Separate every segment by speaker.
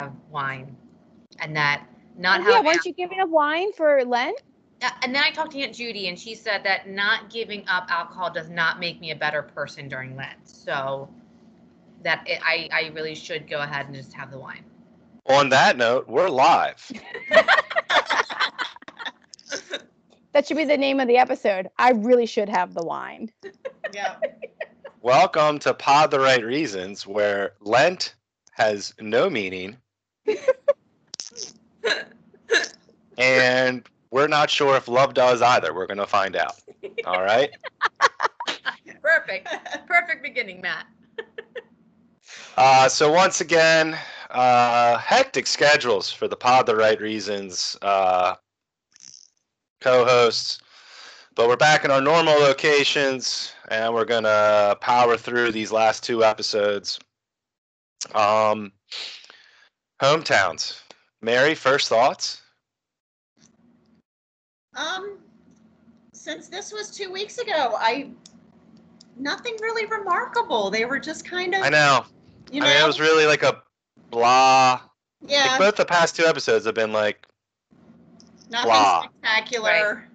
Speaker 1: of wine, and that not
Speaker 2: Oh, yeah,
Speaker 1: having.
Speaker 2: weren't you giving up wine for Lent?
Speaker 1: Uh, and then I talked to Aunt Judy, and she said that not giving up alcohol does not make me a better person during Lent. So that it, I I really should go ahead and just have the wine.
Speaker 3: On that note, we're live.
Speaker 2: That should be the name of the episode. I really should have the wine.
Speaker 1: Yeah.
Speaker 3: Welcome to Pod the Right Reasons, where Lent has no meaning and we're not sure if love does either. We're going to find out. All right.
Speaker 1: Perfect. Perfect beginning, Matt.
Speaker 3: Uh, so, once again, uh, hectic schedules for the Pod the Right Reasons uh, co hosts. But we're back in our normal locations and we're going to power through these last two episodes. Um, hometowns. Mary, first thoughts?
Speaker 4: Um, since this was two weeks ago, I nothing really remarkable. They were just kind of,
Speaker 3: I know.
Speaker 4: you know,
Speaker 3: I mean, it was really like a blah. Like
Speaker 4: yeah,
Speaker 3: both the past two episodes have been like,
Speaker 4: nothing
Speaker 3: blah.
Speaker 4: spectacular.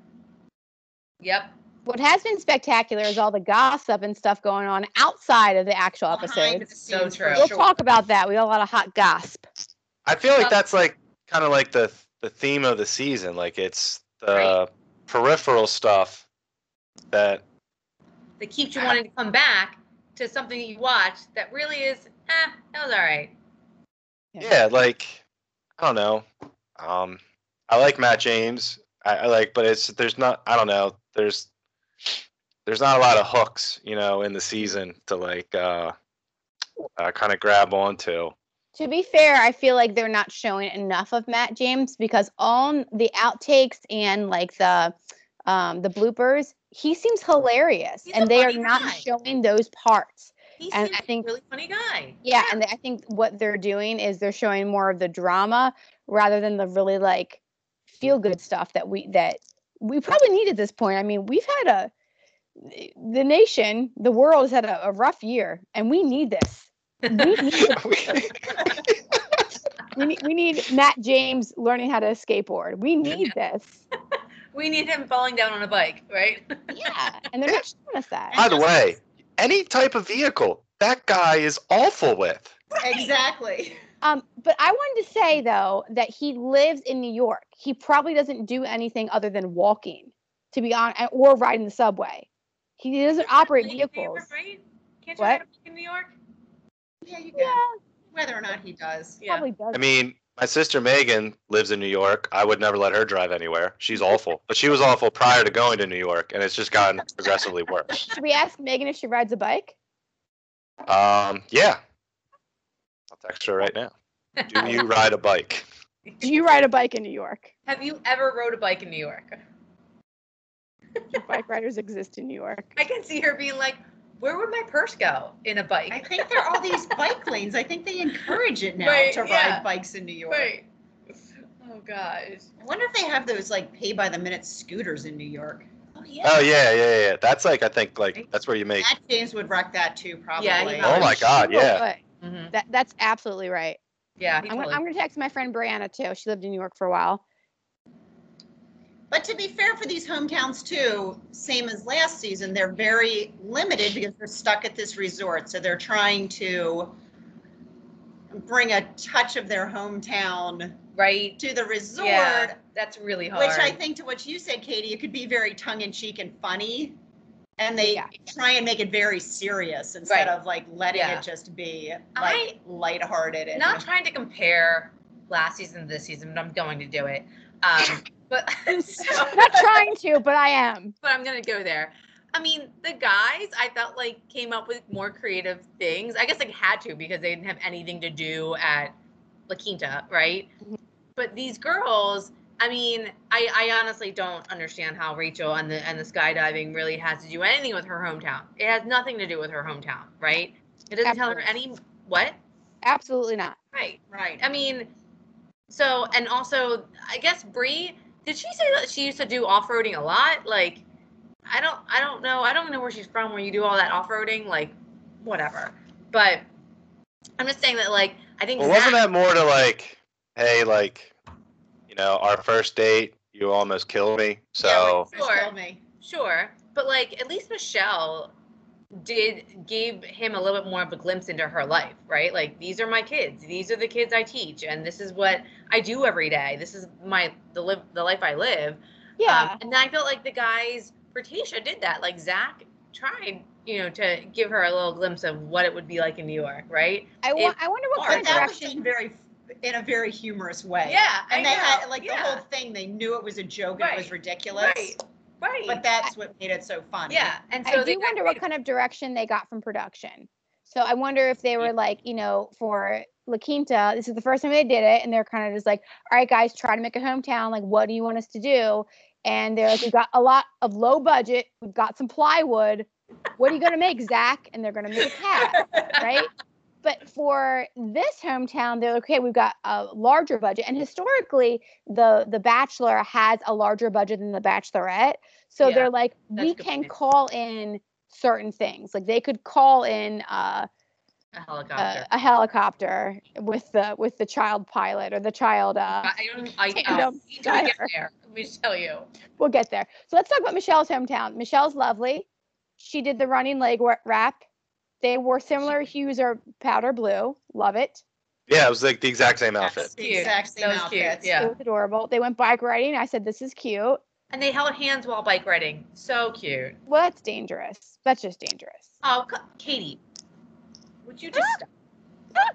Speaker 1: Yep.
Speaker 2: What has been spectacular is all the gossip and stuff going on outside of the actual episode.
Speaker 4: Behind the
Speaker 1: So
Speaker 4: scenes for
Speaker 1: true.
Speaker 2: We'll
Speaker 4: sure.
Speaker 2: talk about that. We got a lot of hot gossip.
Speaker 3: I feel
Speaker 1: Um,
Speaker 3: like that's like kind of like the the theme of the season. Like it's the
Speaker 1: Right.
Speaker 3: peripheral stuff that
Speaker 1: that keeps you wanting to come back to something that you watched that really is, eh, that was all right.
Speaker 3: yeah, like I don't know. Um, I like Matt James. I, I like, but it's there's not. I don't know. There's there's not a lot of hooks, you know, in the season to like uh, uh kind of grab onto.
Speaker 2: To be fair, I feel like they're not showing enough of Matt James because on the outtakes and like the um the bloopers, he seems hilarious
Speaker 1: He's a
Speaker 2: and they are
Speaker 1: funny
Speaker 2: not
Speaker 1: guy.
Speaker 2: showing those parts.
Speaker 1: He
Speaker 2: And
Speaker 1: seems
Speaker 2: I think-
Speaker 1: like a really funny guy.
Speaker 2: Yeah, and I think what they're doing is they're showing more of the drama rather than the really like feel good stuff that we that we probably need at this point. I mean, we've had a the nation, the world has had a, a rough year, and we need this. We need, we need we need Matt James learning how to skateboard. We need this.
Speaker 1: We need him falling down on a bike, right?
Speaker 2: Yeah, and they're not showing us that.
Speaker 3: By the way, any type of vehicle that guy is awful with.
Speaker 4: Exactly.
Speaker 2: Um, but I wanted to say though that he lives in New York. He probably doesn't do anything other than walking, to be honest, or riding the subway. He doesn't operate
Speaker 1: Like, New York,
Speaker 2: vehicles.
Speaker 1: right? Can't you
Speaker 2: What?
Speaker 1: ride a bike in New York?
Speaker 4: Yeah, you can.
Speaker 2: Yeah,
Speaker 4: Whether or not he does,
Speaker 1: Yeah.
Speaker 2: probably does.
Speaker 3: I mean, my sister Megan lives in New York. I would never let her drive anywhere. She's awful, but she was awful prior to going to New York, and it's just gotten progressively worse.
Speaker 2: Should we ask Megan if she rides a bike?
Speaker 3: Um, yeah, I'll text her right now. Do you ride a bike?
Speaker 2: Do you ride a bike in New York?
Speaker 1: Have you ever rode a bike in New York?
Speaker 2: Do bike riders exist in New York?
Speaker 1: I can see her being like, where would my purse go in a
Speaker 4: I
Speaker 1: bike?
Speaker 4: think there are all these bike lanes. I think they encourage it now
Speaker 1: Right,
Speaker 4: to ride
Speaker 1: yeah.
Speaker 4: bikes in New York.
Speaker 1: Right. Oh, gosh.
Speaker 4: I wonder if they have those like pay by the minute scooters in New York. Oh yeah.
Speaker 3: Oh yeah, yeah, yeah. That's like I think like that's where you make.
Speaker 4: Matt James would wreck that too, probably.
Speaker 1: Yeah, he
Speaker 3: Oh my God,
Speaker 2: Sure,
Speaker 3: yeah.
Speaker 2: but
Speaker 1: hmm
Speaker 2: That, that's absolutely right.
Speaker 1: Yeah. he
Speaker 2: I'm, gonna,
Speaker 1: totally-
Speaker 2: I'm gonna text my friend Brianna too. She lived in New York for a while.
Speaker 4: But to be fair for these hometowns too, same as last season, they're very limited because they're stuck at this resort. So they're trying to bring a touch of their hometown
Speaker 1: right.
Speaker 4: to the resort,
Speaker 1: Yeah. That's really hard.
Speaker 4: which I think to what you said, Katie, it could be very tongue in cheek and funny. And they
Speaker 2: Yeah.
Speaker 4: try and make it very serious
Speaker 1: Right.
Speaker 4: instead of like letting
Speaker 1: Yeah.
Speaker 4: it just be like
Speaker 1: I-
Speaker 4: lighthearted and
Speaker 1: not trying to compare last season to this season, but I'm going to do it. Um, but so-
Speaker 2: Not trying to, but I am.
Speaker 1: but I'm gonna go there. I mean, the guys I felt like came up with more creative things. I guess like had to because they didn't have anything to do at La Quinta, right?
Speaker 2: Mhm.
Speaker 1: But these girls, I mean, I, I honestly don't understand how Rachel and the and the skydiving really has to do anything with her hometown. It has nothing to do with her hometown, right? It doesn't tell her any what,
Speaker 2: Absolutely not.
Speaker 1: right?
Speaker 4: right.
Speaker 1: I mean, so and also, I guess Bree did she say that she used to do off roading a lot? Like, I don't, I don't know, I don't know where she's from. Where you do all that off roading, like, whatever. But I'm just saying that, like, I think
Speaker 3: Well, wasn't
Speaker 1: Zach-
Speaker 3: that more to like, hey, like, you know, our first date, you almost killed me. So
Speaker 4: Chris
Speaker 1: Sure.
Speaker 4: told me.
Speaker 1: sure, but like at least Michelle did gave him a little bit more of a glimpse into her life, right? Like these are my kids, these are the kids I teach, and this is what I do every day. This is my the live the life I live.
Speaker 2: Yeah.
Speaker 1: Um, and I felt like the guys for Tasha did that. Like Zach tried, you know, to give her a little glimpse of what it would be like in New York, right?
Speaker 2: I, wa-
Speaker 1: it-
Speaker 2: I wonder what
Speaker 1: Or
Speaker 4: But
Speaker 2: kind of
Speaker 4: that was
Speaker 2: direction.
Speaker 4: in very, in a very humorous way.
Speaker 1: Yeah, I
Speaker 4: And they
Speaker 1: know.
Speaker 4: had, like, the
Speaker 1: yeah.
Speaker 4: whole thing, they knew it was a joke, and it was
Speaker 1: Right.
Speaker 4: ridiculous.
Speaker 1: right, right.
Speaker 4: But that's what made it so funny.
Speaker 1: yeah, and so
Speaker 2: I
Speaker 1: they
Speaker 2: do
Speaker 1: got
Speaker 2: wonder
Speaker 1: rid
Speaker 2: what
Speaker 1: of-
Speaker 2: kind of direction they got from production. So I wonder if they were like, you know, for La Quinta, this is the first time they did it, and they're kind of just like, all right, guys, try to make a hometown. Like, what do you want us to do? And they're like, we've got a lot of low budget. We've got some plywood. What are you gonna make, Zach? And they're gonna make a cat. right? But for this hometown, they're like, okay, we've got a larger budget. And historically, the the Bachelor has a larger budget than the Bachelorette. So
Speaker 1: Yeah,
Speaker 2: they're like,
Speaker 1: that's
Speaker 2: we
Speaker 1: good
Speaker 2: can
Speaker 1: point.
Speaker 2: call in certain things. Like they could call in uh,
Speaker 1: a
Speaker 2: a,
Speaker 1: helicopter.
Speaker 2: a helicopter with the with the child pilot or the child. Uh,
Speaker 1: I don't. I
Speaker 2: Tandem
Speaker 1: um, need to get
Speaker 2: driver.
Speaker 1: there. Let me tell you.
Speaker 2: we'll get there. So let's talk about Michelle's hometown. Michelle's lovely. She did the running leg wa- wrap. They wore similar hues or powder blue. Love it.
Speaker 3: yeah, it was like the exact same outfit.
Speaker 1: That's
Speaker 4: The
Speaker 1: cute.
Speaker 4: exact same
Speaker 1: That was cute,
Speaker 4: outfits.
Speaker 1: yeah.
Speaker 2: It was adorable. They went bike riding. I said, "This is cute."
Speaker 1: And they held hands while bike riding. So cute.
Speaker 2: Well, that's dangerous. That's just dangerous.
Speaker 1: Oh, c- Katie, would you just stop?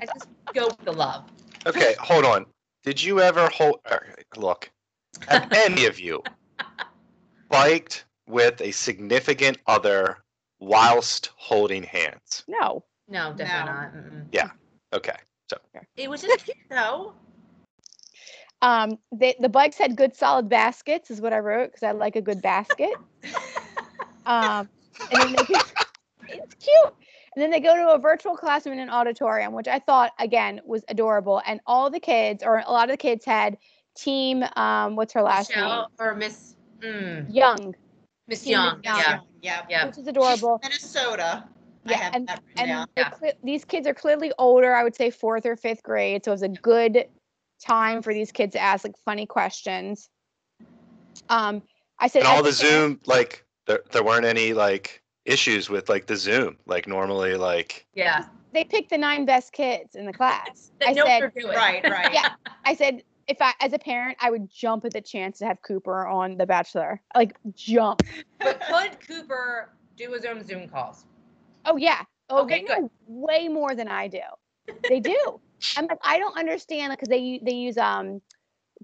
Speaker 1: I just go with the love.
Speaker 3: Okay, hold on. Did you ever hold? all right, Look, have any of you biked with a significant other whilst holding hands?
Speaker 2: No,
Speaker 1: No, definitely
Speaker 4: No.
Speaker 1: not. Mm-mm.
Speaker 3: Okay.
Speaker 1: It was just cute though.
Speaker 2: um, they, the bikes had good solid baskets, is what I wrote because I like a good basket. um, and then they go, it's cute. And then they go to a virtual classroom in an auditorium, which I thought again was adorable. And all the kids, or a lot of the kids, had team. Um, what's her last
Speaker 1: Michelle or Miss mm,
Speaker 2: name? Young,
Speaker 1: Miss
Speaker 2: Team
Speaker 1: Young.
Speaker 2: Young.
Speaker 1: Yeah,
Speaker 4: Yeah.
Speaker 1: yeah.
Speaker 2: which is adorable.
Speaker 4: Minnesota. I
Speaker 2: Yeah,
Speaker 4: have
Speaker 2: and-
Speaker 4: that written
Speaker 2: and
Speaker 4: down.
Speaker 2: they're
Speaker 1: Yeah.
Speaker 2: cle- these kids are clearly older i would say fourth or fifth grade so it was a good time for these kids to ask like funny questions um i said
Speaker 3: And all the
Speaker 2: "Ethical."
Speaker 3: Zoom, like there, there weren't any like issues with like the Zoom. Like normally, like
Speaker 1: Yeah.
Speaker 2: they picked the nine best kids in the class
Speaker 1: That
Speaker 2: i
Speaker 1: know what
Speaker 2: said
Speaker 1: they're doing.
Speaker 4: Right, right.
Speaker 2: Yeah. i said if i as a parent i would jump at the chance to have cooper on the bachelor like jump
Speaker 1: But could Cooper do his own Zoom calls?
Speaker 2: oh yeah oh
Speaker 1: Okay,
Speaker 2: they know way more than i do they do i'm like i don't understand because they u- they use um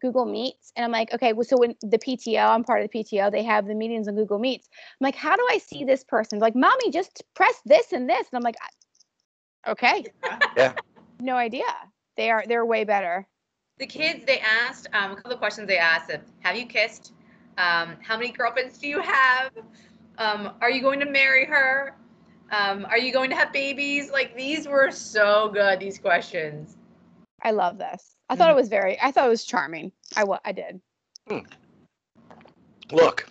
Speaker 2: Google Meets. And I'm like, okay, well, so when the PTO, I'm part of the PTO, they have the meetings on Google Meets. I'm like, how do I see this person? Like, mommy, just press this and this. And I'm like, I- okay.
Speaker 3: Yeah.
Speaker 2: No idea. They are, they're way better.
Speaker 1: The kids they asked um, a couple of questions. They asked: if, Have you kissed? Um, how many girlfriends do you have? Um, are you going to marry her? Um, are you going to have babies? Like these were so good. These questions.
Speaker 2: I love this. I
Speaker 1: Mm-hmm.
Speaker 2: thought it was very, I thought it was charming. I, wa- I did.
Speaker 3: look,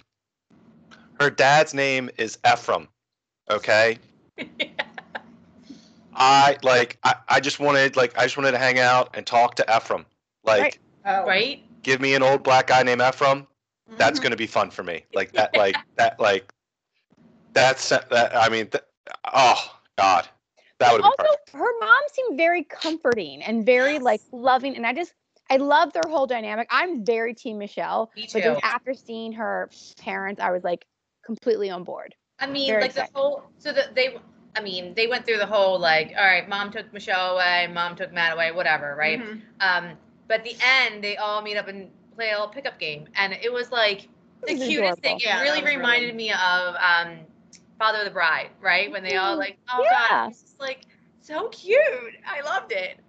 Speaker 3: her dad's name is Ephraim. Okay. I like I, I just wanted like I just wanted to hang out and talk to Ephraim. Like
Speaker 2: Right.
Speaker 4: Oh.
Speaker 1: Right?
Speaker 3: give me an old black guy named Ephraim. That's
Speaker 4: Mhm.
Speaker 3: going to be fun for me. Like that like that like that's that I mean th- oh god. That would have been
Speaker 2: also,
Speaker 3: perfect.
Speaker 2: her mom seemed very comforting and very
Speaker 4: Yes.
Speaker 2: like loving. And I just, I love their whole dynamic. I'm very team Michelle.
Speaker 1: Me
Speaker 2: But
Speaker 1: too.
Speaker 2: then after seeing her parents, I was like completely on board.
Speaker 1: I mean,
Speaker 2: Very
Speaker 1: like the
Speaker 2: exciting.
Speaker 1: whole. So that they. I mean, they went through the whole like, all right, mom took Michelle away, mom took Matt away, whatever, right?
Speaker 4: Mhm.
Speaker 1: Um, but at the end, they all meet up and play a little pickup game, and it was like the
Speaker 2: This is
Speaker 1: cutest thing.
Speaker 2: adorable.
Speaker 1: It
Speaker 4: Yeah, that
Speaker 1: really
Speaker 4: was really-
Speaker 1: reminded me of um, Father of the Bride, right? When they all
Speaker 2: Mhm.
Speaker 1: like, oh
Speaker 2: Yeah.
Speaker 1: god, it's just like so cute. I loved it.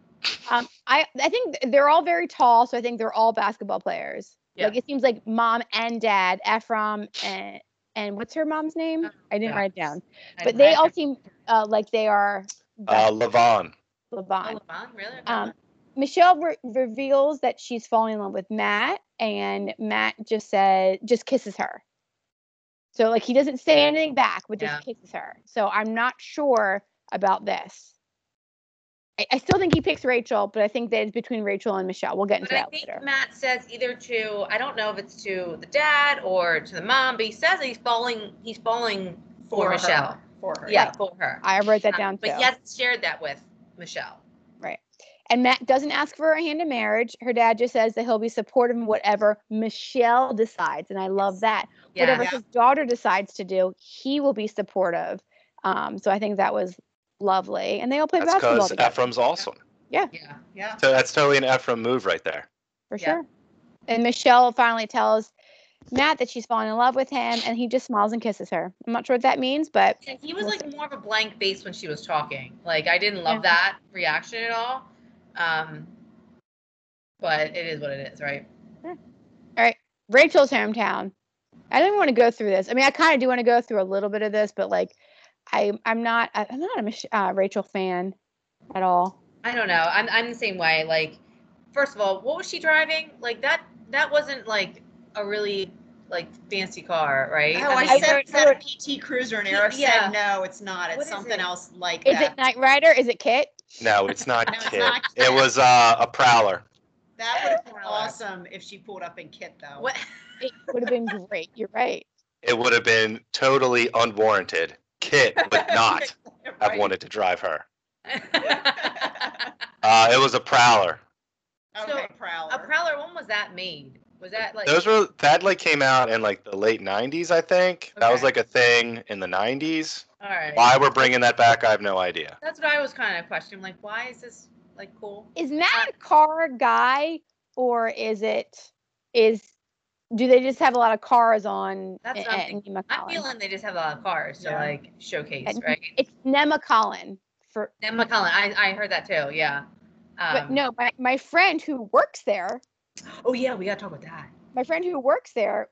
Speaker 2: Um, I I think th- they're all very tall, so I think they're all basketball players. Like
Speaker 1: Yeah.
Speaker 2: it seems like mom and dad, Ephraim and and what's her mom's name? I didn't
Speaker 1: yeah.
Speaker 2: write it down,
Speaker 1: Uh, I
Speaker 2: but they
Speaker 1: loved
Speaker 2: all
Speaker 1: it.
Speaker 2: seem uh, like they are
Speaker 3: Uh Levon.
Speaker 1: Oh,
Speaker 2: Levon.
Speaker 1: LeBron, really?
Speaker 2: Um, Michelle re- reveals that she's falling in love with Matt, and Matt just said just kisses her. So like he doesn't say anything back, but just kisses her. So I'm not sure about this. I, I still think he picks Rachel, but I think that it's between Rachel and Michelle. We'll get into
Speaker 1: But I
Speaker 2: that
Speaker 1: think
Speaker 2: later.
Speaker 1: Matt says either to I don't know if it's to the dad or to the mom, but he says that he's falling he's falling for,
Speaker 4: her.
Speaker 1: Michelle.
Speaker 4: For her.
Speaker 1: Yeah, for her.
Speaker 2: I wrote that
Speaker 1: Um,
Speaker 2: down too.
Speaker 1: But he hasn't shared that with Michelle.
Speaker 2: And Matt doesn't ask for her hand in marriage. Her dad just says that he'll be supportive in whatever Michelle decides. And I love that.
Speaker 1: Yeah.
Speaker 2: Whatever
Speaker 4: Yeah.
Speaker 2: his daughter decides to do, he will be supportive. Um, so I think that was lovely. And they all play
Speaker 3: That's
Speaker 2: basketball
Speaker 3: because
Speaker 2: together,
Speaker 3: Ephraim's awesome.
Speaker 1: Yeah.
Speaker 4: Yeah.
Speaker 3: So that's totally an Ephraim move right there.
Speaker 2: for
Speaker 1: yeah.
Speaker 2: sure. And Michelle finally tells Matt that she's fallen in love with him and he just smiles and kisses her. I'm not sure what that means, but
Speaker 1: Yeah, he was
Speaker 2: We'll
Speaker 1: like more of a blank face when she was talking. Like I didn't love
Speaker 2: Yeah.
Speaker 1: that reaction at all. Um but it is what it is, right?
Speaker 2: Rachel's hometown. I don't want to go through this. I mean, I kind of do want to go through a little bit of this, but like, I I'm not I- I'm not a Mich- uh, Rachel fan at all.
Speaker 1: I don't know. I'm I'm the same way. Like, first of all, what was she driving? Like that that wasn't like a really like fancy car, right?
Speaker 4: Oh,
Speaker 1: I
Speaker 4: I,
Speaker 1: mean,
Speaker 4: said
Speaker 2: heard-
Speaker 4: it's that PT Cruiser, and Eric
Speaker 1: Yeah.
Speaker 4: said no, it's not. It's
Speaker 1: What is
Speaker 4: something
Speaker 1: it?
Speaker 4: else like
Speaker 2: Is
Speaker 4: that.
Speaker 2: it Knight Rider? Is it Kit?
Speaker 3: No, it's not
Speaker 4: No, it's
Speaker 3: Kit.
Speaker 4: not Kit.
Speaker 3: It was uh, a prowler.
Speaker 4: that would have been
Speaker 1: Tyler.
Speaker 4: awesome if she pulled up in kit though.
Speaker 1: what
Speaker 2: It would have been great. You're right.
Speaker 3: It would have been totally unwarranted. Kit would not have
Speaker 4: Right.
Speaker 3: wanted to drive her. Uh, it was a prowler.
Speaker 4: Okay,
Speaker 1: So,
Speaker 4: Prowler.
Speaker 1: a prowler when was that made? Was that like
Speaker 3: Those were that like came out in like the late '90s, I think. That was
Speaker 1: Okay.
Speaker 3: like a thing in the '90s.
Speaker 1: all right.
Speaker 3: Why we're bringing that back, I have no idea.
Speaker 1: That's what I was kind of questioning. Like, why is this like cool?
Speaker 2: Is Matt a car guy or is it is do they just have a lot of cars on eh,
Speaker 1: That's
Speaker 2: a-
Speaker 1: what I'm
Speaker 2: at
Speaker 1: thinking.
Speaker 2: Nema
Speaker 1: I'm
Speaker 2: Collin?
Speaker 1: feeling they just have a lot of cars to
Speaker 4: Yeah.
Speaker 1: like showcase,
Speaker 2: And-
Speaker 1: right?
Speaker 2: it's Nema Collin for
Speaker 1: And McCullen, I, I heard that too. Yeah. Um,
Speaker 2: but no, my, my friend who works there
Speaker 1: Oh yeah, we gotta talk about that.
Speaker 2: my friend who works there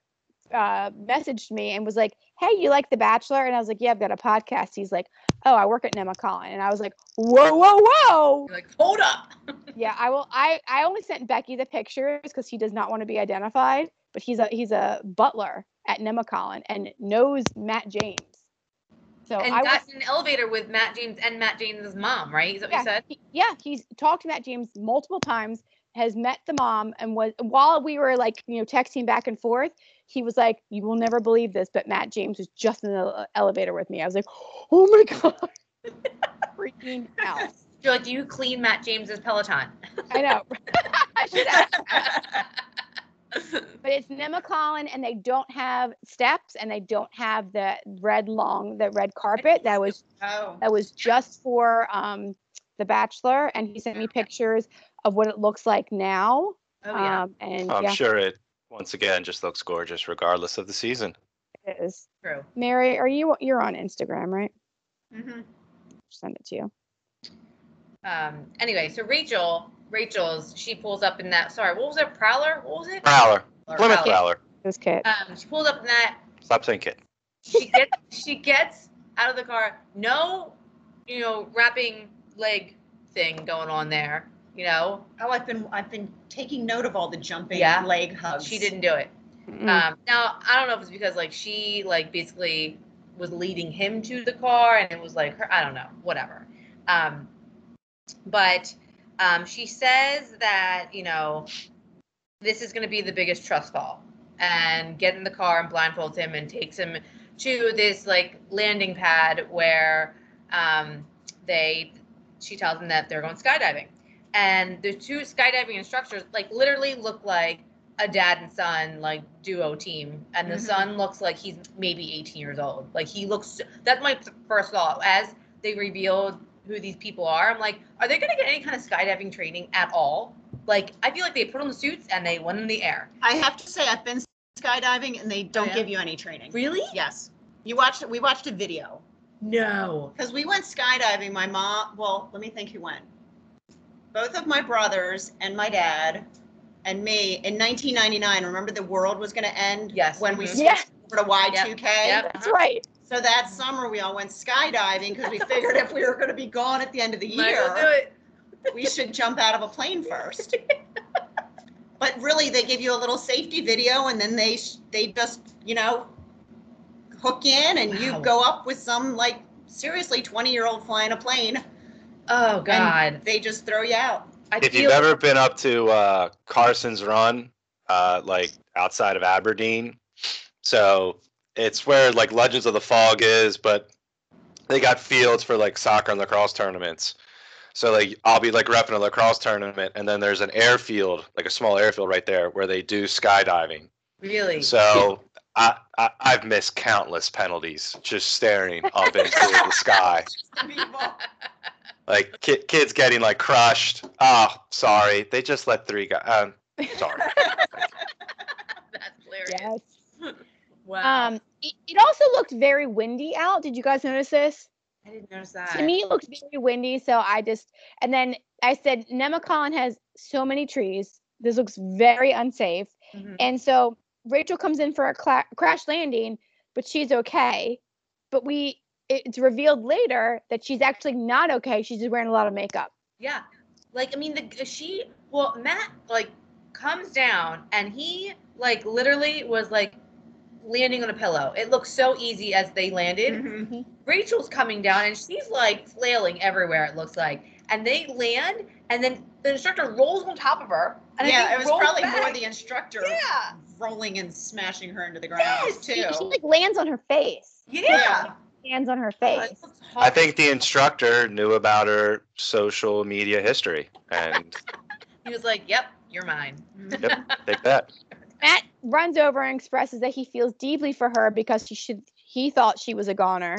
Speaker 2: uh, messaged me and was like, "Hey, you like The Bachelor?" And I was like, "Yeah, I've got a podcast." He's like, "Oh, I work at Nema Collin," and I was like, "Whoa, whoa, whoa!"
Speaker 1: You're like, hold up.
Speaker 2: yeah, I will. I I only sent Becky the pictures because he does not want to be identified, but he's a he's a butler at Nema Collin and knows Matt James. So
Speaker 1: and
Speaker 2: I was,
Speaker 1: got in an elevator with Matt James and Matt James's mom, right? Is that what you said?
Speaker 2: he- yeah, he's talked to Matt James multiple times, has met the mom, and was while we were like, you know, texting back and forth, he was like, You will never believe this, but Matt James was just in the ele- elevator with me. I was like, Oh my God. Freaking out.
Speaker 1: You're like, do you clean Matt James's Peloton?
Speaker 2: I know. I should ask. But it's Nemacolin, and they don't have steps, and they don't have the red long, the red carpet. That was
Speaker 4: oh,
Speaker 2: that was just for um, the Bachelor, and he sent me pictures of what it looks like now.
Speaker 1: oh yeah,
Speaker 2: Um, and
Speaker 3: I'm
Speaker 2: yeah,
Speaker 3: sure it once again just looks gorgeous, regardless of the season.
Speaker 2: it is.
Speaker 1: true.
Speaker 2: Mary, are you you're on Instagram, right?
Speaker 4: mhm.
Speaker 2: Send it to you.
Speaker 1: Um, anyway, so Rachel, Rachel's, she pulls up in that. Sorry, what was it? Prowler? What was it?
Speaker 3: Prowler, Plymouth
Speaker 1: Prowler.
Speaker 3: Prowler.
Speaker 2: This kid.
Speaker 1: Um, she pulls up in that.
Speaker 3: Stop saying Kit.
Speaker 1: She gets, she gets out of the car. No, you know, wrapping leg thing going on there. You know,
Speaker 4: oh, I've been I've been taking note of all the jumping
Speaker 1: Yeah.
Speaker 4: leg hugs.
Speaker 1: she didn't do it.
Speaker 2: Mm.
Speaker 1: Um, now I don't know if it's because like she like basically was leading him to the car and it was like her I don't know whatever. Um, but um, she says that you know this is going to be the biggest trust fall and get in the car and blindfolds him and takes him to this like landing pad where um, they she tells him that they're going skydiving and the two skydiving instructors like literally look like a dad and son like duo team and the
Speaker 4: Mhm.
Speaker 1: son looks like he's maybe 18 years old like he looks that's my first thought as they revealed who these people are i'm like are they going to get any kind of skydiving training at all like i feel like they put on the suits and they went in the air
Speaker 4: I have to say I've been skydiving and they don't
Speaker 1: Yeah.
Speaker 4: give you any training.
Speaker 1: really
Speaker 4: Yes. You watched we watched a video.
Speaker 1: no
Speaker 4: Because we went skydiving, my mom, well, let me think who went. Both of my brothers and my dad and me in 1999. Remember the world was going to end?
Speaker 1: Yes.
Speaker 4: When we
Speaker 1: Mhm.
Speaker 4: switched
Speaker 2: Yes.
Speaker 4: over to Y2K?
Speaker 1: Yep.
Speaker 2: That's right.
Speaker 4: So that summer we all went skydiving because we figured if we were going to be gone at the end of the
Speaker 1: Might as well
Speaker 4: year,
Speaker 1: do it.
Speaker 4: we should jump out of a plane first. But really, they give you a little safety video and then they, sh- they just, you know, hook in and you
Speaker 1: Wow.
Speaker 4: go up with some like seriously 20 year old flying a plane.
Speaker 1: Oh God.
Speaker 4: They just throw you out.
Speaker 1: I
Speaker 3: if
Speaker 1: feel
Speaker 3: you've ever been up to uh, Carson's Run, uh, like outside of Aberdeen, so it's where like Legends of the Fog is, but they got fields for like soccer and lacrosse tournaments. So like I'll be like repping a lacrosse tournament, and then there's an airfield, like a small airfield right there, where they do skydiving.
Speaker 1: really.
Speaker 3: So I, I I've missed countless penalties just staring up into the sky
Speaker 4: People.
Speaker 3: like ki- kids getting like crushed. Oh, sorry, they just let three guys. Um, sorry.
Speaker 1: That's hilarious.
Speaker 2: Yes.
Speaker 1: Wow.
Speaker 2: Um, it, it also looked very windy out. Did you guys notice this?
Speaker 1: I didn't notice that.
Speaker 2: to me it looked very windy so i just and then i said nemacolin has so many trees this looks very unsafe
Speaker 1: Mhm.
Speaker 2: and so rachel comes in for a cla- crash landing but she's okay but we it- it's revealed later that she's actually not okay she's just wearing a lot of makeup
Speaker 1: Yeah. Like I mean the she well Matt like comes down and he like literally was like landing on a pillow. It looked so easy as they landed.
Speaker 4: Mhm.
Speaker 1: Rachel's coming down and she's like flailing everywhere it looks like. And they land and then the instructor rolls on top of her. And I
Speaker 4: Yeah,
Speaker 1: think
Speaker 4: it was
Speaker 1: rolls
Speaker 4: probably
Speaker 1: back.
Speaker 4: more the instructor
Speaker 1: Yeah.
Speaker 4: rolling and smashing her into the ground
Speaker 1: Yes.
Speaker 4: too.
Speaker 2: she, she, like lands on her face
Speaker 1: Yeah.
Speaker 2: lands on her
Speaker 1: Oh, it
Speaker 2: face
Speaker 1: looks
Speaker 3: I
Speaker 1: horrible.
Speaker 3: think the instructor knew about her social media history and
Speaker 1: he was like, Yep, you're mine.
Speaker 3: take that.
Speaker 2: matt runs over and expresses that he feels deeply for her because she should he thought she was a goner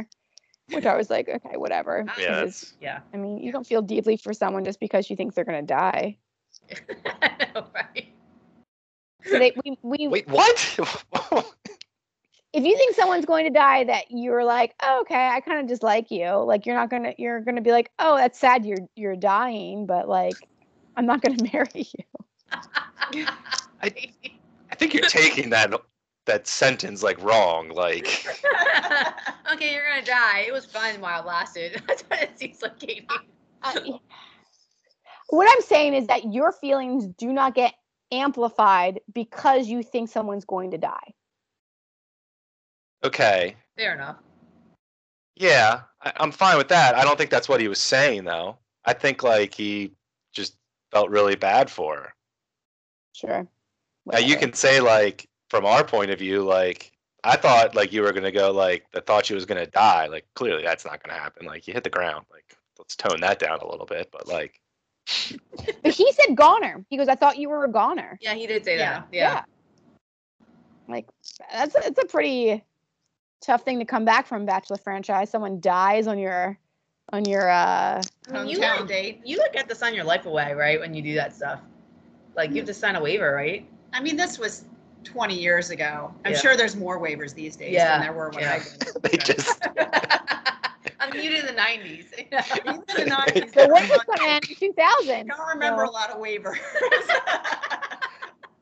Speaker 2: which i was like okay whatever
Speaker 1: Yeah,
Speaker 3: Yeah,
Speaker 2: because-
Speaker 3: that's,
Speaker 1: Yeah.
Speaker 2: I mean, you don't feel deeply for someone just because you think they're gonna die.
Speaker 1: I know, right?
Speaker 2: So they, we, we,
Speaker 3: wait, what?
Speaker 2: if you think someone's going to die, that you're like, oh, okay, I kind of dislike you. Like you're not gonna, you're gonna be like, oh, that's sad. You're you're dying, but like, I'm not gonna marry you.
Speaker 3: I think you're taking that that sentence like wrong. Like
Speaker 1: okay, you're gonna die. It was fun while it lasted. That's what it seems like, Katie.
Speaker 2: I- what I'm saying is that your feelings do not get amplified because you think someone's going to die.
Speaker 3: okay,
Speaker 1: Fair enough.
Speaker 3: yeah, I, I'm fine with that. I don't think that's what he was saying though. I think like he just felt really bad for her.
Speaker 2: Sure.
Speaker 3: Now you
Speaker 2: whatever.
Speaker 3: can say like from our point of view, like I thought like you were gonna go like I thought she was gonna die. Like clearly that's not gonna happen. Like you hit the ground. Like let's tone that down a little bit. But like
Speaker 2: But he said goner. He goes, I thought you were a goner.
Speaker 1: Yeah, he did say that. Yeah.
Speaker 2: Yeah. Like that's a, it's a pretty tough thing to come back from bachelor franchise. Someone dies on your on your uh
Speaker 1: I mean, you
Speaker 4: Hometown
Speaker 1: like-
Speaker 4: date.
Speaker 1: You like have to sign your life away, right? When you do that stuff. Like you have to sign a waiver, right?
Speaker 4: I mean, this was 20 years ago. I'm
Speaker 1: Yeah.
Speaker 4: sure there's more waivers these days
Speaker 1: Yeah.
Speaker 4: than there were when
Speaker 1: Yeah.
Speaker 4: I did.
Speaker 3: they just
Speaker 1: I'm muted in the nineties.
Speaker 4: Even in the 90s,
Speaker 2: the
Speaker 4: there
Speaker 2: world
Speaker 4: was
Speaker 2: was
Speaker 4: a lot-
Speaker 2: gonna end in two
Speaker 4: I
Speaker 2: thousand.
Speaker 4: don't remember a lot of waivers.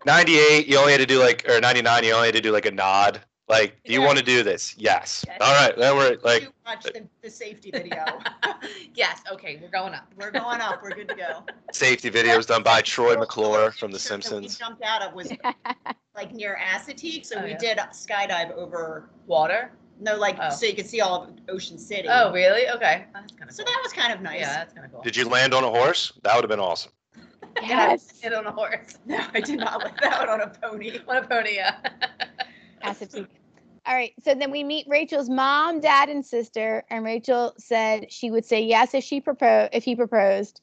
Speaker 3: 98, you only had to do like or 99, you only had to do like a nod. Like, do you
Speaker 4: Yeah.
Speaker 3: want to do this? Yes.
Speaker 1: Yes.
Speaker 3: All right. Then we're like,
Speaker 4: Too much the, the safety video.
Speaker 1: yes, okay, we're going up.
Speaker 4: We're going up. We're good to go.
Speaker 3: safety videos done by Troy McClure from The
Speaker 4: Picture that We
Speaker 3: Simpsons.
Speaker 4: jumped out of was like near Assateague, so
Speaker 1: Oh,
Speaker 4: we
Speaker 1: yeah.
Speaker 4: did skydive over.
Speaker 1: Water?
Speaker 4: No, like
Speaker 1: Oh.
Speaker 4: so you could see all of Ocean City.
Speaker 1: Oh really? Okay. Oh, That's kinda
Speaker 4: so
Speaker 1: cool.
Speaker 4: that was kind of nice.
Speaker 1: Yeah, that's kinda cool.
Speaker 3: Did you land on a horse? That would have been awesome.
Speaker 2: Yes.
Speaker 1: Get on a horse.
Speaker 4: No, I did not let that out on a pony.
Speaker 1: On a pony, yeah.
Speaker 2: Acid tea. All right. So then we meet Rachel's mom, dad, and sister, and Rachel said she would say yes if she proposed if he proposed.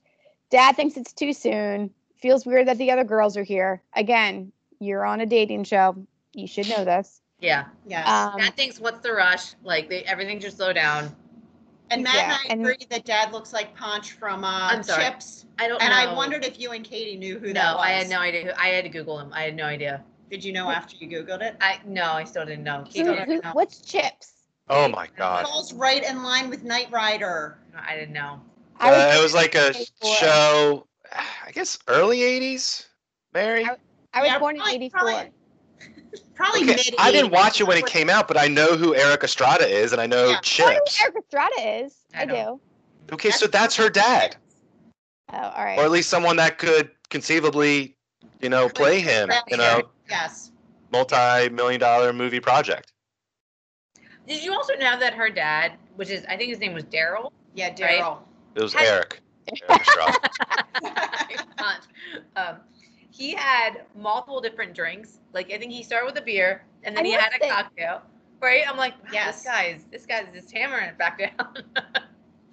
Speaker 2: Dad thinks it's too soon. Feels weird that the other girls are here. Again, you're on a dating show. You should know this.
Speaker 1: Yeah.
Speaker 4: Yes.
Speaker 2: Um,
Speaker 1: Matt thinks, "What's the rush? Like they, everything should slow down."
Speaker 4: and Matt
Speaker 2: yeah,
Speaker 4: and I
Speaker 2: and-
Speaker 4: agree that Dad looks like Punch from uh,
Speaker 1: I'm sorry.
Speaker 4: Chips.
Speaker 1: I don't.
Speaker 4: And
Speaker 1: know.
Speaker 4: I wondered if you and Katie knew who that
Speaker 1: No,
Speaker 4: was.
Speaker 1: I had no idea. Who, I had to Google him. I had no idea.
Speaker 4: Did you know after you Googled it?
Speaker 1: I no, I still didn't know.
Speaker 2: Who,
Speaker 1: Still don't
Speaker 2: who,
Speaker 1: know.
Speaker 2: what's chips?
Speaker 3: Oh my god.
Speaker 4: Falls right in line with Knight Rider.
Speaker 1: No, I didn't know.
Speaker 2: I would
Speaker 3: Uh,
Speaker 2: say
Speaker 3: it was like a
Speaker 2: '84.
Speaker 3: show, I guess early 80s, Mary?
Speaker 2: I- I was
Speaker 4: Yeah,
Speaker 2: born in
Speaker 4: probably-
Speaker 2: '84.
Speaker 4: probably- Probably
Speaker 3: Okay,
Speaker 4: mid.
Speaker 3: I didn't watch it when it came out, but I know who Eric Estrada is, and I know
Speaker 4: Yeah.
Speaker 2: I know
Speaker 3: Chips.
Speaker 2: who Eric Estrada is.
Speaker 1: I
Speaker 2: I, do.
Speaker 1: know.
Speaker 2: Oh,
Speaker 3: Okay, so that's her dad,
Speaker 2: all right.
Speaker 3: or at least someone that could conceivably, you know, play him in a
Speaker 4: Yes.
Speaker 3: multi-million dollar movie project.
Speaker 1: Did you also know that her dad, which is I think his name was Daryl,
Speaker 4: Yeah,
Speaker 1: Right?
Speaker 4: Daryl.
Speaker 3: It was
Speaker 1: Had-
Speaker 3: Eric. Eric Estrada.
Speaker 1: Hunt, um, he had multiple different drinks. Like I think he started with a beer, and then
Speaker 2: I
Speaker 1: he had
Speaker 2: noticed
Speaker 1: a
Speaker 2: it.
Speaker 1: cocktail. Right? I'm like, wow,
Speaker 4: Yes.
Speaker 1: this guy's this guy's just hammering it back down.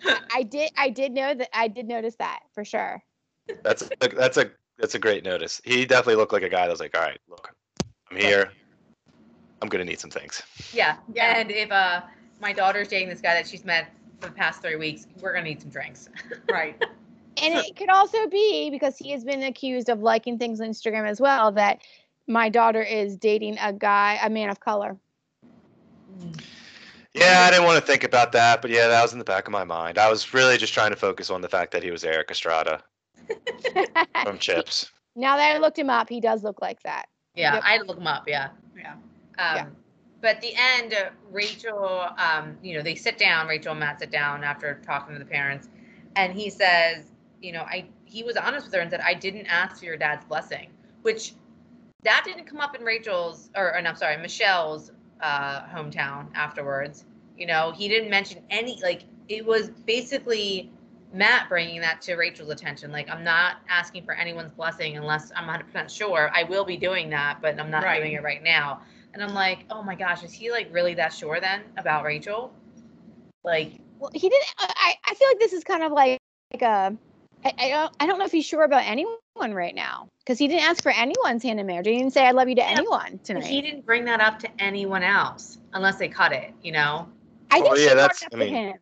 Speaker 2: I did. I did know that. I did notice that for sure.
Speaker 3: That's a, that's a that's a great notice. He definitely looked like a guy that was like, all right, look, I'm here. I'm gonna need some things.
Speaker 1: yeah.
Speaker 4: Yeah.
Speaker 1: And if uh my daughter's dating this guy that she's met for the past three weeks, we're gonna need some drinks.
Speaker 4: Right.
Speaker 2: And it could also be because he has been accused of liking things on Instagram as well that my daughter is dating a guy, a man of color. Mm.
Speaker 3: Yeah, I didn't want to think about that, but yeah, that was in the back of my mind. I was really just trying to focus on the fact that he was Eric Estrada from Chips.
Speaker 2: now that I looked him up, he does look like that.
Speaker 1: Yeah,
Speaker 2: Yep.
Speaker 1: I had to look him up. Yeah.
Speaker 4: Yeah.
Speaker 1: Um,
Speaker 2: Yeah.
Speaker 1: But at the end, uh, Rachel, um, you know, they sit down. Rachel and Matt sit down after talking to the parents, and he says, you know, I he was honest with her and said, I didn't ask for your dad's blessing, which that didn't come up in Rachel's or, and I'm sorry, Michelle's uh, hometown afterwards. You know, he didn't mention any like it was basically Matt bringing that to Rachel's attention. Like, I'm not asking for anyone's blessing unless I'm 100% sure. I will be doing that, but I'm not
Speaker 4: Right.
Speaker 1: doing it right now. And I'm like, oh my gosh, is he like really that sure then about Rachel? Like,
Speaker 2: Well, he didn't. uh, I, I feel like this is kind of like, like a. I, I don't. I don't know if he's sure about anyone right now because he didn't ask for anyone's hand in marriage. He didn't say "I love you" to anyone
Speaker 1: but he
Speaker 2: tonight.
Speaker 1: didn't bring that up to anyone else unless they cut it, you know?
Speaker 2: I think
Speaker 3: Well,
Speaker 2: she
Speaker 3: Oh, yeah,
Speaker 2: brought
Speaker 3: that's-
Speaker 2: it up
Speaker 3: I
Speaker 2: to
Speaker 3: mean-
Speaker 2: him.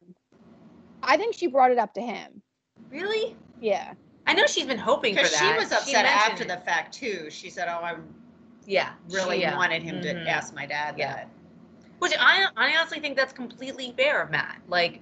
Speaker 2: I think she brought it up to him.
Speaker 1: Really?
Speaker 2: Yeah.
Speaker 1: I know she's been hoping for
Speaker 4: Because
Speaker 1: that.
Speaker 4: she was upset
Speaker 1: mentioned
Speaker 4: after
Speaker 1: it.
Speaker 4: the fact too. She said, "Oh, I
Speaker 1: Yeah.
Speaker 4: really
Speaker 1: she, yeah.
Speaker 4: wanted him
Speaker 1: Mhm.
Speaker 4: to ask my dad
Speaker 1: Yeah.
Speaker 4: that."
Speaker 1: Which I, I honestly think that's completely fair of Matt. Like,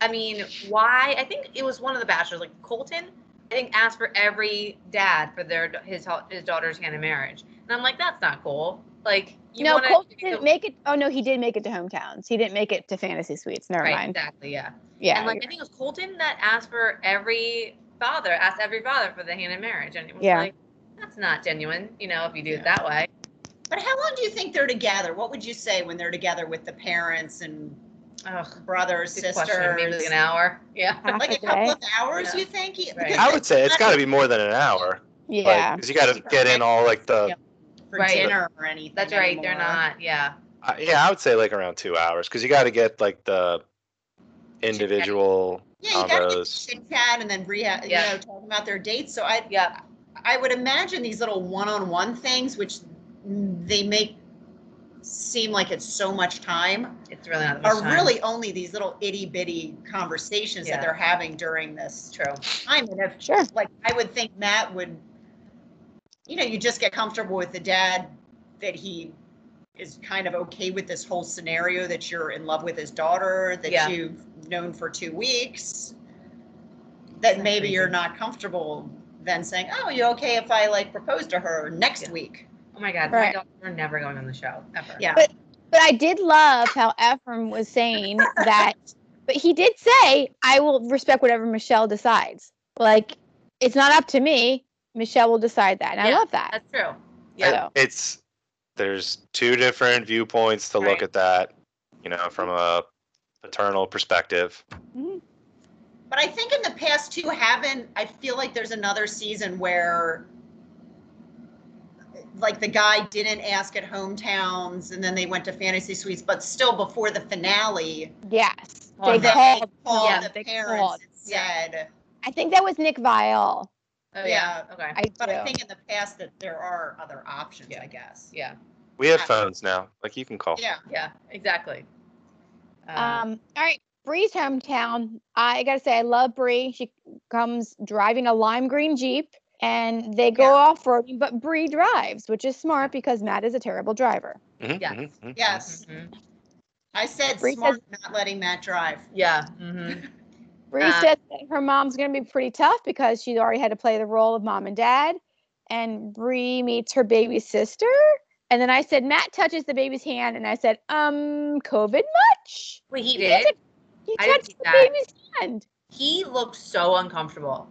Speaker 1: I mean, why? I think it was one of the bachelors, like Colton. I think asked for every dad for their his hel- his daughter's hand in marriage, and I'm like, that's not cool. Like, you
Speaker 2: no,
Speaker 1: wanna-
Speaker 2: Colton didn't make it. Oh no, he did make it to hometowns. He didn't make it to fantasy suites. Never
Speaker 1: right,
Speaker 2: mind.
Speaker 1: exactly, yeah.
Speaker 2: Yeah.
Speaker 1: and like I think it was Colton that asked for every father asked every father for the hand in marriage, and it was
Speaker 2: Yeah.
Speaker 1: like, that's not genuine, you know, if you do
Speaker 4: Yeah.
Speaker 1: it that way.
Speaker 4: But how long do you think they're together? What would you say when they're together with the parents and
Speaker 1: Ugh,
Speaker 4: brothers,
Speaker 1: good question. Maybe
Speaker 4: sisters?
Speaker 1: like an hour. Yeah.
Speaker 2: Half
Speaker 4: Like
Speaker 2: a
Speaker 4: a couple
Speaker 2: day.
Speaker 4: of hours,
Speaker 1: Yeah.
Speaker 4: you think?
Speaker 1: Right.
Speaker 4: Because
Speaker 3: I would say it's got to be more than an hour,
Speaker 2: yeah.
Speaker 3: because you got to get in all like the.
Speaker 4: for
Speaker 1: Right.
Speaker 4: dinner or anything.
Speaker 1: That's right. They're
Speaker 4: anymore.
Speaker 1: not. Yeah.
Speaker 3: Uh, yeah, I would say like around two hours, because you got to get like the individual
Speaker 4: Yeah, you gotta get
Speaker 3: combos.
Speaker 4: chit chat and then reha you
Speaker 1: Yeah.
Speaker 4: know, talking about their dates. So I,
Speaker 1: Yeah.
Speaker 4: I would imagine these little one-on-one things, which they make seem like it's so much time,
Speaker 1: It's really not. that
Speaker 4: are
Speaker 1: much time.
Speaker 4: really only these little itty-bitty conversations
Speaker 1: Yeah.
Speaker 4: that they're having during this
Speaker 1: true.
Speaker 4: time. And if,
Speaker 2: Sure.
Speaker 4: like, I would think Matt would, you know, you just get comfortable with the dad that he is kind of okay with this whole scenario that you're in love with his daughter that
Speaker 1: Yeah.
Speaker 4: you've known for two weeks. That
Speaker 1: That's
Speaker 4: maybe you're
Speaker 1: crazy.
Speaker 4: not comfortable then saying, "Oh, you okay if I like propose to her next
Speaker 1: Yeah.
Speaker 4: week?"
Speaker 1: Oh my God.
Speaker 2: Right.
Speaker 1: My daughter, we're never going on the show ever.
Speaker 4: Yeah,
Speaker 2: But- But I did love how Ephraim was saying that. But he did say, "I will respect whatever Michelle decides. Like, it's not up to me. Michelle will decide that." And
Speaker 1: Yeah,
Speaker 2: I love that.
Speaker 1: That's true.
Speaker 3: And
Speaker 1: Yeah.
Speaker 2: So,
Speaker 3: It's there's two different viewpoints to look
Speaker 1: Right.
Speaker 3: at that, you know, from a paternal perspective.
Speaker 4: but I think in the past two haven't. I feel like there's another season where, like, the guy didn't ask at hometowns, and then they went to fantasy suites, but still before the finale,
Speaker 2: yes,
Speaker 1: Oh,
Speaker 2: they
Speaker 1: yeah.
Speaker 4: they
Speaker 2: called.
Speaker 4: called
Speaker 1: Yeah,
Speaker 4: the
Speaker 2: they
Speaker 4: parents
Speaker 2: called.
Speaker 4: and said.
Speaker 2: I think that was Nick Vial.
Speaker 1: Oh,
Speaker 4: Yeah.
Speaker 1: Okay.
Speaker 2: I
Speaker 4: But I
Speaker 2: do.
Speaker 4: think in the past that there are other options,
Speaker 1: Yeah.
Speaker 4: I guess.
Speaker 1: yeah.
Speaker 3: We have
Speaker 4: Yeah.
Speaker 3: phones now, like you can call.
Speaker 4: Yeah.
Speaker 1: Yeah. Exactly.
Speaker 2: Um, all right, Bree's hometown. I gotta say, I love Bree. She comes driving a lime green Jeep and they go
Speaker 4: Yeah.
Speaker 2: off roading, but Bree drives, which is smart because Matt is a terrible driver.
Speaker 3: Mhm,
Speaker 1: Yes.
Speaker 3: mhm, mhm.
Speaker 4: Yes.
Speaker 1: mhm.
Speaker 4: I said
Speaker 2: Bree
Speaker 4: smart not letting Matt drive.
Speaker 1: Yeah. mhm.
Speaker 2: Bree
Speaker 1: Um,
Speaker 2: says that her mom's gonna be pretty tough because she already had to play the role of mom and dad. And Bree meets her baby sister. And then I said, Matt touches the baby's hand, and I said, um, COVID much?
Speaker 1: Wait, he
Speaker 2: guys
Speaker 1: did.
Speaker 2: He
Speaker 1: I didn't
Speaker 2: touched
Speaker 1: see
Speaker 2: the
Speaker 1: that.
Speaker 2: baby's hand.
Speaker 1: He looked so uncomfortable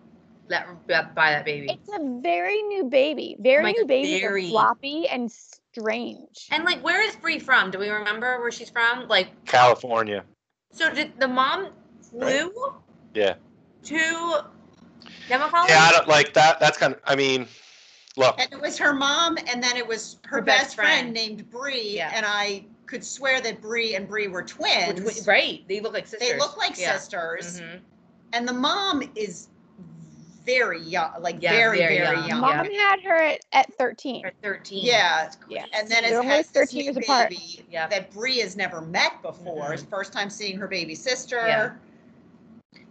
Speaker 1: that by that baby.
Speaker 2: It's a very new baby. Very
Speaker 1: my
Speaker 2: new
Speaker 1: God,
Speaker 2: babies are
Speaker 1: very.
Speaker 2: floppy and strange.
Speaker 1: And like, where is Bree from? Do we remember where she's from? Like,
Speaker 3: California.
Speaker 1: so did the mom flew
Speaker 3: Yeah.
Speaker 1: to Demo college?
Speaker 3: Yeah, I don't like that. That's kind of. I mean, look,
Speaker 4: Oh. And it was her mom, and then it was her, best, friend. named Bree,
Speaker 1: Yeah.
Speaker 4: and I could swear that Bree and Bree were
Speaker 1: Which
Speaker 4: twins.
Speaker 1: we- right. They look like sisters.
Speaker 4: They look like Mm-hmm.
Speaker 1: Yeah.
Speaker 4: sisters,
Speaker 1: Mhm.
Speaker 4: and the mom is very young, like
Speaker 1: Yeah,
Speaker 4: very,
Speaker 1: very
Speaker 4: very,
Speaker 1: young,
Speaker 4: young.
Speaker 1: yeah.
Speaker 2: Mom had her at, at 13.
Speaker 1: Or 13.
Speaker 4: Yeah,
Speaker 2: Yeah.
Speaker 4: and then
Speaker 2: They're
Speaker 4: it
Speaker 2: only
Speaker 4: has this
Speaker 2: 13
Speaker 4: new
Speaker 2: years apart.
Speaker 4: baby
Speaker 1: Yeah.
Speaker 4: that Bree has never met before. It's First time seeing her baby sister.
Speaker 1: Mm-hmm. Yeah.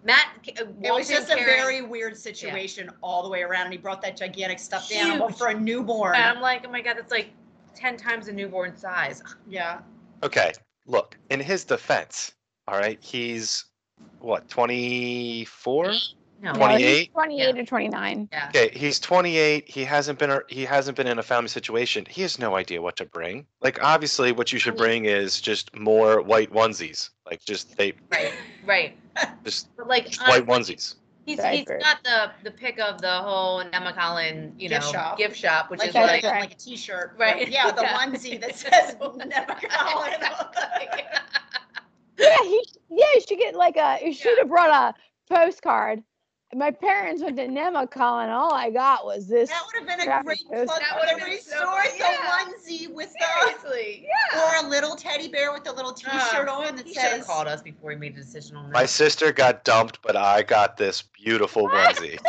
Speaker 1: Matt. K- uh,
Speaker 4: It was
Speaker 1: Walton
Speaker 4: just a
Speaker 1: Karen-
Speaker 4: very weird situation all the way around, and he brought that gigantic stuffed animal
Speaker 1: Huge.
Speaker 4: for a newborn.
Speaker 1: And I'm like, oh my god, that's like ten times the newborn size.
Speaker 4: yeah,
Speaker 3: okay, look. In his defense, all right, he's what 24?
Speaker 1: No.
Speaker 2: No, he's
Speaker 3: 28?
Speaker 2: 28 or 29.
Speaker 1: Yeah.
Speaker 3: Okay, he's 28. He hasn't been he hasn't been in a family situation. He has no idea what to bring. Like obviously, what you should bring is just more white onesies. Like just they
Speaker 1: Right. Right.
Speaker 3: just,
Speaker 1: But like
Speaker 3: just
Speaker 1: honestly,
Speaker 3: white onesies.
Speaker 1: he's he's
Speaker 2: Diapers.
Speaker 1: got the the pick of the whole Emma Collin, you know,
Speaker 4: Gift shop.
Speaker 1: which
Speaker 4: like,
Speaker 1: is like
Speaker 2: that's right.
Speaker 4: like a T-shirt,
Speaker 1: Right.
Speaker 4: but Yeah, the
Speaker 1: Yeah.
Speaker 4: onesie that says "Never Call It."
Speaker 2: Yeah, he, yeah, you should get like a, you should
Speaker 1: Yeah.
Speaker 2: have brought a postcard. My parents went to NEMA calling. All I got was this.
Speaker 4: That would have been a
Speaker 2: Graphic
Speaker 4: great
Speaker 2: goes-
Speaker 4: plug
Speaker 1: That
Speaker 4: for
Speaker 1: would've
Speaker 4: every
Speaker 1: been so-
Speaker 4: store.
Speaker 1: yeah.
Speaker 4: The onesie with the
Speaker 1: Seriously.
Speaker 4: or a little teddy bear with a little T-shirt on that
Speaker 1: Oh, He should have
Speaker 4: says
Speaker 1: called us before he made a decision on
Speaker 3: My
Speaker 1: this.
Speaker 3: sister got dumped, but I got this beautiful onesie.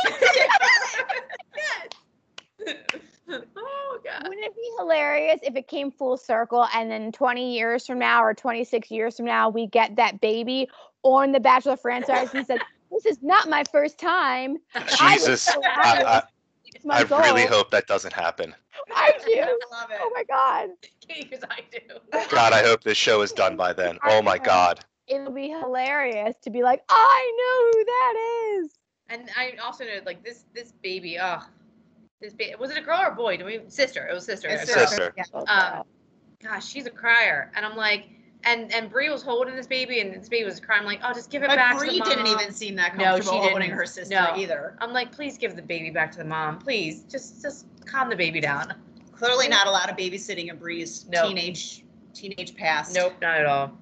Speaker 1: oh god.
Speaker 2: Wouldn't it be hilarious if it came full circle and then 20 years from now or 26 years from now, we get that baby on the Bachelor franchise and said, This is not my first time. I was
Speaker 3: Jesus,
Speaker 2: so happy
Speaker 3: I,
Speaker 2: six
Speaker 3: I, I
Speaker 2: months
Speaker 3: really
Speaker 2: old."
Speaker 3: hope that doesn't happen.
Speaker 2: I
Speaker 4: I
Speaker 2: do.
Speaker 4: love
Speaker 2: Oh
Speaker 4: it.
Speaker 2: my God.
Speaker 1: Because I do.
Speaker 3: God, I hope this show is done by then. Oh my God.
Speaker 2: It'll be hilarious to be like, I know who that is.
Speaker 1: And I also know like this this baby, ugh. This baby was it a girl or a boy? Do we sister? It was sister.
Speaker 4: It's
Speaker 1: a girl.
Speaker 4: sister.
Speaker 3: Sister.
Speaker 1: Um, Gosh, she's a crier. And I'm like, and and Brie was holding this baby and this baby was crying. I'm like, oh just give it back
Speaker 4: But
Speaker 1: to
Speaker 4: Bree
Speaker 1: the mom.
Speaker 4: didn't even seem that
Speaker 1: No,
Speaker 4: comfortable
Speaker 1: she
Speaker 4: holding
Speaker 1: didn't.
Speaker 4: her sister
Speaker 1: No.
Speaker 4: either.
Speaker 1: I'm like, please give the baby back to the mom. Please. Just just calm the baby down.
Speaker 4: Clearly, not a lot of babysitting in Bree's
Speaker 1: No.
Speaker 4: teenage teenage past.
Speaker 1: Nope, not at all.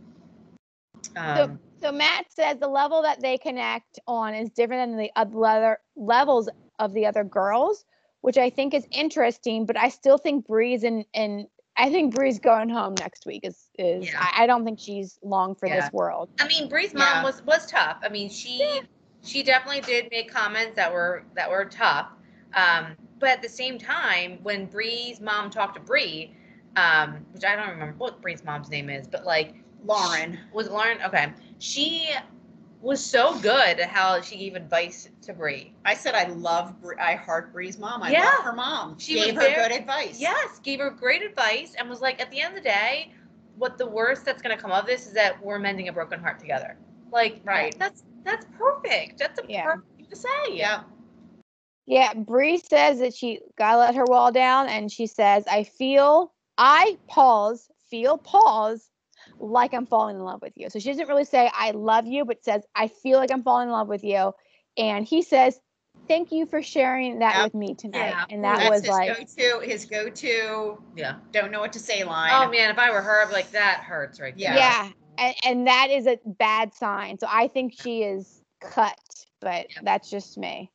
Speaker 1: Um,
Speaker 2: So Matt says the level that they connect on is different than the other levels of the other girls, which I think is interesting. But I still think Bree's and and I think Bree's going home next week is is
Speaker 1: Yeah.
Speaker 2: I, I don't think she's long for
Speaker 1: Yeah.
Speaker 2: this world.
Speaker 1: I mean, Bree's
Speaker 4: Yeah.
Speaker 1: mom was was tough. I mean, she she definitely did make comments that were that were tough. Um, but at the same time, when Bree's mom talked to Bree, um, which I don't remember what Bree's mom's name is, but like
Speaker 4: Lauren.
Speaker 1: was Lauren okay? She was so good at how she gave advice to Bree.
Speaker 4: I said I love, Bree- I heart Bree's mom. I
Speaker 1: Yeah.
Speaker 4: love her mom.
Speaker 1: She
Speaker 4: She
Speaker 1: was
Speaker 4: gave her
Speaker 1: very-
Speaker 4: good advice.
Speaker 1: Yes, gave her great advice and was like, at the end of the day, what the worst that's gonna come of this is that we're mending a broken heart together. Like,
Speaker 4: Right.
Speaker 1: That's that's perfect. That's a
Speaker 2: Yeah.
Speaker 1: perfect thing to say.
Speaker 4: Yeah.
Speaker 2: Yeah, Bree says that she gotta let her wall down, and she says, "I feel I pause feel pause." Like I'm falling in love with you. So she doesn't really say I love you, but says I feel like I'm falling in love with you. And he says, "Thank you for sharing that
Speaker 4: Yeah.
Speaker 2: with me tonight."
Speaker 1: Yeah.
Speaker 2: And that
Speaker 4: That's
Speaker 2: was
Speaker 4: his
Speaker 2: like,
Speaker 4: go-to. His go-to.
Speaker 1: Yeah.
Speaker 4: Don't know what to say line.
Speaker 1: Oh man, if I were her, I'd be like, that hurts right
Speaker 2: yeah,
Speaker 1: there.
Speaker 2: And, and that is a bad sign. So I think she is cut, but
Speaker 1: Yep.
Speaker 2: that's just me.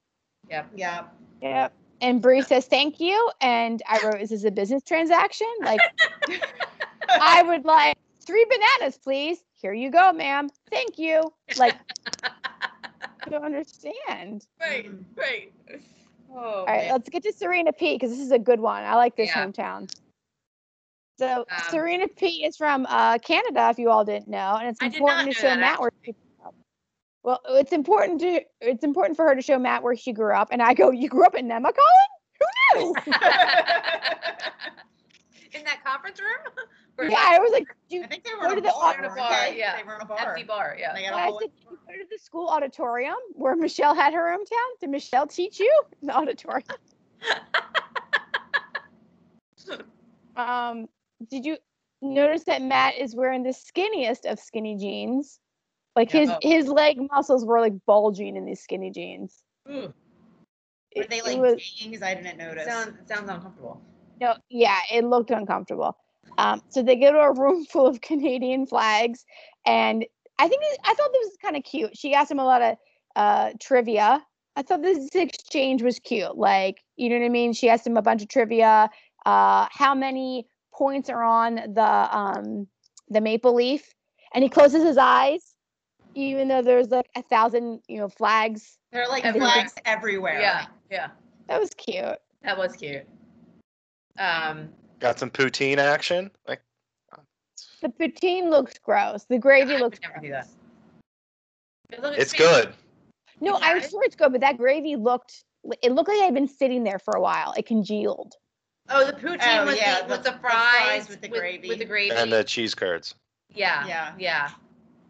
Speaker 4: Yeah.
Speaker 2: Yep. And Bree says, "Thank you." And I wrote, "Is this a business transaction?" Like, I would like three bananas, please. Here you go, ma'am. Thank you. Like, I don't understand.
Speaker 1: Right,
Speaker 4: Mhm.
Speaker 1: right. Oh,
Speaker 2: All right,
Speaker 1: man.
Speaker 2: let's get to Serena P because this is a good one. I like this
Speaker 1: Yeah.
Speaker 2: hometown. So
Speaker 1: Um,
Speaker 2: Serena P is from uh, Canada, if you all didn't know, and it's
Speaker 1: I did not
Speaker 2: important to
Speaker 1: know
Speaker 2: show
Speaker 1: that,
Speaker 2: Matt where. She grew up. Well, it's important to it's important for her to show Matt where she grew up, and I go, "You grew up in Nemacolin? Who knew?"
Speaker 1: In that conference room? Or
Speaker 2: yeah, I was like, "You
Speaker 4: I think they
Speaker 2: Go
Speaker 4: were in
Speaker 2: to
Speaker 4: a
Speaker 2: the
Speaker 4: bar.
Speaker 1: au-
Speaker 4: weren't
Speaker 1: They were in a bar,
Speaker 4: they?
Speaker 1: yeah.
Speaker 4: They were in a bar.
Speaker 1: empty bar, yeah.
Speaker 4: They had a
Speaker 2: I
Speaker 4: whole-
Speaker 2: said, "Did you go to the school auditorium where Michelle had her hometown? Did Michelle teach you in the auditorium? um, did you notice that Matt is wearing the skinniest of skinny jeans? Like
Speaker 1: Yeah.
Speaker 2: his
Speaker 1: Oh.
Speaker 2: his leg muscles were like bulging in these skinny jeans.
Speaker 1: Ooh,
Speaker 4: Were
Speaker 2: It-
Speaker 4: they
Speaker 2: it
Speaker 4: like
Speaker 2: was-
Speaker 4: dating? 'Cause I didn't notice.
Speaker 1: sounds sounds uncomfortable.
Speaker 2: No, yeah, it looked uncomfortable. Um, so they go to a room full of Canadian flags, and I think it, I thought this was kind of cute. She asked him a lot of uh, trivia I thought this exchange was cute. Like, you know what I mean? She asked him a bunch of trivia. Uh, how many points are on the um the maple leaf? And he closes his eyes, even though there's like a thousand, you know, flags.
Speaker 4: They're like
Speaker 2: Everywhere.
Speaker 4: flags everywhere.
Speaker 1: Yeah, yeah,
Speaker 2: That was cute.
Speaker 1: that was cute. Um,
Speaker 3: Got some poutine action. Like,
Speaker 2: The poutine looks gross. The gravy
Speaker 1: I
Speaker 2: looks
Speaker 1: would never do that.
Speaker 2: gross.
Speaker 1: It looks
Speaker 3: it's
Speaker 1: fancy.
Speaker 3: good.
Speaker 2: No,
Speaker 1: You
Speaker 2: I'm
Speaker 1: tried it?
Speaker 2: sure it's good, but that gravy looked it looked like it had been sitting there for a while. It congealed.
Speaker 1: Oh, the poutine
Speaker 4: Oh,
Speaker 1: with,
Speaker 4: yeah,
Speaker 1: the,
Speaker 4: the-
Speaker 1: with the
Speaker 4: the
Speaker 1: fries, with the gravy. With the gravy.
Speaker 3: And the cheese curds.
Speaker 1: yeah, yeah,
Speaker 4: Yeah.
Speaker 1: yeah.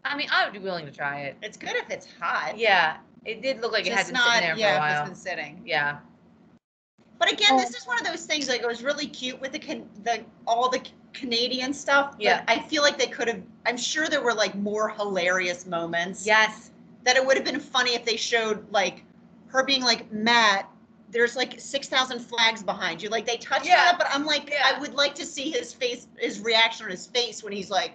Speaker 1: I mean, I would be willing to try it.
Speaker 4: It's good if it's hot.
Speaker 1: Yeah, it did look like it had
Speaker 4: Just
Speaker 1: been sitting
Speaker 4: not,
Speaker 1: there for a
Speaker 4: yeah, if
Speaker 1: while.
Speaker 4: it's been sitting.
Speaker 1: Yeah,
Speaker 4: But again,
Speaker 2: Oh.
Speaker 4: this is one of those things. Like it was really cute with the can, the all the Canadian stuff. but
Speaker 1: Yeah.
Speaker 4: I feel like they could have. I'm sure there were like more hilarious moments.
Speaker 1: yes,
Speaker 4: That it would have been funny if they showed like her being like Matt. There's like six thousand flags behind you. Like they touched on
Speaker 1: Yeah.
Speaker 4: it, but I'm like,
Speaker 1: Yeah.
Speaker 4: I would like to see his face, his reaction on his face when he's like,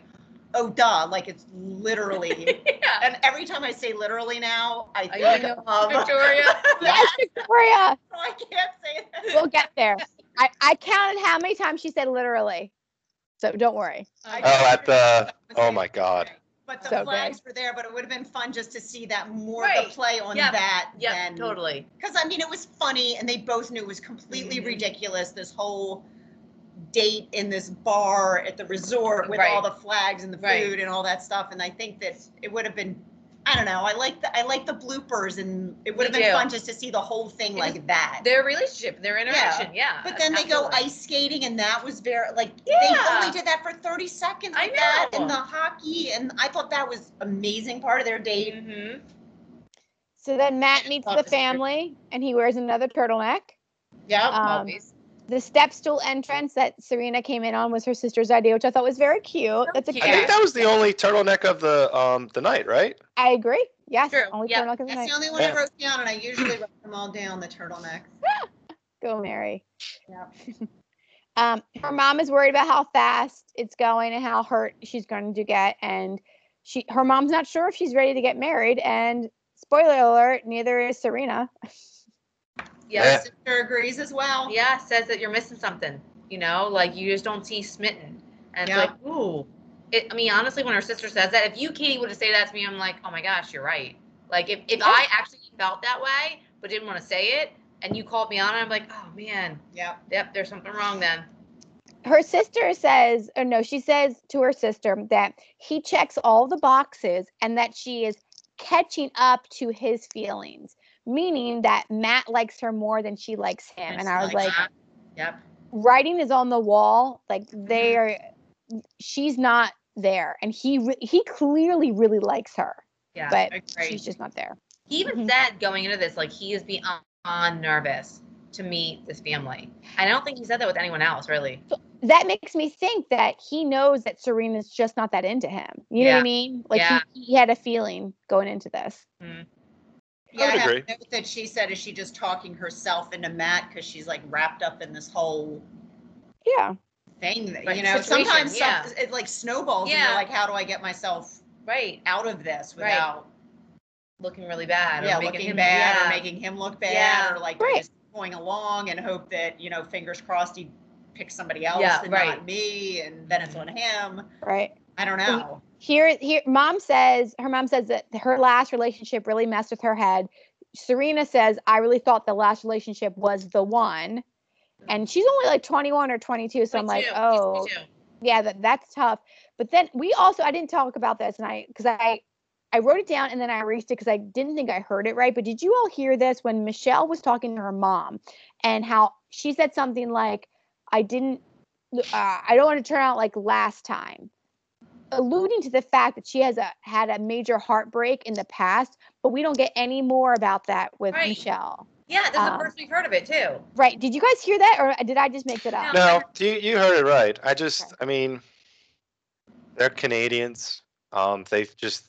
Speaker 4: "Oh duh!" Like it's literally.
Speaker 1: yeah.
Speaker 4: and every time I say literally now, I
Speaker 1: Are
Speaker 4: think
Speaker 1: you in
Speaker 4: of.
Speaker 1: Victoria?
Speaker 2: Yes, Victoria.
Speaker 4: I can't say that.
Speaker 2: We'll get there. I, I counted how many times she said literally. So don't worry.
Speaker 4: I
Speaker 3: Oh, at the.
Speaker 4: can't
Speaker 3: Oh
Speaker 4: say
Speaker 3: my God.
Speaker 4: But the
Speaker 2: So good.
Speaker 4: flags were there, but it would have been fun just to see that more of
Speaker 1: Right.
Speaker 4: the play on
Speaker 1: Yep.
Speaker 4: that
Speaker 1: yeah,
Speaker 4: than
Speaker 1: totally.
Speaker 4: because I mean it was funny and they both knew it was completely
Speaker 1: Mhm.
Speaker 4: ridiculous this whole date in this bar at the resort with all
Speaker 1: Right.
Speaker 4: the flags and the food
Speaker 1: Right.
Speaker 4: and all that stuff and I think that it would have been I don't know I like the I like the bloopers and it would have
Speaker 1: Me
Speaker 4: been
Speaker 1: too.
Speaker 4: fun just to see the whole thing
Speaker 1: It
Speaker 4: like
Speaker 1: is-
Speaker 4: that.
Speaker 1: Their relationship, their interaction, yeah.
Speaker 4: But then they go
Speaker 1: absolutely.
Speaker 4: ice skating, and that was very like
Speaker 1: Yeah.
Speaker 4: they only did that for thirty seconds.
Speaker 1: I
Speaker 4: Like that,
Speaker 1: know.
Speaker 4: and the hockey, and I thought that was amazing part of their date.
Speaker 1: Mhm.
Speaker 2: So then Matt meets
Speaker 1: Oh,
Speaker 2: the
Speaker 1: it's great.
Speaker 2: family and he wears another turtleneck.
Speaker 4: Yeah,
Speaker 2: Um,
Speaker 1: Always.
Speaker 2: the step stool entrance that Serena came in on was her sister's idea, which I thought was very cute. That's a
Speaker 1: cute.
Speaker 3: I think
Speaker 1: Yeah.
Speaker 3: that was the only turtleneck of the um the night, right?
Speaker 2: I agree. Yes,
Speaker 1: True.
Speaker 2: only
Speaker 1: Yep.
Speaker 2: turtleneck of the
Speaker 4: that's
Speaker 2: night.
Speaker 4: the only one
Speaker 3: Yeah.
Speaker 4: I wrote down, and I usually write them all down. The turtleneck.
Speaker 2: Go Mary.
Speaker 4: Yep.
Speaker 2: um, her mom is worried about how fast it's going and how hurt she's going to get, and she her mom's not sure if she's ready to get married. And spoiler alert, neither is Serena.
Speaker 4: Her
Speaker 1: Yes.
Speaker 4: sister agrees as well.
Speaker 1: yeah, says that you're missing something. You know, like you just don't see smitten, and it's
Speaker 4: Yeah.
Speaker 1: like, ooh. It, I mean, honestly, when her sister says that, if you Katie would have said that to me, I'm like, oh my gosh, you're right. Like if, if I actually felt that way but didn't want to say it, and you called me on, it, I'm like, oh man,
Speaker 4: Yep.
Speaker 1: yep, there's something wrong then.
Speaker 2: Her sister says, or no, she says to her sister that he checks all the boxes and that she is catching up to his feelings, meaning that Matt likes her more than she likes him. And I was
Speaker 4: Nice.
Speaker 2: like,
Speaker 1: Uh, yep.
Speaker 2: writing is on the wall like they are
Speaker 1: Mm-hmm.
Speaker 2: she's not there and he re- he clearly really likes her
Speaker 1: Yeah.
Speaker 2: but
Speaker 4: Agreed.
Speaker 2: she's just not there
Speaker 1: He even
Speaker 2: Mhm.
Speaker 1: said going into this, like he is beyond nervous to meet this family. I don't think he said that with anyone else, really.
Speaker 2: that makes me think that he knows that serena's just not that into him you know what
Speaker 1: Yeah.
Speaker 2: i mean like
Speaker 1: Yeah.
Speaker 2: he, he had a feeling going into this
Speaker 4: Yeah,
Speaker 3: I
Speaker 4: I
Speaker 3: would
Speaker 4: have
Speaker 3: agree.
Speaker 4: a note that she said is she just talking herself into Matt because she's like wrapped up in this whole
Speaker 2: yeah
Speaker 4: thing that
Speaker 1: Right,
Speaker 4: you know.
Speaker 1: situation,
Speaker 4: Sometimes some-
Speaker 1: yeah.
Speaker 4: it like snowballs. And
Speaker 1: Yeah.
Speaker 4: you're like, how do I get myself
Speaker 1: Right.
Speaker 4: out of this
Speaker 1: Right.
Speaker 4: without?
Speaker 1: Looking really bad. Or
Speaker 4: yeah,
Speaker 1: making
Speaker 4: looking
Speaker 1: him,
Speaker 4: bad
Speaker 1: yeah.
Speaker 4: or making him look bad
Speaker 1: Yeah.
Speaker 4: or like
Speaker 2: Right.
Speaker 4: just going along and hope that you know fingers crossed he picks somebody else
Speaker 1: Yeah,
Speaker 4: and
Speaker 1: right.
Speaker 4: not me and then it's on him
Speaker 2: right
Speaker 4: i don't know
Speaker 2: here here mom says her mom says that her last relationship really messed with her head serena says i really thought the last relationship was the one and she's only like 21 or 22 so i'm like
Speaker 1: 22, he's
Speaker 2: oh
Speaker 1: 22.
Speaker 2: yeah that, that's tough but then we also i didn't talk about this and i because i i wrote it down and then i erased it because i didn't think i heard it right but did you all hear this when michelle was talking to her mom and how she said something like i didn't uh, i don't want to turn out like last time alluding to the fact that she has a, had a major heartbreak in the past but we don't get any more about that with
Speaker 1: Right.
Speaker 2: michelle
Speaker 1: Yeah, this is
Speaker 2: Um,
Speaker 1: the first we've heard of it too.
Speaker 2: right did you guys hear that or uh, did i just make that up
Speaker 1: No,
Speaker 3: No,
Speaker 1: I-
Speaker 3: you you heard it right. I just,
Speaker 2: Okay.
Speaker 3: I mean, they're Canadians. Um, they just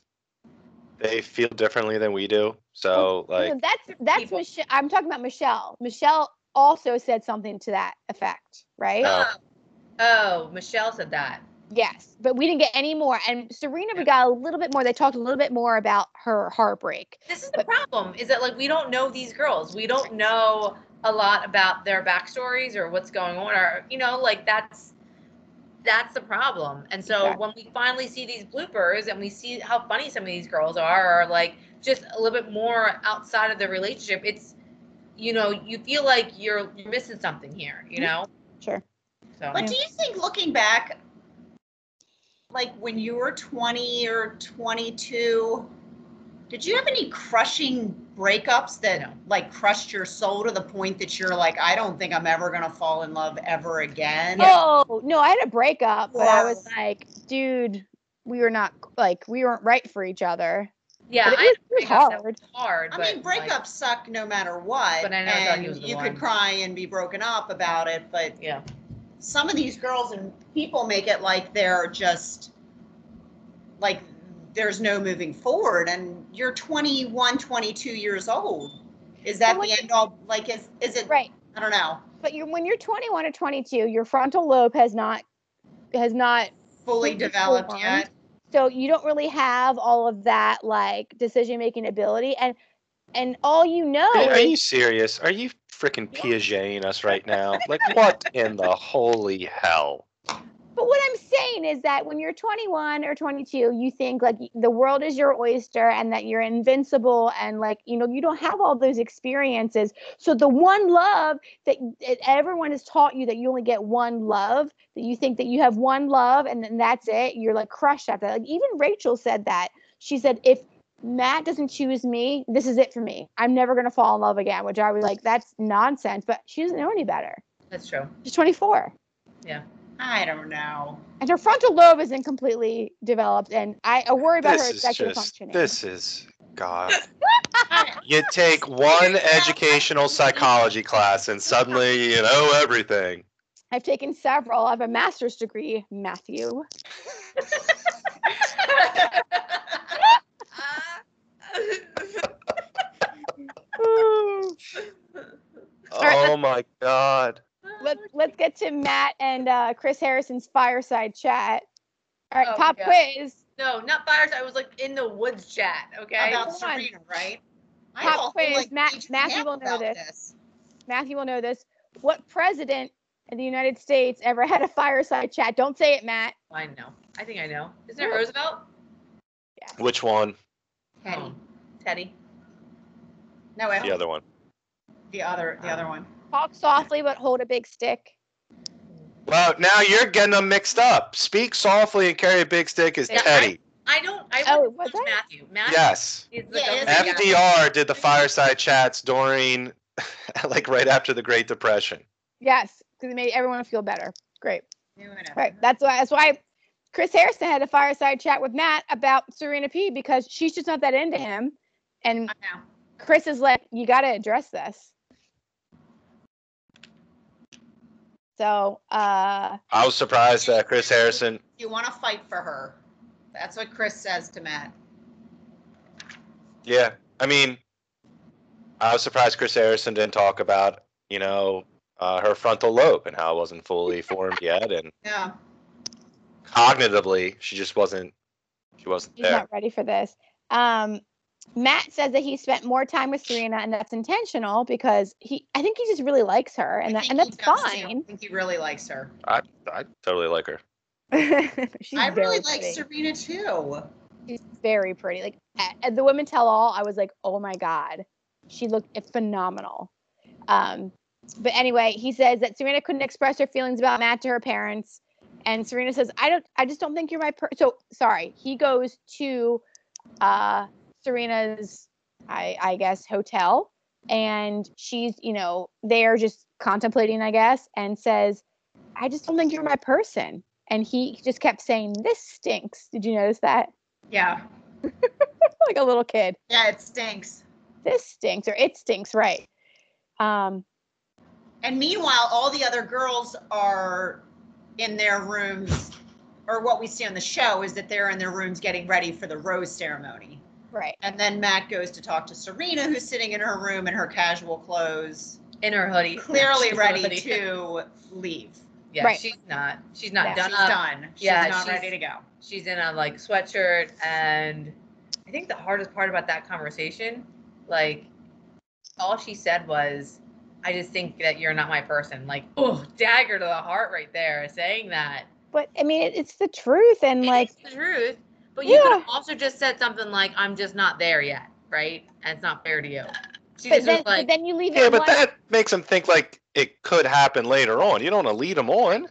Speaker 3: they feel differently than we do. So
Speaker 2: No,
Speaker 3: like,
Speaker 2: that's
Speaker 1: different
Speaker 2: that's
Speaker 1: people.
Speaker 2: Michelle. I'm talking about Michelle. Michelle also said something to that effect, right?
Speaker 3: No.
Speaker 1: Oh, Michelle said that.
Speaker 2: Yes, but we didn't get any more. And Serena, we got a little bit more. They talked a little bit more about her heartbreak.
Speaker 1: This is the problem is that like we don't know these girls. We don't know a lot about their backstories or what's going on or you know like that's that's the problem. And so
Speaker 2: Exactly.
Speaker 1: when we finally see these bloopers and we see how funny some of these girls are or like just a little bit more outside of the relationship, it's you know, you feel like you're you're missing something here, you know?
Speaker 2: Sure.
Speaker 1: So
Speaker 4: But do you think looking back, like when you were 20 or 22, did you have any crushing breakups that
Speaker 1: No.
Speaker 4: like crushed your soul to the point that you're like, I don't think I'm ever gonna fall in love ever again?
Speaker 2: Oh no, I had a breakup, but I was
Speaker 4: Wow.
Speaker 2: like, dude, we were not like we weren't right for each other.
Speaker 1: yeah,
Speaker 2: but it
Speaker 1: I
Speaker 2: was-
Speaker 1: had a
Speaker 2: it was
Speaker 1: breakup that
Speaker 2: hard.
Speaker 1: was hard.
Speaker 4: I
Speaker 1: but,
Speaker 4: mean,
Speaker 1: like,
Speaker 4: breakups suck no matter what,
Speaker 1: But I never thought he was
Speaker 4: and
Speaker 1: the
Speaker 4: you
Speaker 1: one.
Speaker 4: could cry and be broken up about it. But
Speaker 1: yeah.
Speaker 4: some of these girls and people make it like they're just like there's no moving forward and you're 21 22 years old is that
Speaker 2: But
Speaker 4: the
Speaker 2: what-
Speaker 4: end all like is is it
Speaker 2: Right.
Speaker 4: i don't know
Speaker 2: But you're when you're 21 or 22, your frontal lobe has not has not
Speaker 4: fully
Speaker 2: Completely
Speaker 4: developed
Speaker 2: formed.
Speaker 4: yet
Speaker 2: so you don't really have all of that like decision making ability and and all you know
Speaker 3: Are, are
Speaker 2: is
Speaker 3: you serious? Are you freaking
Speaker 2: Yeah.
Speaker 3: Piageting us right now? Like, what in the holy hell?
Speaker 2: But what I'm saying is that when you're 21 or 22, you think like the world is your oyster and that you're invincible and like, you know, you don't have all those experiences. So the one love that, that everyone has taught you that you only get one love, that you think that you have one love and then that's it, you're like crushed after that. Like even Rachel said that. She said, if Matt doesn't choose me, this is it for me. I'm never going to fall in love again, which I was like, that's nonsense. But she doesn't know any better.
Speaker 1: That's true.
Speaker 2: She's 24
Speaker 4: i don't know
Speaker 2: and her frontal lobe isn't completely developed and i, I worry about her
Speaker 3: This is
Speaker 2: executive
Speaker 3: just,
Speaker 2: functioning
Speaker 3: this is, God.
Speaker 4: I-
Speaker 3: You take one educational psychology class and suddenly you know everything.
Speaker 2: i've taken several i have a master's degree matthew right,
Speaker 3: Oh my God.
Speaker 2: Let, let's get to matt and uh, chris harrison's fireside chat all right
Speaker 1: Oh,
Speaker 2: pop
Speaker 1: yeah.
Speaker 2: quiz
Speaker 1: no, not fires. I was like in the woods chat. Okay.
Speaker 4: about
Speaker 2: come on.
Speaker 4: serena right I
Speaker 2: Pop
Speaker 4: have a whole,
Speaker 2: quiz,
Speaker 4: like,
Speaker 2: Matt-
Speaker 4: page and a
Speaker 2: Matthew
Speaker 4: half
Speaker 2: will know
Speaker 4: about
Speaker 2: this. matthew will know this what president in the united states ever had a fireside chat don't say it matt
Speaker 1: Oh, I know. I think I know. Isn't it Roosevelt?
Speaker 2: yes.
Speaker 3: Which one?
Speaker 4: Teddy.
Speaker 1: Oh, Teddy.
Speaker 4: no wait,
Speaker 3: The other one.
Speaker 4: the other the other one
Speaker 2: talk softly but hold a big stick
Speaker 3: Well, now you're getting them mixed up. Speak softly and carry a big stick is
Speaker 1: Yeah, I-
Speaker 3: Teddy.
Speaker 1: I don't. I
Speaker 2: Oh,
Speaker 1: wouldn't
Speaker 2: was
Speaker 1: choose
Speaker 2: that-
Speaker 1: Matthew. Matthew
Speaker 3: Yes.
Speaker 1: is the
Speaker 4: Yeah, it is.
Speaker 1: government guy.
Speaker 3: FDR did the fireside chats during, like, right after the Great Depression.
Speaker 2: yes because it made everyone feel better great
Speaker 4: Yeah, whatever.
Speaker 2: Right. That's why. That's why Chris Harrison had a fireside chat with Matt about Serena P because she's just not that into him, and
Speaker 4: I know.
Speaker 2: Chris is like, "You got to address this." So, uh,
Speaker 3: I was surprised that Chris Harrison.
Speaker 4: you want to fight for her that's what chris says to matt
Speaker 3: Yeah, I mean, I was surprised Chris Harrison didn't talk about you know uh, her frontal lobe and how it wasn't fully formed yet, and
Speaker 4: yeah
Speaker 3: cognitively she just wasn't she wasn't
Speaker 2: he's
Speaker 3: there.
Speaker 2: not ready for this. Um, Matt says that he spent more time with Serena, and that's intentional because he, I think he just really likes her, and that,
Speaker 4: I think
Speaker 2: and
Speaker 4: he
Speaker 2: that's
Speaker 4: does too.
Speaker 2: fine.
Speaker 4: I think he really likes her.
Speaker 3: I I totally like her.
Speaker 2: She's
Speaker 4: I
Speaker 2: very
Speaker 4: really like
Speaker 2: pretty.
Speaker 4: Serena too.
Speaker 2: She's very pretty. Like a- at the women tell all, I was like, oh my god, she looked phenomenal. Um, but anyway, he says that Serena couldn't express her feelings about Matt to her parents, and Serena says, I don't, I just don't think you're my per. So sorry. He goes to uh, Serena's, I, I guess, hotel, and she's, you know, they're just contemplating, I guess, and says, I just don't think you're my person. And he just kept saying, "This stinks." Did you notice that?
Speaker 4: Yeah.
Speaker 2: like a little kid.
Speaker 4: Yeah, it stinks.
Speaker 2: This stinks, or it stinks, right? Um,
Speaker 4: And meanwhile, all the other girls are in their rooms, or what we see on the show is that they're in their rooms getting ready for the rose ceremony.
Speaker 2: right.
Speaker 4: And then Matt goes to talk to Serena, who's sitting in her room in her casual clothes,
Speaker 1: in her hoodie.
Speaker 4: clearly
Speaker 1: She's in a
Speaker 4: ready
Speaker 1: hoodie.
Speaker 4: to leave.
Speaker 1: Yeah,
Speaker 2: Right.
Speaker 1: she's not. She's not
Speaker 2: Yeah.
Speaker 1: done
Speaker 4: She's
Speaker 1: up.
Speaker 4: done. She's
Speaker 1: Yeah,
Speaker 4: not
Speaker 1: she's-
Speaker 4: ready to go.
Speaker 1: She's in a like sweatshirt, and I think the hardest part about that conversation, like, all she said was, "I just think that you're not my person." Like, oh, dagger to the heart right there, saying that.
Speaker 2: But I mean, it, it's the truth, and
Speaker 1: It
Speaker 2: like,
Speaker 1: is the truth. But you could
Speaker 2: Yeah.
Speaker 1: have also just said something like, "I'm just not there yet," right? And it's not fair to you. She
Speaker 2: but
Speaker 1: just
Speaker 2: then,
Speaker 1: was
Speaker 2: but
Speaker 1: like,
Speaker 2: then you leave it.
Speaker 3: Yeah, but
Speaker 2: one-
Speaker 3: that makes them think like it could happen later on. You don't want to lead them on.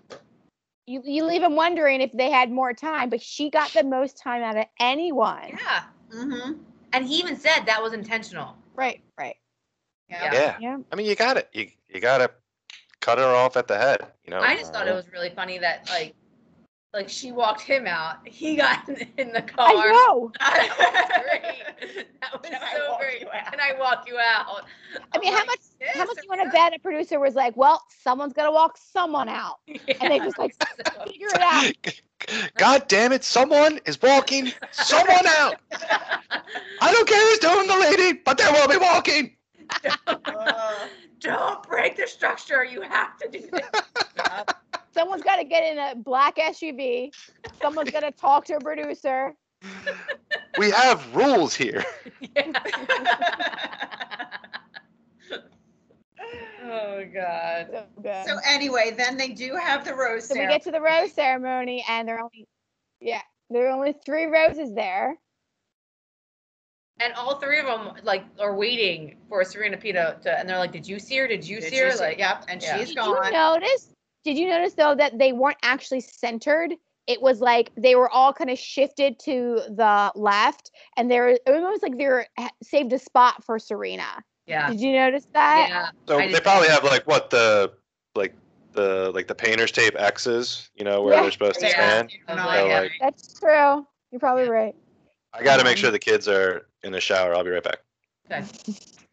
Speaker 2: you, you leave them wondering if they had more time. But she got the most time out of anyone.
Speaker 1: "Yeah,"
Speaker 4: Mm-hmm.
Speaker 1: and he even said that was intentional.
Speaker 2: Right. Right.
Speaker 1: Yeah.
Speaker 3: Yeah.
Speaker 2: Yeah.
Speaker 3: I mean, you got it. You you got to cut her off at the head. You know.
Speaker 1: I just thought it was really funny that like like she walked him out. He got in, in the car.
Speaker 2: I know.
Speaker 1: That was great. That was
Speaker 4: And I
Speaker 1: so
Speaker 4: walk
Speaker 1: great.
Speaker 4: you out.
Speaker 1: And I walk you out.
Speaker 2: I mean,
Speaker 1: I'm
Speaker 2: how
Speaker 1: like,
Speaker 2: much?
Speaker 1: yes,
Speaker 2: How much you want to
Speaker 1: okay.
Speaker 2: bet a producer was like, well, someone's gonna walk someone out, and they just like
Speaker 1: Yeah.
Speaker 2: figure it out.
Speaker 3: God damn it! Someone is walking someone out. I don't care who's doing the lady, but they will be walking.
Speaker 4: Uh,
Speaker 1: Don't break the structure. You have to do this.
Speaker 4: yep.
Speaker 2: Someone's got to get in a black SUV. Someone's got to talk to a producer.
Speaker 3: We have rules here.
Speaker 1: Yeah. oh God.
Speaker 2: So, good.
Speaker 4: so anyway, then they do have the rose
Speaker 2: So we
Speaker 4: ceremony.
Speaker 2: get to the rose ceremony, and there are only yeah, there are only three roses there.
Speaker 1: And all three of them like are waiting for Serena Pita to, and they're like, "Did you see her? Did you
Speaker 4: Did
Speaker 1: see her?"
Speaker 4: see-
Speaker 1: Like,
Speaker 4: yep, and
Speaker 1: Yeah.
Speaker 4: she's
Speaker 2: Did
Speaker 4: gone.
Speaker 2: you notice? Did you notice though that they weren't actually centered? It was like they were all kind of shifted to the left, and they were almost like they were saved a spot for Serena.
Speaker 1: yeah,
Speaker 2: Did you notice that?
Speaker 1: yeah,
Speaker 3: So
Speaker 1: I
Speaker 3: they
Speaker 1: just-
Speaker 3: probably have like what the like the like the painter's tape X's. You know where
Speaker 2: Yeah.
Speaker 3: they're supposed to
Speaker 1: Yeah.
Speaker 3: stand.
Speaker 1: I was
Speaker 4: No,
Speaker 1: like,
Speaker 3: So,
Speaker 1: yeah.
Speaker 3: like-
Speaker 2: That's true. You're probably
Speaker 1: Yeah.
Speaker 2: right.
Speaker 3: I got to make
Speaker 2: Um,
Speaker 3: sure the kids are in the shower. I'll be right back.
Speaker 1: Okay.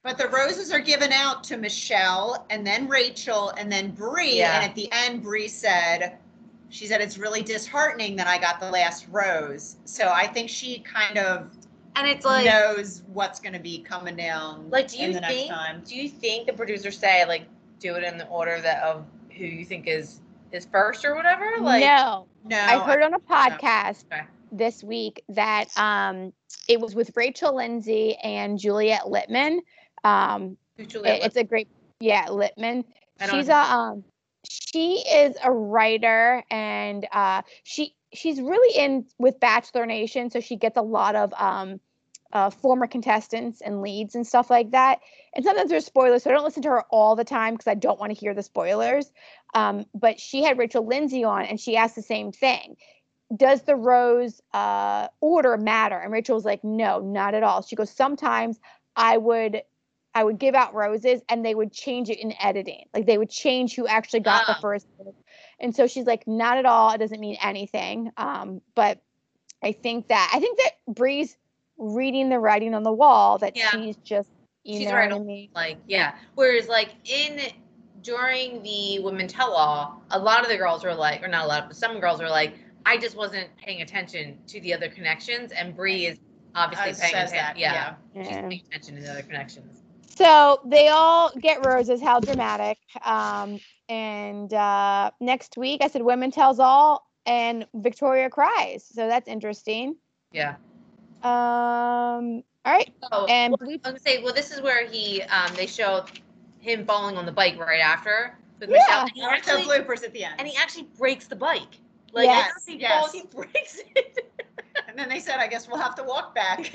Speaker 4: But the roses are given out to Michelle and then Rachel and then Bree.
Speaker 1: Yeah.
Speaker 4: And at the end, Bree said, she said, it's really disheartening that I got the last rose. So I think she kind of
Speaker 1: And it's like,
Speaker 4: knows what's going to be coming down.
Speaker 1: like, do
Speaker 4: in
Speaker 1: you
Speaker 4: the
Speaker 1: think?
Speaker 4: next time.
Speaker 1: Do you think the producers say like, do it in the order that of who you think is is first or whatever? Like, oh,
Speaker 2: no,
Speaker 4: No,
Speaker 2: I heard on a
Speaker 4: think so.
Speaker 2: podcast
Speaker 1: Okay.
Speaker 2: this week that um, it was with Rachel Lindsay and Juliet Littman. Um,
Speaker 1: who Juliet
Speaker 2: it- it's a great, yeah, Littman.
Speaker 1: I don't
Speaker 2: She's
Speaker 1: know.
Speaker 2: a um, she is a writer, and uh, she she's really in with Bachelor Nation, so she gets a lot of um, uh, former contestants and leads and stuff like that. And sometimes there's spoilers, so I don't listen to her all the time because I don't want to hear the spoilers. Um, but she had Rachel Lindsay on, and she asked the same thing. Does the rose uh, order matter? And Rachel was like, "No, not at all." She goes, "Sometimes I would, I would give out roses, and they would change it in editing. Like they would change who actually got the
Speaker 1: Ah.
Speaker 2: first. rose." And so she's like, "Not at all. It doesn't mean anything." Um, but I think that I think that Bree's reading the writing on the wall that
Speaker 1: Yeah.
Speaker 2: she's just you
Speaker 1: She's
Speaker 2: know
Speaker 1: right
Speaker 2: what I
Speaker 1: on-
Speaker 2: mean?
Speaker 1: like yeah whereas like in during the women tell all a lot of the girls were like or not a lot but some girls were like i just wasn't paying attention to the other connections and Bree is obviously
Speaker 4: Uh,
Speaker 1: paying
Speaker 4: says
Speaker 1: attention
Speaker 4: that.
Speaker 1: yeah,
Speaker 4: Yeah.
Speaker 1: she's
Speaker 2: Yeah.
Speaker 1: paying attention to the other connections
Speaker 2: So they all get roses. How dramatic! Um, and uh, next week, I said women tells all, and Victoria cries. So that's interesting.
Speaker 1: yeah
Speaker 2: Um, all right,
Speaker 1: oh
Speaker 2: and
Speaker 1: i was gonna say well this is where he um they show him falling on the bike right after with
Speaker 2: Yeah.
Speaker 1: michelle and he,
Speaker 4: Aren't there
Speaker 1: actually,
Speaker 4: bloopers at the end?
Speaker 1: and he actually breaks the bike like
Speaker 2: Yes,
Speaker 1: as he
Speaker 4: yes.
Speaker 1: falls, he breaks it
Speaker 4: And then they said, I guess we'll have to walk back.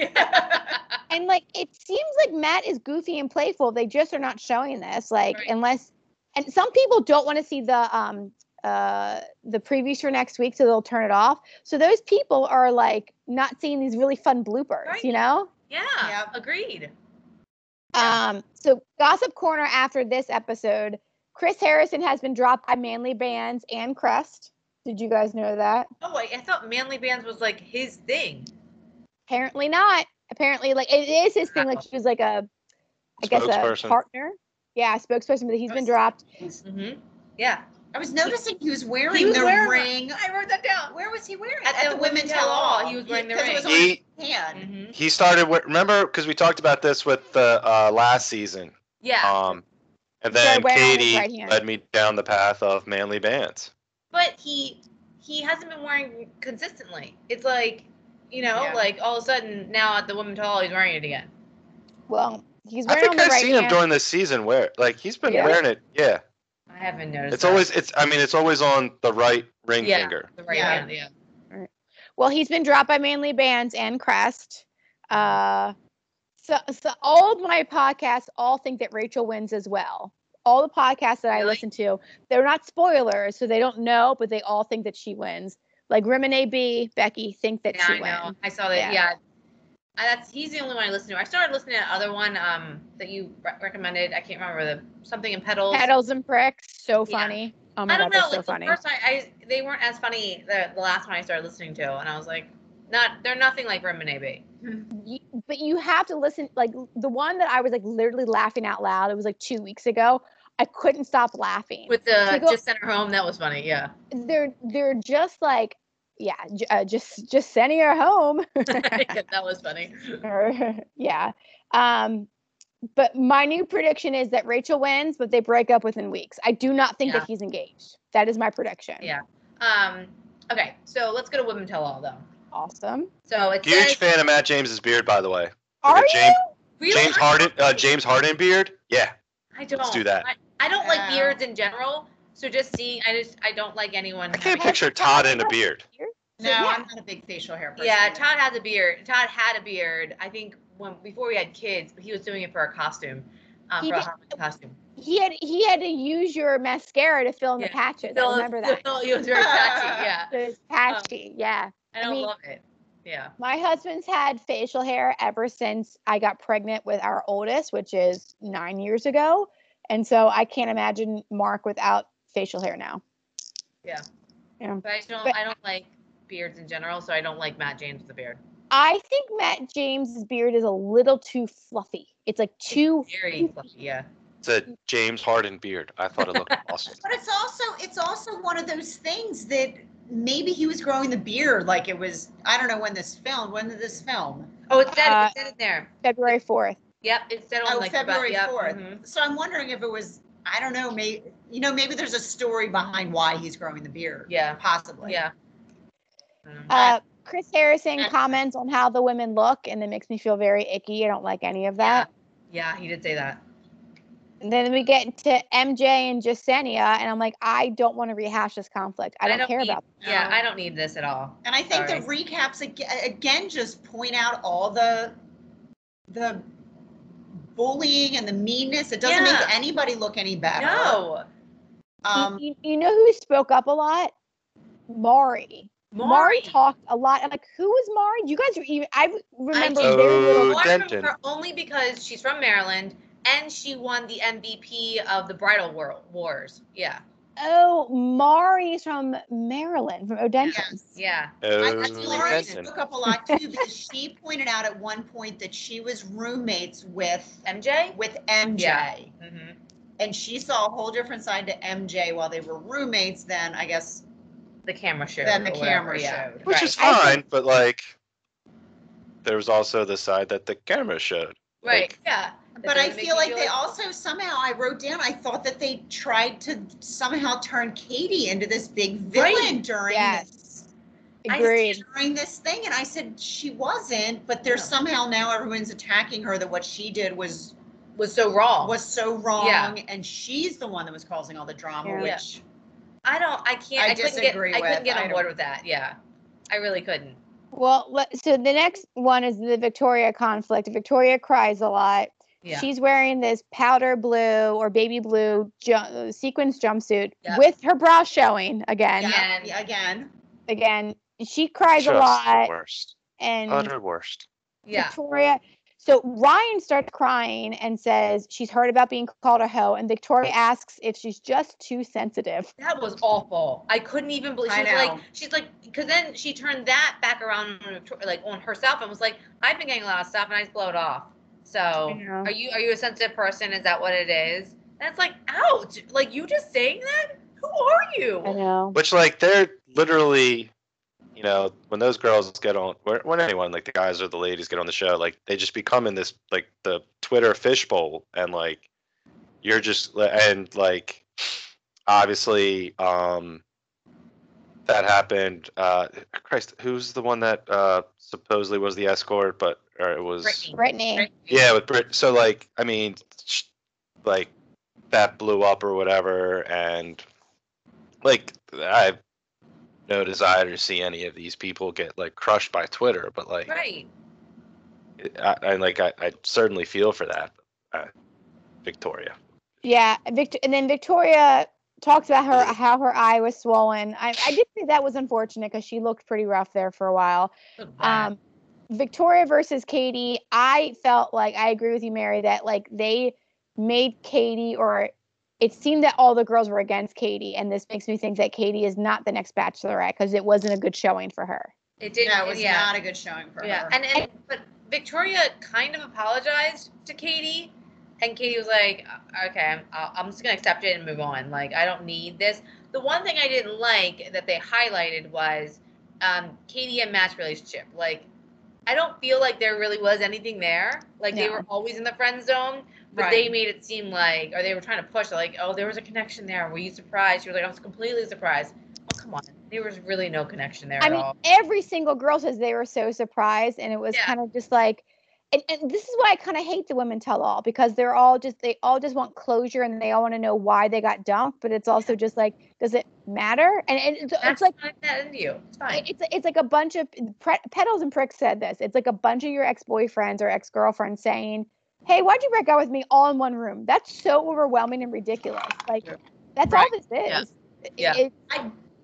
Speaker 2: and like it seems like Matt is goofy and playful. They just are not showing this, like
Speaker 1: Right.
Speaker 2: unless and some people don't want to see the um uh the previews for next week, so they'll turn it off. So those people are like not seeing these really fun bloopers,
Speaker 1: Right.
Speaker 2: you know?
Speaker 1: yeah
Speaker 4: Yep.
Speaker 1: agreed
Speaker 4: Yeah.
Speaker 2: Um, so gossip corner after this episode, Chris Harrison has been dropped by Manly Bands and Crest. Did you guys know that?
Speaker 1: Oh, wait, I thought manly bands was like his thing.
Speaker 2: Apparently not. Apparently, like it is his thing. Like
Speaker 1: Wow.
Speaker 2: she was like a, I guess a
Speaker 3: Spokesperson.
Speaker 2: partner. Yeah, spokesperson, but he's been
Speaker 4: Yes.
Speaker 2: dropped.
Speaker 1: Mm-hmm. Yeah.
Speaker 4: I was noticing he was wearing
Speaker 1: He was
Speaker 4: the
Speaker 1: wearing-
Speaker 4: ring.
Speaker 1: I wrote that down.
Speaker 4: Where was he wearing? it?
Speaker 1: At the Women Tell All, he was wearing the
Speaker 4: Because It was
Speaker 1: ring.
Speaker 4: on
Speaker 3: He
Speaker 4: his hand.
Speaker 1: Mm-hmm.
Speaker 3: he started. wi- Remember, because we talked about this with the uh, last season.
Speaker 1: Yeah.
Speaker 3: Um, and
Speaker 2: Started
Speaker 3: then
Speaker 2: wearing it on his
Speaker 3: Katie
Speaker 2: right hand.
Speaker 3: led me down the path of manly bands.
Speaker 1: but he he hasn't been wearing consistently. It's like, you know,
Speaker 4: Yeah.
Speaker 1: like all of a sudden now at the women's hall he's wearing it again.
Speaker 2: Well, he's
Speaker 3: I
Speaker 2: wearing
Speaker 3: think
Speaker 2: on the
Speaker 3: I've
Speaker 2: right
Speaker 3: seen him
Speaker 2: hand.
Speaker 3: during the season where like he's been
Speaker 2: Yeah.
Speaker 3: wearing it. Yeah,
Speaker 1: I haven't noticed.
Speaker 3: it's
Speaker 1: that.
Speaker 3: always it's. I mean, it's always on the right ring
Speaker 1: Yeah.
Speaker 3: finger.
Speaker 1: the right
Speaker 4: Yeah.
Speaker 1: hand. Yeah.
Speaker 2: well, he's been dropped by Manly Bands and Crest. Uh, so, so all of my podcasts all think that Rachel wins as well. All the podcasts that I
Speaker 1: Really?
Speaker 2: listen to, they're not spoilers, so they don't know, but they all think that she wins. Like Remine B, Becky think that
Speaker 1: Yeah,
Speaker 2: she
Speaker 1: I know.
Speaker 2: wins.
Speaker 1: I saw that.
Speaker 2: Yeah.
Speaker 1: Yeah. I- that's he's the only one I listen to. I started listening to that other one um that you re- recommended. I can't remember the something in pedals.
Speaker 2: Petals and pricks, so
Speaker 1: Yeah.
Speaker 2: funny. Oh my
Speaker 1: I don't know.
Speaker 2: god, that's so
Speaker 1: like the
Speaker 2: funny.
Speaker 1: first time I they weren't as funny the, the last one I started listening to, and I was like, not they're nothing like Rim and AB.
Speaker 2: Y- but you have to listen like l- the one that i was like literally laughing out loud it was like two weeks ago i couldn't stop laughing
Speaker 1: With the
Speaker 2: To go-
Speaker 1: just sent her home, that was funny. Yeah.
Speaker 2: they're they're just like yeah j- uh, just just sending her home
Speaker 1: Yeah, that was funny.
Speaker 2: Or- yeah um but my new prediction is that rachel wins but they break up within weeks i do not think
Speaker 1: Yeah.
Speaker 2: that he's engaged that is my prediction
Speaker 1: Yeah. Um. Okay, so let's go to Women Tell All though.
Speaker 2: awesome
Speaker 1: So it's
Speaker 3: Huge fan of Matt James's beard, by the way.
Speaker 2: are
Speaker 3: the
Speaker 2: you
Speaker 3: James, James Harden, uh, James Harden beard. Yeah,
Speaker 1: I don't.
Speaker 3: do that.
Speaker 1: I, I don't like
Speaker 4: Wow.
Speaker 1: beards in general. So just seeing, I just I don't like anyone.
Speaker 3: I can't
Speaker 1: having-
Speaker 3: picture Todd in a beard.
Speaker 4: No,
Speaker 2: Yeah.
Speaker 4: I'm not a big facial hair person.
Speaker 1: Yeah,
Speaker 4: either.
Speaker 1: Todd has a beard. Todd had a beard. I think when before we had kids, but he was doing it for a costume, um,
Speaker 2: He
Speaker 1: for a
Speaker 2: did-
Speaker 1: Halloween costume.
Speaker 2: he had he had to use your mascara to fill in the
Speaker 1: Yeah.
Speaker 2: patches
Speaker 1: No,
Speaker 2: i remember that
Speaker 1: no, he was very touchy. Yeah,
Speaker 2: it's patchy yeah
Speaker 1: and I,
Speaker 2: mean-
Speaker 1: love it. Yeah.
Speaker 2: My husband's had facial hair ever since I got pregnant with our oldest, which is nine years ago. And so I can't imagine Mark without facial hair now.
Speaker 1: But I just don't.
Speaker 2: But-
Speaker 1: I don't like beards in general, so I don't like Matt James with the beard.
Speaker 2: I think Matt James's beard is a little too fluffy. It's like too
Speaker 1: Very fluffy. Yeah.
Speaker 3: It's a James Harden beard. I thought it looked awesome.
Speaker 4: But it's also it's also one of those things that maybe he was growing the beard like it was I don't know when this filmed. When did this film?
Speaker 1: Oh, it's dead.
Speaker 2: Uh,
Speaker 1: it's dead in there.
Speaker 2: February 4th.
Speaker 1: Yep, it's dead on
Speaker 4: Oh,
Speaker 1: like the back,
Speaker 4: February
Speaker 1: yep,
Speaker 4: fourth.
Speaker 1: mhm.
Speaker 4: So I'm wondering if it was I don't know, maybe you know, maybe there's a story behind why he's growing the beard.
Speaker 1: Yeah.
Speaker 4: Possibly.
Speaker 1: Yeah. Um, I don't know.
Speaker 2: Uh, Chris Harrison
Speaker 4: Excellent.
Speaker 2: comments on how the women look, and it makes me feel very icky. I don't like any of that.
Speaker 1: yeah, he did say that.
Speaker 2: And then we get to MJ and Jasenia, and I'm like, I don't want to rehash this conflict. I don't, care
Speaker 1: need-
Speaker 2: about
Speaker 1: Yeah,
Speaker 4: No.
Speaker 1: I don't need this at all.
Speaker 4: And I think the recaps ag- again just point out all the the bullying and the meanness. It doesn't
Speaker 1: Yeah.
Speaker 4: make anybody look any better.
Speaker 1: No,
Speaker 2: You-
Speaker 4: Um,
Speaker 2: you, you know who spoke up a lot? Mari. Mari
Speaker 1: Maury.
Speaker 2: talked a lot. I'm like, who was Mari? You guys were even. I remember
Speaker 1: can't-
Speaker 2: very little.
Speaker 3: Oh,
Speaker 1: I remember
Speaker 3: Denton.
Speaker 1: her only because she's from Maryland and she won the MVP of the Bridal World Wars. Yeah,
Speaker 2: Oh, Mari's from Maryland, from
Speaker 1: Mm-hmm.
Speaker 2: Odenton.
Speaker 1: yeah.
Speaker 4: I
Speaker 3: Oh,
Speaker 4: think Lauren
Speaker 3: Denton.
Speaker 4: spoke up a lot too because she pointed out at one point that she was roommates with
Speaker 1: MJ.
Speaker 4: with MJ,
Speaker 1: Yeah. hmm
Speaker 4: and she saw a whole different side to MJ while they were roommates. Then I guess
Speaker 1: The camera showed.
Speaker 4: then the
Speaker 1: or whatever,
Speaker 4: camera
Speaker 1: yeah.
Speaker 4: showed.
Speaker 3: which
Speaker 1: Right.
Speaker 3: is
Speaker 2: I think-
Speaker 3: fine, but like, there was also the side that the camera showed.
Speaker 1: Right.
Speaker 3: Like-
Speaker 1: Yeah. That
Speaker 4: But I
Speaker 1: doesn't make
Speaker 4: feel
Speaker 1: you
Speaker 4: like they
Speaker 1: like-
Speaker 4: also somehow I wrote down I thought that they tried to somehow turn Katie into this big villain
Speaker 1: Right.
Speaker 4: during
Speaker 2: Yes.
Speaker 4: this
Speaker 1: I
Speaker 2: Agreed.
Speaker 4: during this thing and I said she wasn't, but there's
Speaker 1: No.
Speaker 4: somehow now everyone's attacking her that what she did was
Speaker 1: was so wrong.
Speaker 4: was so wrong
Speaker 1: Yeah.
Speaker 4: and she's the one that was causing all the drama,
Speaker 2: Yeah.
Speaker 1: Yeah.
Speaker 4: which
Speaker 1: I don't. I can't.
Speaker 4: I
Speaker 1: I, couldn't get.
Speaker 4: disagree
Speaker 1: I
Speaker 4: with,
Speaker 1: couldn't get
Speaker 4: I
Speaker 1: on
Speaker 4: don't-
Speaker 1: board with that. Yeah, I really couldn't.
Speaker 2: Well, let, so the next one is the Victoria conflict. Victoria cries a lot.
Speaker 1: Yeah.
Speaker 2: She's wearing this powder blue or baby blue ju- sequence jumpsuit
Speaker 1: Yeah.
Speaker 2: with her bra showing again.
Speaker 1: Again.
Speaker 4: Yeah, again.
Speaker 2: Again, she cries a
Speaker 3: Just the
Speaker 2: lot. Mm.
Speaker 3: worst.
Speaker 2: And
Speaker 3: Utter worst.
Speaker 1: yeah.
Speaker 2: Victoria. So Ryan starts crying and says she's heard about being called a hoe, and Victoria asks if she's just too sensitive.
Speaker 1: That was awful. I couldn't even believe.
Speaker 4: I
Speaker 1: She's like,
Speaker 4: know.
Speaker 1: she's like, because then she turned that back around, on Victor- like on herself, and was like, "I've been getting a lot of stuff, and I just blow it off." So,
Speaker 2: know.
Speaker 1: Oh. are you are you a sensitive person? Is that what it is? That's like, ouch! Like you just saying that? Who are you?
Speaker 2: know.
Speaker 3: Which like they're literally, you know, when those girls get on, or when anyone like the guys or the ladies get on the show, like they just become in this like the Twitter fishbowl, and like you're just and like obviously um that happened. Uh, Christ, who's the one that uh, supposedly was the escort, but or it was
Speaker 1: Brittany.
Speaker 2: Brittany.
Speaker 1: Right.
Speaker 3: yeah with Brit. So like, I mean, sh- like that blew up or whatever, and like I have no desire to see any of these people get like crushed by Twitter, but like
Speaker 1: Right.
Speaker 3: I, I like I, I certainly feel for that, uh, Victoria.
Speaker 2: Yeah, Vict- and then Victoria talked about her how her eye was swollen. I, I did think that was unfortunate because she looked pretty rough there for a while. Um, Victoria versus Katie, I felt like I agree with you, Mary, that like they made Katie or it seemed that all the girls were against Katie, and this makes me think that Katie is not the next bachelorette because it wasn't a good showing for her.
Speaker 1: it didn't.
Speaker 4: Yeah, it was
Speaker 1: yeah.
Speaker 4: not a good showing for
Speaker 1: yeah.
Speaker 4: her.
Speaker 1: And, and but Victoria kind of apologized to Katie, and Katie was like, "Okay, I'm, I'll- I'm just gonna accept it and move on. Like, I don't need this." The one thing I didn't like that they highlighted was um, Katie and Matt's relationship. Like, I don't feel like there really was anything there. Like, they
Speaker 2: No.
Speaker 1: were always in the friend zone, but they made it seem like, or they were trying to push, like, "Oh, there was a connection there. Were you surprised?" She was like, "I was completely surprised." Oh, come on, there was really no connection there
Speaker 2: I
Speaker 1: at
Speaker 2: mean,
Speaker 1: all.
Speaker 2: every single girl says they were so surprised, and it was
Speaker 1: Yeah.
Speaker 2: kind of just like, and, and this is why I kind of hate the women tell all because they're all just they all just want closure and they all want to know why they got dumped, but it's also just like, does it matter? And, and it's, it's
Speaker 1: That's
Speaker 2: like.
Speaker 1: not that into you. It's fine.
Speaker 2: It's it's like a bunch of pre- petals and pricks said this. It's like a bunch of your ex boyfriends or ex girlfriends saying, "Hey, why'd you break up with me?" All in one room. That's so overwhelming and ridiculous. Like
Speaker 1: Yeah.
Speaker 2: that's
Speaker 1: Right.
Speaker 2: all this
Speaker 1: Yeah.
Speaker 2: is. It-
Speaker 1: Yeah.
Speaker 2: it-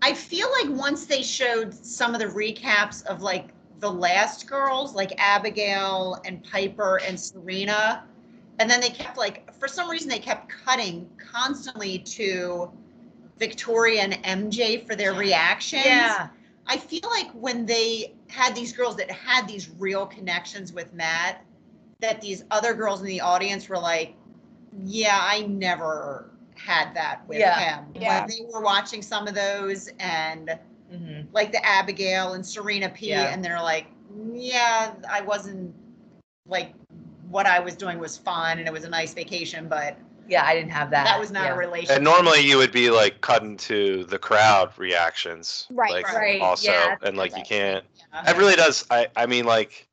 Speaker 4: I feel like once they showed some of the recaps of like the last girls, like Abigail and Piper and Serena, and then they kept like for some reason they kept cutting constantly to Victoria and MJ for their reactions.
Speaker 1: Yeah.
Speaker 4: I feel like when they had these girls that had these real connections with Matt, that these other girls in the audience were like, yeah, I never had that with
Speaker 1: Yeah.
Speaker 4: him.
Speaker 2: Yeah.
Speaker 4: When they were watching some of those and
Speaker 1: Mm-hmm.
Speaker 4: like the Abigail and Serena P,
Speaker 1: Yeah.
Speaker 4: and they're like, yeah, I wasn't like what I was doing was fun and it was a nice vacation, but
Speaker 1: Yeah, I didn't have that.
Speaker 4: that was not
Speaker 1: yeah.
Speaker 4: a relationship.
Speaker 3: And normally you would be like cutting to the crowd reactions,
Speaker 2: Right,
Speaker 3: Like,
Speaker 1: right.
Speaker 3: Also,
Speaker 1: yeah,
Speaker 3: and like you
Speaker 2: right.
Speaker 3: can't.
Speaker 4: Yeah.
Speaker 3: It really does. I I mean like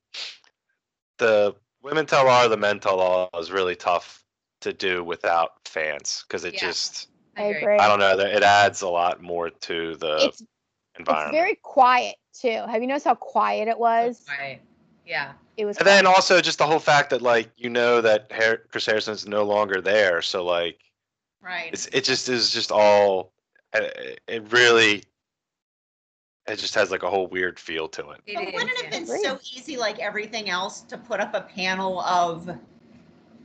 Speaker 3: the women tell all, the men tell all is really tough to do without fans because it
Speaker 1: Yeah.
Speaker 3: just
Speaker 2: I agree.
Speaker 3: I don't know that it adds a lot more to the
Speaker 2: It's it's
Speaker 3: environment.
Speaker 2: very quiet too. Have you noticed how quiet it was?
Speaker 1: Right. Yeah.
Speaker 2: It was.
Speaker 3: And then
Speaker 2: quiet.
Speaker 3: also just the whole fact that like you know that Har- Chris Harrison's no longer there, so like
Speaker 4: Right.
Speaker 3: it's it just is just all it, it really it just has like a whole weird feel to it.
Speaker 1: It
Speaker 4: But
Speaker 1: is,
Speaker 4: wouldn't it have
Speaker 1: yeah.
Speaker 4: been
Speaker 2: Agreed.
Speaker 4: so easy, like everything else, to put up a panel of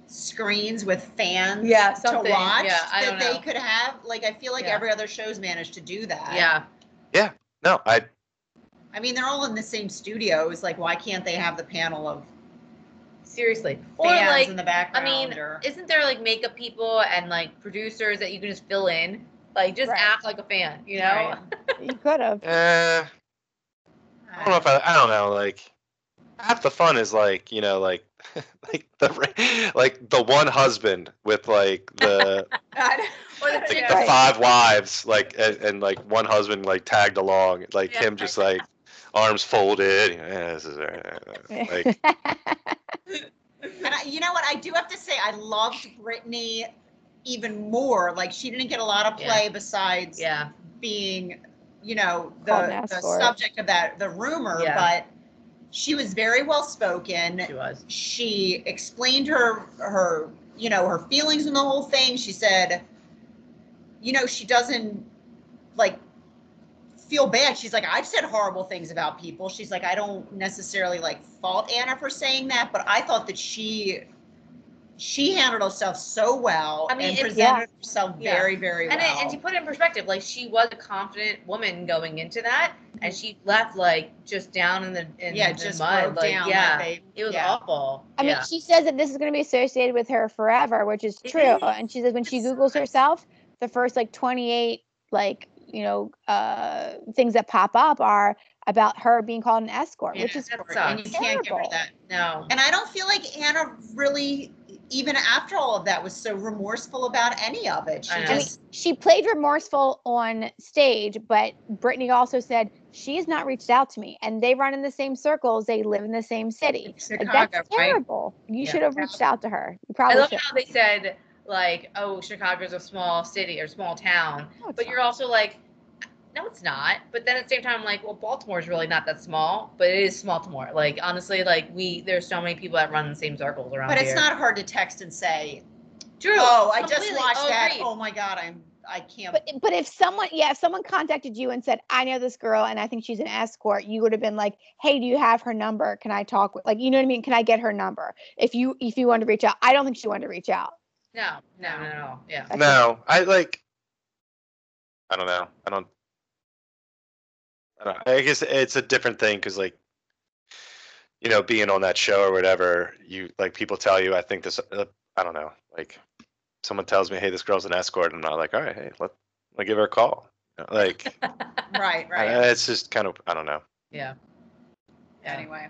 Speaker 4: screens with fans
Speaker 1: Yeah,
Speaker 4: to
Speaker 1: something.
Speaker 4: watch
Speaker 1: Yeah, I
Speaker 4: that
Speaker 1: don't
Speaker 4: they
Speaker 1: know.
Speaker 4: could have? Like, I feel like
Speaker 1: Yeah.
Speaker 4: every other show's managed to do that.
Speaker 1: Yeah.
Speaker 3: No, I
Speaker 4: I mean, they're all in the same studios. Like, why can't they have the panel of
Speaker 1: Seriously. Or
Speaker 4: fans
Speaker 1: like,
Speaker 4: in the background?
Speaker 1: mean,
Speaker 4: or,
Speaker 1: isn't there like makeup people and like producers that you can just fill in? Like, just
Speaker 2: Right.
Speaker 1: act like a fan, you know?
Speaker 4: Right.
Speaker 2: you could have.
Speaker 3: eh, I don't know if I, I don't know like half the fun is like you know like like the ra- like the one husband with like the
Speaker 1: Or the
Speaker 3: like
Speaker 1: chick-
Speaker 3: the
Speaker 2: Right.
Speaker 3: five wives like and, and like one husband like tagged along like
Speaker 1: Yeah.
Speaker 3: him just like arms folded you know, eh, this is, eh, eh, eh, like
Speaker 4: And I, you know what? I do have to say, I loved Brittany even more. Like, she didn't get a lot of
Speaker 1: Yeah.
Speaker 4: play besides
Speaker 1: Yeah.
Speaker 4: being, you know,
Speaker 2: Called and
Speaker 4: the,
Speaker 2: asked
Speaker 4: the
Speaker 2: for it.
Speaker 4: subject of that, the rumor,
Speaker 1: Yeah.
Speaker 4: but she was very well spoken.
Speaker 1: She was.
Speaker 4: She explained her, her, you know, her feelings in the whole thing. She said, you know, she doesn't like feel bad. She's like, I've said horrible things about people. She's like, I don't necessarily like fault Anna for saying that, but I thought that she, she handled herself so well
Speaker 1: I mean,
Speaker 4: and
Speaker 1: it-
Speaker 4: presented
Speaker 2: Yeah.
Speaker 4: herself
Speaker 1: Yeah.
Speaker 4: very, very
Speaker 1: And,
Speaker 4: well.
Speaker 1: it, and to put it in perspective, like she was a confident woman going into that, and she left like just down in the in
Speaker 4: yeah,
Speaker 1: the
Speaker 4: just
Speaker 1: mud.
Speaker 4: broke
Speaker 1: like,
Speaker 4: down.
Speaker 1: yeah,
Speaker 4: Like they,
Speaker 1: it was
Speaker 4: yeah.
Speaker 1: awful.
Speaker 2: I mean,
Speaker 1: yeah.
Speaker 2: she says that this is going to be associated with her forever, which is
Speaker 1: It
Speaker 2: true.
Speaker 1: is.
Speaker 2: And she says when she
Speaker 1: It's so
Speaker 2: Googles
Speaker 1: nice.
Speaker 2: herself, the first like 28, like, you know, uh, things that pop up are about her being called an escort, which
Speaker 4: Yeah,
Speaker 2: is
Speaker 1: that
Speaker 4: and you
Speaker 1: sucks.
Speaker 4: can't give her
Speaker 2: terrible.
Speaker 4: that.
Speaker 1: no.
Speaker 4: And I don't feel like Anna really even after all of that, was so remorseful about any of it. She
Speaker 1: I know.
Speaker 2: I mean,
Speaker 4: just,
Speaker 2: she played remorseful on stage, but Brittany also said she has not reached out to me, and they run in the same circles. They live in the same city. Like,
Speaker 1: Chicago,
Speaker 2: that's
Speaker 1: right?
Speaker 2: terrible. You
Speaker 1: Yeah.
Speaker 2: should have reached out to her. You
Speaker 1: I
Speaker 2: probably
Speaker 1: love
Speaker 2: should.
Speaker 1: how they said like, "Oh, Chicago's a small city or small town,"
Speaker 2: No, Oh, it's
Speaker 1: but you're also like, "No, it's not." But then at the same time, I'm like, "Well, Baltimore's really not that small, but it is Baltimore." Like honestly, like we there's so many people that run in the same circles around
Speaker 4: but it's
Speaker 1: here.
Speaker 4: not hard to text and say,
Speaker 1: true.
Speaker 4: oh, I just
Speaker 1: Completely.
Speaker 4: watched
Speaker 1: Oh,
Speaker 4: that.
Speaker 1: agreed.
Speaker 4: Oh my God, I'm, I can't.
Speaker 2: But but if someone yeah, if someone contacted you and said, I know this girl and I think she's an escort, you would have been like, Hey, do you have her number? Can I talk with like you know what I mean? Can I get her number? If you if you wanted to reach out. I don't think she wanted to reach out.
Speaker 1: No, no, no, no. Yeah.
Speaker 2: That's
Speaker 3: No, I like. I don't know. I don't. I don't. I guess it's a different thing because, like, you know, being on that show or whatever, you like people tell you, I think this. Uh, I don't know. Like, someone tells me, "Hey, this girl's an escort," and I'm like, "All right, hey, let let give her a call." You know, Like,
Speaker 4: Right, right.
Speaker 3: I- it's just kind of. I don't know.
Speaker 1: Yeah. Yeah.
Speaker 4: anyway.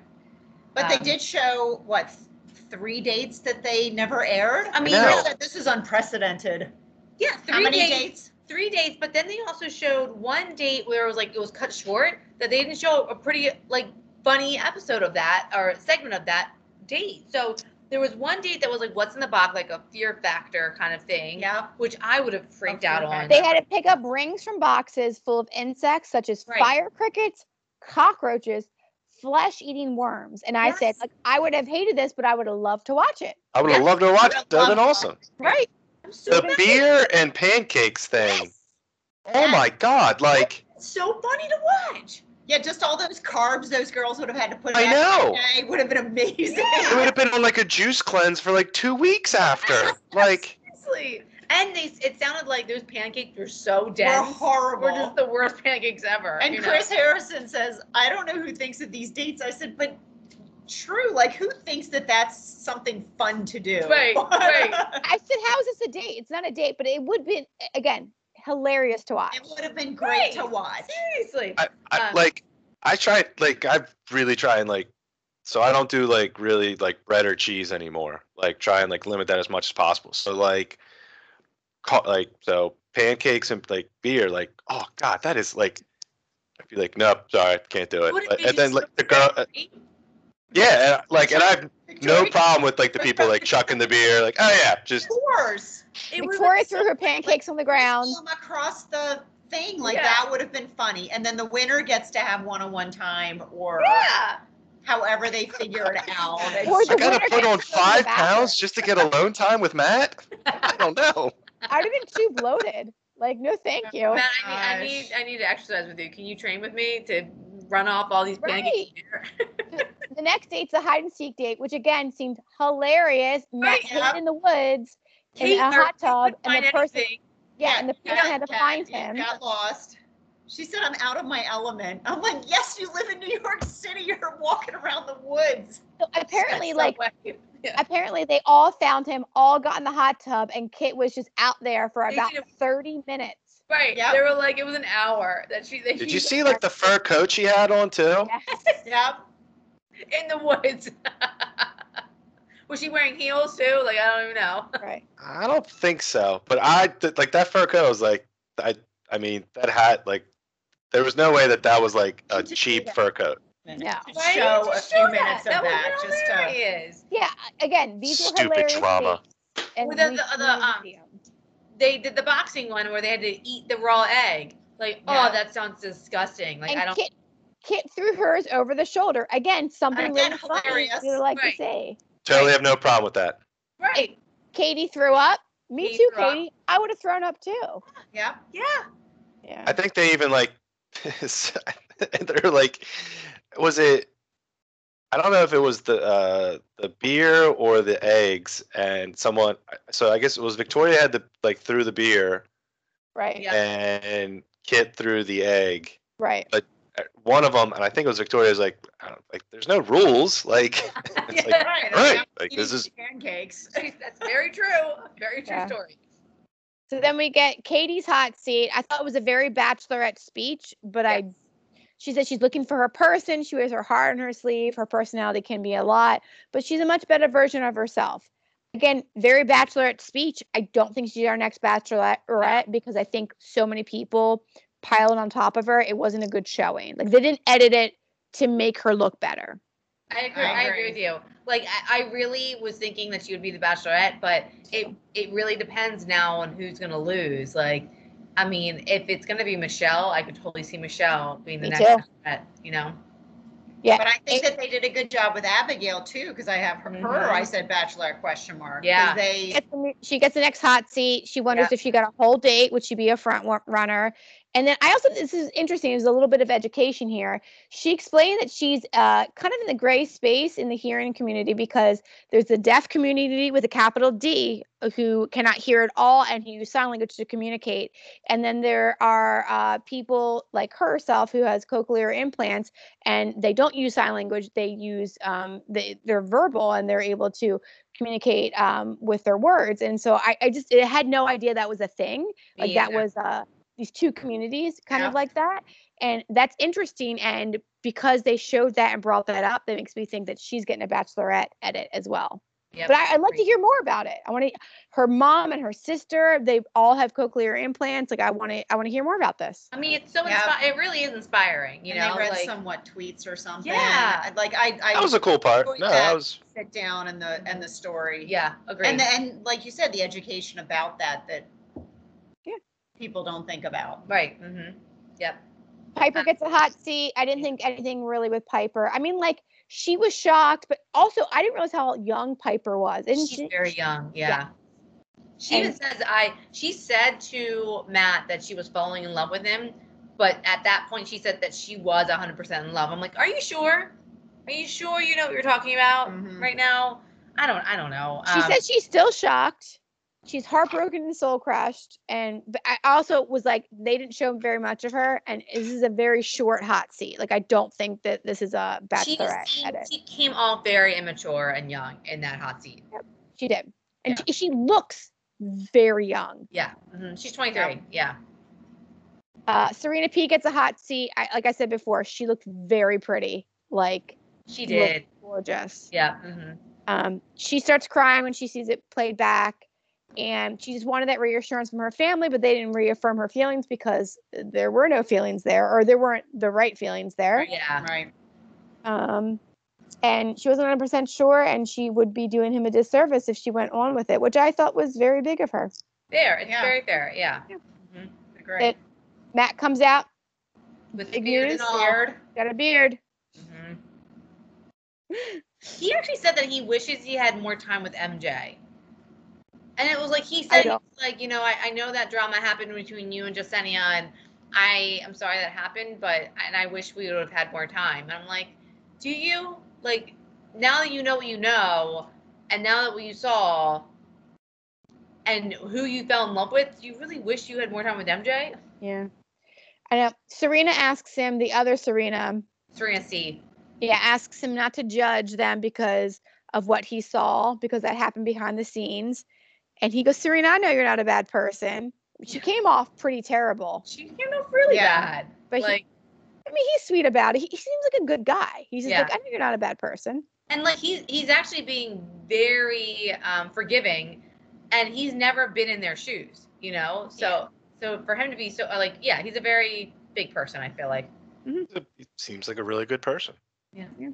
Speaker 4: But they
Speaker 1: Um,
Speaker 4: did show what th- three dates that they never aired. I mean,
Speaker 3: know.
Speaker 4: that this is unprecedented.
Speaker 1: Yeah. Three
Speaker 4: How many
Speaker 1: days-
Speaker 4: dates?
Speaker 1: Three dates, but then they also showed one date where it was like it was cut short that they didn't show a pretty like funny episode of that or segment of that date. So there was one date that was like what's in the box, like a fear factor kind of thing,
Speaker 4: Yeah.
Speaker 1: which I would have freaked
Speaker 4: A
Speaker 1: out
Speaker 4: fear
Speaker 1: on.
Speaker 2: They had to pick up rings from boxes full of insects such as
Speaker 1: Right.
Speaker 2: fire crickets, cockroaches, flesh eating worms. And I said,
Speaker 1: Yes.
Speaker 2: like, I would have hated this, but I would have loved to watch it.
Speaker 3: I would have loved to watch. it. That would have been awesome.
Speaker 2: Right.
Speaker 1: I'm so
Speaker 3: The
Speaker 1: mad.
Speaker 3: beer and pancakes thing. Oh my god! Like.
Speaker 1: It's so funny to watch.
Speaker 4: Yeah, just all those carbs those girls would have had to put.
Speaker 3: I
Speaker 4: back
Speaker 3: know.
Speaker 4: in the Day would have been amazing.
Speaker 3: It would have been on like a juice cleanse for like two weeks after. Like,
Speaker 1: Seriously. And they it sounded like those pancakes were so
Speaker 4: They're
Speaker 1: dense.
Speaker 4: horrible.
Speaker 1: We're just the worst pancakes ever.
Speaker 4: and
Speaker 1: you know?
Speaker 4: Chris Harrison says, "I don't know who thinks of these dates." I said, "But true, like who thinks that that's something fun to do?"
Speaker 1: Right, right.
Speaker 2: I said, How is this a date? It's not a date, but it would be again hilarious to watch.
Speaker 4: it would have been great to
Speaker 1: Right.
Speaker 4: watch.
Speaker 1: Seriously.
Speaker 3: I, I
Speaker 1: Um,
Speaker 3: like, I tried like I've really tried like, so I don't do like really like bread or cheese anymore. Like try and like limit that as much as possible. So like, ca- like so pancakes and like beer. Like, oh god, that is like. I'd be like, nope, sorry, can't do it.
Speaker 1: Would've
Speaker 3: Like,
Speaker 1: been
Speaker 3: and then
Speaker 1: so
Speaker 3: like the uh, girl,
Speaker 1: great.
Speaker 3: yeah, and, like, and I have no
Speaker 4: Victoria,
Speaker 3: problem with like the people like chucking the beer. Like, oh yeah, just
Speaker 4: Of course.
Speaker 1: It would've been
Speaker 2: Victoria
Speaker 1: so
Speaker 2: threw her pancakes on the ground.
Speaker 4: them across the thing like
Speaker 1: Yeah.
Speaker 4: that would have been funny and then the winner gets to have one-on-one time or
Speaker 1: Yeah.
Speaker 4: however they figure it out It's-
Speaker 2: Or
Speaker 3: I
Speaker 2: the
Speaker 3: gotta
Speaker 2: winner
Speaker 3: put
Speaker 2: gets
Speaker 3: on
Speaker 2: to go to the
Speaker 3: five
Speaker 2: bathroom.
Speaker 3: pounds just to get alone time with Matt. I don't know.
Speaker 2: I would have been too bloated. Like, no, thank you.
Speaker 1: Matt, I need, I
Speaker 4: Oh gosh.
Speaker 1: need, I need to exercise with you. Can you train with me to run off all these pancakes?
Speaker 2: The next date's a hide and seek date, which again seemed hilarious. Matt
Speaker 1: Right,
Speaker 4: yeah.
Speaker 2: hid in the woods in
Speaker 1: Kate,
Speaker 2: a
Speaker 1: or
Speaker 2: hot
Speaker 1: you couldn't
Speaker 2: tub, and the
Speaker 1: find
Speaker 2: person,
Speaker 1: anything.
Speaker 2: yeah, and the
Speaker 4: Yeah,
Speaker 2: person had to
Speaker 4: yeah,
Speaker 2: find
Speaker 4: yeah,
Speaker 2: him.
Speaker 4: got lost she said i'm out of my element i'm like yes you live in new york city you're walking around the woods
Speaker 2: So apparently,
Speaker 1: That's
Speaker 2: like,
Speaker 1: so wacky. Yeah.
Speaker 2: apparently they all found him, all got in the hot tub, and Kit was just out there for
Speaker 1: They
Speaker 2: about
Speaker 1: did a-
Speaker 2: thirty minutes.
Speaker 1: Right.
Speaker 4: Yep.
Speaker 1: They were like, it was an hour that she. That
Speaker 3: Did
Speaker 1: she
Speaker 3: you
Speaker 1: was
Speaker 3: see like the fur coat she had on too?
Speaker 4: yep
Speaker 1: in the woods? was she wearing heels too? Like I don't even know.
Speaker 2: Right.
Speaker 3: I don't think so. But I th- like that fur coat was like I I mean that hat like there was no way that that was like a
Speaker 4: Did you see
Speaker 3: cheap
Speaker 4: that?
Speaker 3: fur coat.
Speaker 2: No.
Speaker 4: To
Speaker 1: Why
Speaker 4: show
Speaker 1: didn't
Speaker 4: a
Speaker 1: you
Speaker 4: few
Speaker 1: show
Speaker 4: minutes of
Speaker 1: That would've
Speaker 4: that
Speaker 1: been
Speaker 4: just to
Speaker 1: hilarious.
Speaker 2: Yeah. Again, these were
Speaker 3: Stupid
Speaker 2: hilarious.
Speaker 3: drama.
Speaker 2: dates, and
Speaker 1: Well, the-
Speaker 2: we
Speaker 1: the- the,
Speaker 2: need to
Speaker 1: um,
Speaker 2: see 'em.
Speaker 1: They did the boxing one where they had to eat the raw egg. Like,
Speaker 4: Yeah.
Speaker 1: oh, that sounds disgusting. Like
Speaker 2: and
Speaker 1: I don't.
Speaker 2: Kit, Kit threw hers over the shoulder. Again, something
Speaker 4: Again,
Speaker 2: really funny
Speaker 4: hilarious.
Speaker 2: we would like
Speaker 1: Right.
Speaker 2: to say.
Speaker 3: Totally have no problem with that.
Speaker 1: right.
Speaker 2: Katie threw up. Me
Speaker 1: Katie
Speaker 2: too,
Speaker 1: threw up.
Speaker 2: Katie. I would have thrown up too.
Speaker 4: yep
Speaker 1: Yeah.
Speaker 2: Yeah.
Speaker 3: I think they even like they're like was it I don't know if it was the uh the beer or the eggs and someone so I guess it was Victoria had the like threw the beer
Speaker 2: Right.
Speaker 1: Yeah.
Speaker 3: and Kit threw the egg. Uh,
Speaker 2: Right.
Speaker 3: one of them, and I think it was Victoria, was like, I don't, like, there's no rules. Like, it's like,
Speaker 4: right
Speaker 3: all
Speaker 4: I'm
Speaker 3: right, like
Speaker 4: eating
Speaker 3: this is
Speaker 4: pancakes
Speaker 1: She's- That's very true. Very true
Speaker 2: Yeah.
Speaker 1: story.
Speaker 2: So then we get Katie's hot seat. I thought it was a very bachelorette speech, but I she said she's looking for her person. She wears her heart on her sleeve. Her personality can be a lot, but she's a much better version of herself. again, very bachelorette speech. I don't think she's our next bachelorette because I think so many people piled on top of her. It wasn't a good showing. Like they didn't edit it to make her look better.
Speaker 1: I agree. I
Speaker 4: I
Speaker 1: agree,
Speaker 4: agree.
Speaker 1: with you. Like I, I really was thinking that she would be the Bachelorette, but it it really depends now on who's gonna lose. Like, I mean, if it's gonna be Michelle, I could totally see Michelle being the
Speaker 2: Me
Speaker 1: next
Speaker 2: too.
Speaker 1: Bachelorette. You know,
Speaker 4: But I think that they did a good job with Abigail too, because I have her, her,
Speaker 1: Mhm.
Speaker 2: Mm-hmm.
Speaker 4: I said bachelor question mark. 'cause
Speaker 1: Yeah.
Speaker 4: They,
Speaker 2: Gets the new- she gets the next hot seat. She wonders if she got a whole date. Would she be a front wa- runner? And then I also this is interesting. There's a little bit of education here. She explained that she's uh, kind of in the gray space in the hearing community because there's the deaf community with a capital D uh, who cannot hear at all and who use sign language to communicate. And then there are uh, people like herself who has cochlear implants and they don't use sign language. They use um, they, they're verbal and they're able to communicate um, with their words. And so I, I just I had no idea that was a thing. Like
Speaker 1: Me
Speaker 2: that
Speaker 1: either.
Speaker 2: was uh, these two communities kind of
Speaker 4: Yeah.
Speaker 2: like that. And that's interesting. And because they showed that and brought that up, that makes me think that she's getting a bachelorette edit as well.
Speaker 1: Yep,
Speaker 2: But I, I'd like to
Speaker 1: agree.
Speaker 2: hear more about it. I want to. Her mom and her sister, they all have cochlear implants. Like I want to. I want to hear more about this.
Speaker 1: I mean, it's so
Speaker 4: Yeah.
Speaker 1: inspi- it really is inspiring. You
Speaker 4: and
Speaker 1: know,
Speaker 4: they read
Speaker 1: like
Speaker 4: some what tweets or something.
Speaker 1: Yeah.
Speaker 4: and, Like I, I
Speaker 3: That was a cool part. No, that was
Speaker 4: sit down and the, and the story.
Speaker 1: yeah, agree.
Speaker 4: And, the- and like you said, the education about that, that
Speaker 2: Yeah.
Speaker 4: people don't think about.
Speaker 1: right. Mm-hmm. Yep.
Speaker 2: Piper gets a hot seat. I didn't think anything really with Piper. I mean, like she was shocked, but also I didn't realize how young Piper was. Isn't
Speaker 1: she's
Speaker 2: she?
Speaker 1: very young. Yeah.
Speaker 2: Yeah.
Speaker 1: She even
Speaker 2: And-
Speaker 1: says I she said to Matt that she was falling in love with him, but at that point she said that she was 100% in love. I'm like, "Are you sure? Are you sure you know what you're talking about
Speaker 4: Mhm.
Speaker 1: Oh, right now?" I don't I don't know.
Speaker 2: Mm-hmm. She
Speaker 1: Um,
Speaker 2: said she's still shocked. She's heartbroken and soul crushed. And but I also was like, they didn't show very much of her. And this is a very short hot seat. Like I don't think that this is a
Speaker 1: she
Speaker 2: bachelorette
Speaker 1: seemed-
Speaker 2: edit.
Speaker 1: She came off very immature and young in that hot seat.
Speaker 2: She did, and she, she looks very young.
Speaker 1: Yeah. Mhm. She's 23. Yeah.
Speaker 2: Uh, Serena P gets a hot seat. I, like I said before, she looked very pretty, like
Speaker 1: She
Speaker 2: Look.
Speaker 1: did.
Speaker 2: gorgeous.
Speaker 1: Yeah. mhm.
Speaker 2: Um, she starts crying when she sees it played back, and she just wanted that reassurance from her family, but they didn't reaffirm her feelings because there were no feelings there, or there weren't the right feelings there.
Speaker 1: Yeah.
Speaker 4: Right.
Speaker 2: Um, and she wasn't 100% sure, and she would be doing him a disservice if she went on with it, which I thought was very big of her.
Speaker 1: Fair. It's
Speaker 4: Yeah.
Speaker 1: very fair. Yeah. Mm-hmm.
Speaker 4: Great.
Speaker 2: Matt comes out,
Speaker 1: With the
Speaker 2: Big
Speaker 1: beard
Speaker 2: news.
Speaker 1: and all.
Speaker 4: Weird.
Speaker 2: got a beard.
Speaker 1: Mhm. He actually said that he wishes he had more time with MJ. And it was like he said, he
Speaker 2: don't-
Speaker 1: was like, you know, I, I know that drama happened between you and Jasenia, and I am sorry that happened, but and I wish we would have had more time. And I'm like, do you like now that you know what you know, and now that what you saw, and who you fell in love with, do you really wish you had more time with MJ?
Speaker 2: Yeah. I know. Serena asks him, the other Serena,
Speaker 1: Serena C.
Speaker 2: yeah asks him not to judge them because of what he saw because that happened behind the scenes and he goes serena i know you're not a bad person she came off pretty terrible
Speaker 1: She came off really
Speaker 4: Yeah.
Speaker 1: bad.
Speaker 2: but
Speaker 1: like
Speaker 2: he, i mean he's sweet about it he, he seems like a good guy he's just
Speaker 1: Yeah.
Speaker 2: like i know you're not a bad person
Speaker 1: and like he's he's actually being very um, forgiving, and he's never been in their shoes, you know. So so for him to be so like yeah, he's a very big person. I feel like
Speaker 3: it seems like a really good person.
Speaker 1: he's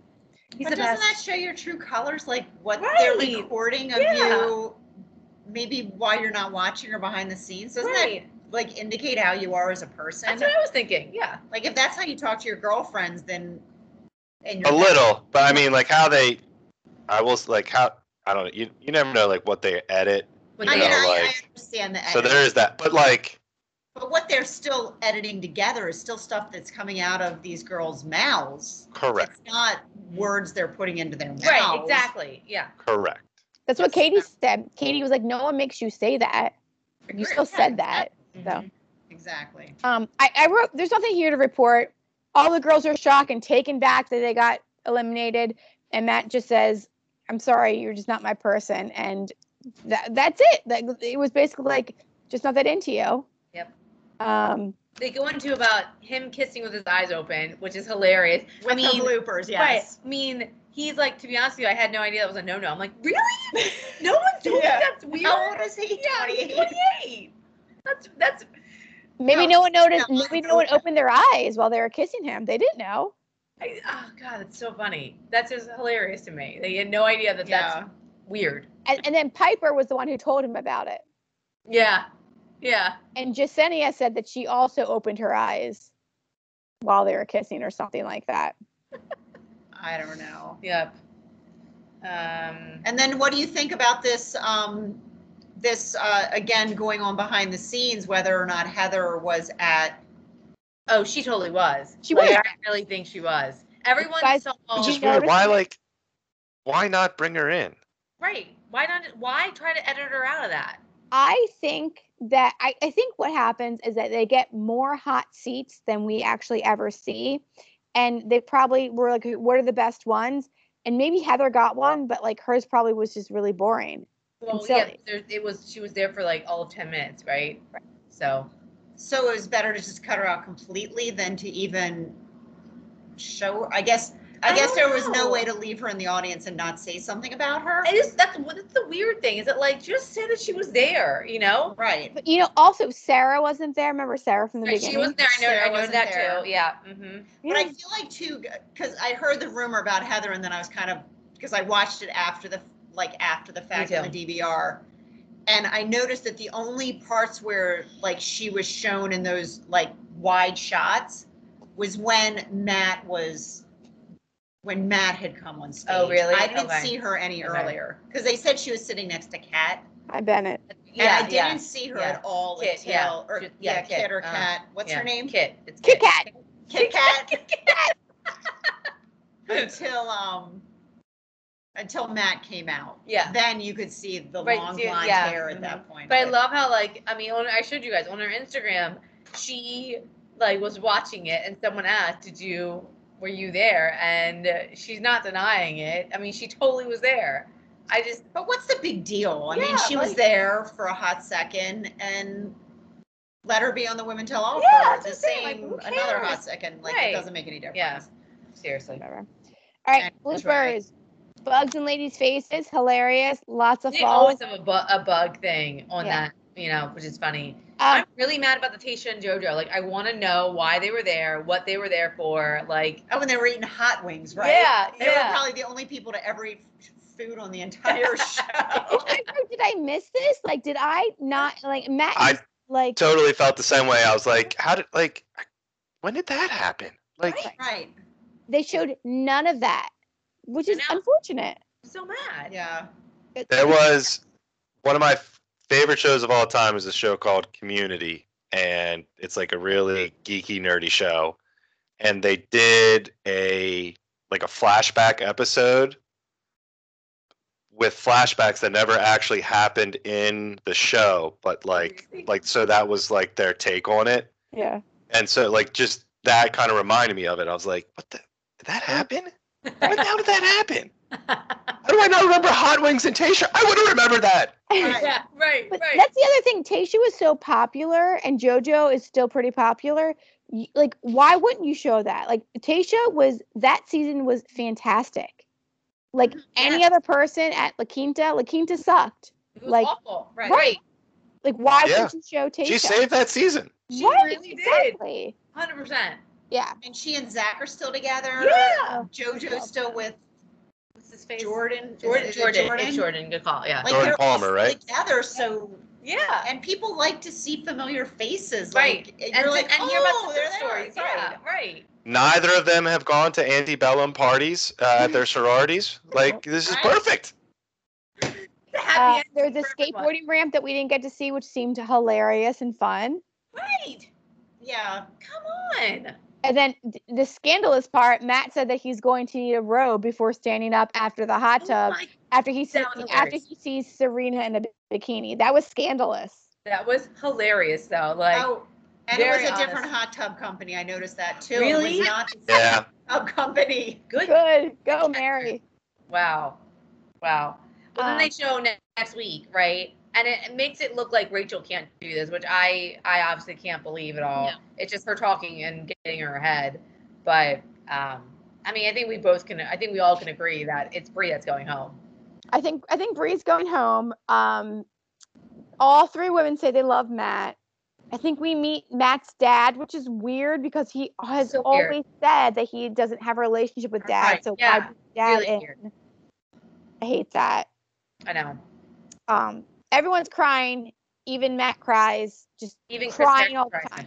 Speaker 4: but
Speaker 1: the
Speaker 4: doesn't
Speaker 1: best.
Speaker 4: that show your true colors, like what they're
Speaker 1: Right.
Speaker 4: recording of
Speaker 1: Yeah.
Speaker 4: you, maybe while you're not watching or behind the scenes? Doesn't
Speaker 1: Right.
Speaker 4: that like indicate how you are as a person?
Speaker 1: That's what I was thinking. Yeah,
Speaker 4: like if that's how you talk to your girlfriends, then and
Speaker 3: A
Speaker 4: your-
Speaker 3: little, but I mean, like how they, I will s- like how I don't know. You you never know like what they edit.
Speaker 1: When
Speaker 4: I
Speaker 3: you
Speaker 1: they-
Speaker 4: mean,
Speaker 3: know,
Speaker 4: I,
Speaker 3: like-
Speaker 4: I understand the
Speaker 3: So
Speaker 4: edit,
Speaker 3: there is that, but like
Speaker 4: but what they're still editing together is still stuff that's coming out of these girls' mouths.
Speaker 3: correct,
Speaker 4: It's not words they're putting into their mouths.
Speaker 1: right, exactly. Yeah,
Speaker 3: correct.
Speaker 2: that's what katie said katie was like no one makes you say that you still said that
Speaker 1: Mhm.
Speaker 4: Mm-hmm. Exactly.
Speaker 2: Um, I, I wrote, there's nothing here to report. All the girls are shocked and taken back that they got eliminated. And Matt just says, I'm sorry, you're just not my person. And that, that's it. Like, it was basically like, just not that into you.
Speaker 1: Yep.
Speaker 2: Um,
Speaker 1: They go into about him kissing with his eyes open, which is hilarious.
Speaker 4: With
Speaker 1: I mean,
Speaker 4: the bloopers, yes.
Speaker 1: But, I mean, he's like, to be honest with you, I had no idea that was a no-no. I'm like, really? No one's doing
Speaker 4: Yeah.
Speaker 1: that's weird.
Speaker 4: How old is he?
Speaker 1: yeah, he's
Speaker 4: 28.
Speaker 1: 28. That's that's
Speaker 2: Maybe no, one noticed.
Speaker 4: no,
Speaker 2: maybe
Speaker 4: I
Speaker 2: no one
Speaker 4: know.
Speaker 2: opened their eyes while they were kissing him. They didn't know.
Speaker 1: I, oh god, that's so funny. That's just hilarious to me. They had no idea that
Speaker 4: Yeah.
Speaker 1: that's weird.
Speaker 2: And, and then Piper was the one who told him about it.
Speaker 1: Yeah, yeah.
Speaker 2: And Jasenia said that she also opened her eyes while they were kissing or something like that.
Speaker 4: I don't know.
Speaker 1: Yep. Um,
Speaker 4: And then what do you think about this, um, this, uh, again, going on behind the scenes, whether or not Heather was at,
Speaker 1: oh, she totally was.
Speaker 2: She
Speaker 1: Like,
Speaker 2: was.
Speaker 1: I really think she was. Everyone
Speaker 2: Guys,
Speaker 1: saw.
Speaker 3: Which is
Speaker 2: you
Speaker 3: weird.
Speaker 2: notice
Speaker 3: Why
Speaker 2: it?
Speaker 3: like? Why not bring her in?
Speaker 1: Right. Why not? Why try to edit her out of that?
Speaker 2: I think that I, I think what happens is that they get more hot seats than we actually ever see. And they probably were like, what are the best ones? And maybe Heather got one, but like hers probably was just really boring.
Speaker 1: Well,
Speaker 2: so-
Speaker 1: yeah. There, it was. She was there for like all of ten minutes, right? Right. So
Speaker 4: so it was better to just cut her out completely than to even show, I guess, I
Speaker 1: I
Speaker 4: guess
Speaker 1: don't
Speaker 4: there was
Speaker 1: know.
Speaker 4: no way to leave her in the audience and not say something about her.
Speaker 1: it is. That's what. That's the weird thing. Is that like just say that she was there? You know.
Speaker 4: Right.
Speaker 2: But you know, also Sarah wasn't there. Remember Sarah from the
Speaker 1: Right,
Speaker 2: beginning?
Speaker 1: she wasn't there. I know.
Speaker 4: Sarah
Speaker 1: I know
Speaker 4: wasn't
Speaker 1: that
Speaker 4: there.
Speaker 1: too. Yeah. Mm-hmm.
Speaker 4: But I
Speaker 2: Yeah.
Speaker 4: feel like too, because I heard the rumor about Heather, and then I was kind of because I watched it after the like after the fact
Speaker 1: Me
Speaker 4: on the DVR, and I noticed that the only parts where like she was shown in those like wide shots was when Matt was when Matt had come on stage.
Speaker 1: Oh, really?
Speaker 4: I didn't
Speaker 1: Okay.
Speaker 4: see her any
Speaker 1: Okay.
Speaker 4: earlier because they said she was sitting next to Kat,
Speaker 2: Hi, Bennett.
Speaker 4: and I didn't see her
Speaker 1: yeah.
Speaker 4: at all
Speaker 1: Kit,
Speaker 4: until
Speaker 1: yeah.
Speaker 4: or
Speaker 1: Ju-
Speaker 4: yeah,
Speaker 1: yeah,
Speaker 4: Kit,
Speaker 1: Kit,
Speaker 4: or
Speaker 1: uh,
Speaker 4: Kat. What's her
Speaker 1: yeah.
Speaker 4: name?
Speaker 1: Kit. It's
Speaker 2: Kit Kat.
Speaker 4: Kit Kat. until um until Matt came out.
Speaker 1: Yeah.
Speaker 4: Then you could see the
Speaker 1: Right,
Speaker 4: long
Speaker 1: dude,
Speaker 4: blonde
Speaker 1: yeah,
Speaker 4: hair at
Speaker 1: mhm.
Speaker 4: that point.
Speaker 1: But I love how like I mean on I showed you guys on her Instagram, she like was watching it and someone asked, "Did you were you there?" And uh, she's not denying it. I mean, she totally was there. I just
Speaker 4: But what's the big deal? I mean,
Speaker 1: Yeah,
Speaker 4: she was
Speaker 1: like-
Speaker 4: there for a hot second and let her be on the Women Tell All
Speaker 1: Yeah,
Speaker 4: for
Speaker 1: that's
Speaker 4: the
Speaker 1: what I'm saying, like,
Speaker 4: same
Speaker 1: who
Speaker 4: another hot
Speaker 1: cares?
Speaker 4: second. Like
Speaker 1: Right.
Speaker 4: it doesn't make any difference.
Speaker 1: Yeah. seriously.
Speaker 2: Whatever. All right,
Speaker 4: And
Speaker 2: bloopers.
Speaker 4: that's right.
Speaker 2: Bugs in ladies' faces, hilarious. Lots of
Speaker 1: They
Speaker 2: falls.
Speaker 1: always have a, bu- a bug thing on
Speaker 2: Yeah.
Speaker 1: that, you know, which is funny. I'm
Speaker 2: Um,
Speaker 1: really mad about the Tasha and JoJo. Like, I want to know why they were there, what they were there for. Like,
Speaker 4: Oh, when they were eating hot wings, right?
Speaker 1: yeah,
Speaker 4: They
Speaker 1: yeah.
Speaker 4: were probably the only people to ever eat f- food on the entire show.
Speaker 2: I was like, oh did I miss this? Like, did I not like Matt?
Speaker 3: I
Speaker 2: is, like,
Speaker 3: Totally felt the same way. I was like, how did like? When did that happen? Like,
Speaker 2: Right.
Speaker 4: right.
Speaker 2: they showed none of that, which
Speaker 1: I
Speaker 2: is
Speaker 1: know.
Speaker 2: unfortunate.
Speaker 1: I'm so mad.
Speaker 4: Yeah.
Speaker 2: It-
Speaker 3: There was one of my f- favorite shows of all time is a show called Community, and it's like a really geeky, nerdy show. And they did a like a flashback episode with flashbacks that never actually happened in the show, but like
Speaker 1: Really?
Speaker 3: like so that was like their take on it.
Speaker 2: yeah.
Speaker 3: And so like just that kind of reminded me of it. I was like, what the did that happen? When the hell did that happen? How do I not remember Hot Wings and Tasha? I would have remembered that.
Speaker 4: Right.
Speaker 1: yeah, right,
Speaker 2: But
Speaker 1: right.
Speaker 2: that's the other thing. Tasha was so popular, and JoJo is still pretty popular. Y- Like, why wouldn't you show that? Like, Tasha was that season was fantastic. Like
Speaker 1: Mm-hmm.
Speaker 2: any other person at La Quinta, La Quinta sucked.
Speaker 1: It was
Speaker 2: like-
Speaker 1: awful. Right.
Speaker 2: Like, why
Speaker 3: Yeah.
Speaker 2: wouldn't you show Tasha?
Speaker 3: She saved that season.
Speaker 1: She
Speaker 2: Right,
Speaker 1: really did.
Speaker 2: exactly.
Speaker 1: 100%.
Speaker 2: Yeah.
Speaker 4: And she and Zach are still together.
Speaker 1: Yeah.
Speaker 4: JoJo's still with
Speaker 1: What's his face?
Speaker 4: Jordan. is
Speaker 1: Jordan.
Speaker 4: it
Speaker 1: Jordan. It's Jordan. Good call. Yeah.
Speaker 4: Like
Speaker 3: Jordan
Speaker 4: they're all
Speaker 3: Palmer,
Speaker 4: still
Speaker 3: right?
Speaker 4: Together, so
Speaker 1: yeah.
Speaker 4: and people like to see familiar faces,
Speaker 1: Right.
Speaker 4: Like, and
Speaker 1: And,
Speaker 4: you're like,
Speaker 1: and
Speaker 4: oh,
Speaker 1: hear about
Speaker 4: there
Speaker 1: their
Speaker 4: they
Speaker 1: stories.
Speaker 4: are.
Speaker 1: Yeah, right.
Speaker 3: Neither of them have gone to antebellum parties uh, at their sororities. Like this is
Speaker 4: Right.
Speaker 3: perfect.
Speaker 1: The
Speaker 2: Uh,
Speaker 1: happy
Speaker 2: there's a
Speaker 1: ending for everyone.
Speaker 2: skateboarding ramp that we didn't get to see, which seemed hilarious and fun.
Speaker 1: Right.
Speaker 4: Yeah,
Speaker 1: Come on.
Speaker 2: And then th- the scandalous part, Matt said that he's going to need a robe before standing up after the hot
Speaker 1: Oh
Speaker 2: tub
Speaker 1: my,
Speaker 2: after he sees
Speaker 1: that was
Speaker 2: after
Speaker 1: hilarious.
Speaker 2: he sees Serena in a bi- bikini. That was scandalous.
Speaker 1: that was hilarious, though. Like,
Speaker 4: oh, and it was
Speaker 1: very
Speaker 4: a different
Speaker 1: honest.
Speaker 4: hot tub company. I noticed that too. It
Speaker 1: Really?
Speaker 4: was not the same
Speaker 3: Yeah.
Speaker 4: hot tub company.
Speaker 1: good.
Speaker 2: Good. Go Mary.
Speaker 1: Wow. Wow. Well,
Speaker 2: Um,
Speaker 1: then they show ne- next week, right? And it, it makes it look like Rachel can't do this, which I I obviously can't believe at all.
Speaker 2: No.
Speaker 1: It's just her talking and getting in her head. But um, I I mean, I think we both can. I think we all can agree that it's Bree that's going home.
Speaker 2: I think I think Bree's going home. Um, all three women say they love Matt. I think we meet Matt's dad, which is weird because he has
Speaker 1: So
Speaker 2: always
Speaker 1: weird.
Speaker 2: said that he doesn't have a relationship with dad.
Speaker 1: Right,
Speaker 2: So
Speaker 1: yeah,
Speaker 2: why bring dad
Speaker 1: really
Speaker 2: in?
Speaker 1: weird.
Speaker 2: I hate that.
Speaker 1: I know.
Speaker 2: Um, everyone's crying. Even Matt cries. Just
Speaker 1: Even
Speaker 2: crying
Speaker 1: Kristen
Speaker 2: all the
Speaker 1: cries.
Speaker 2: time.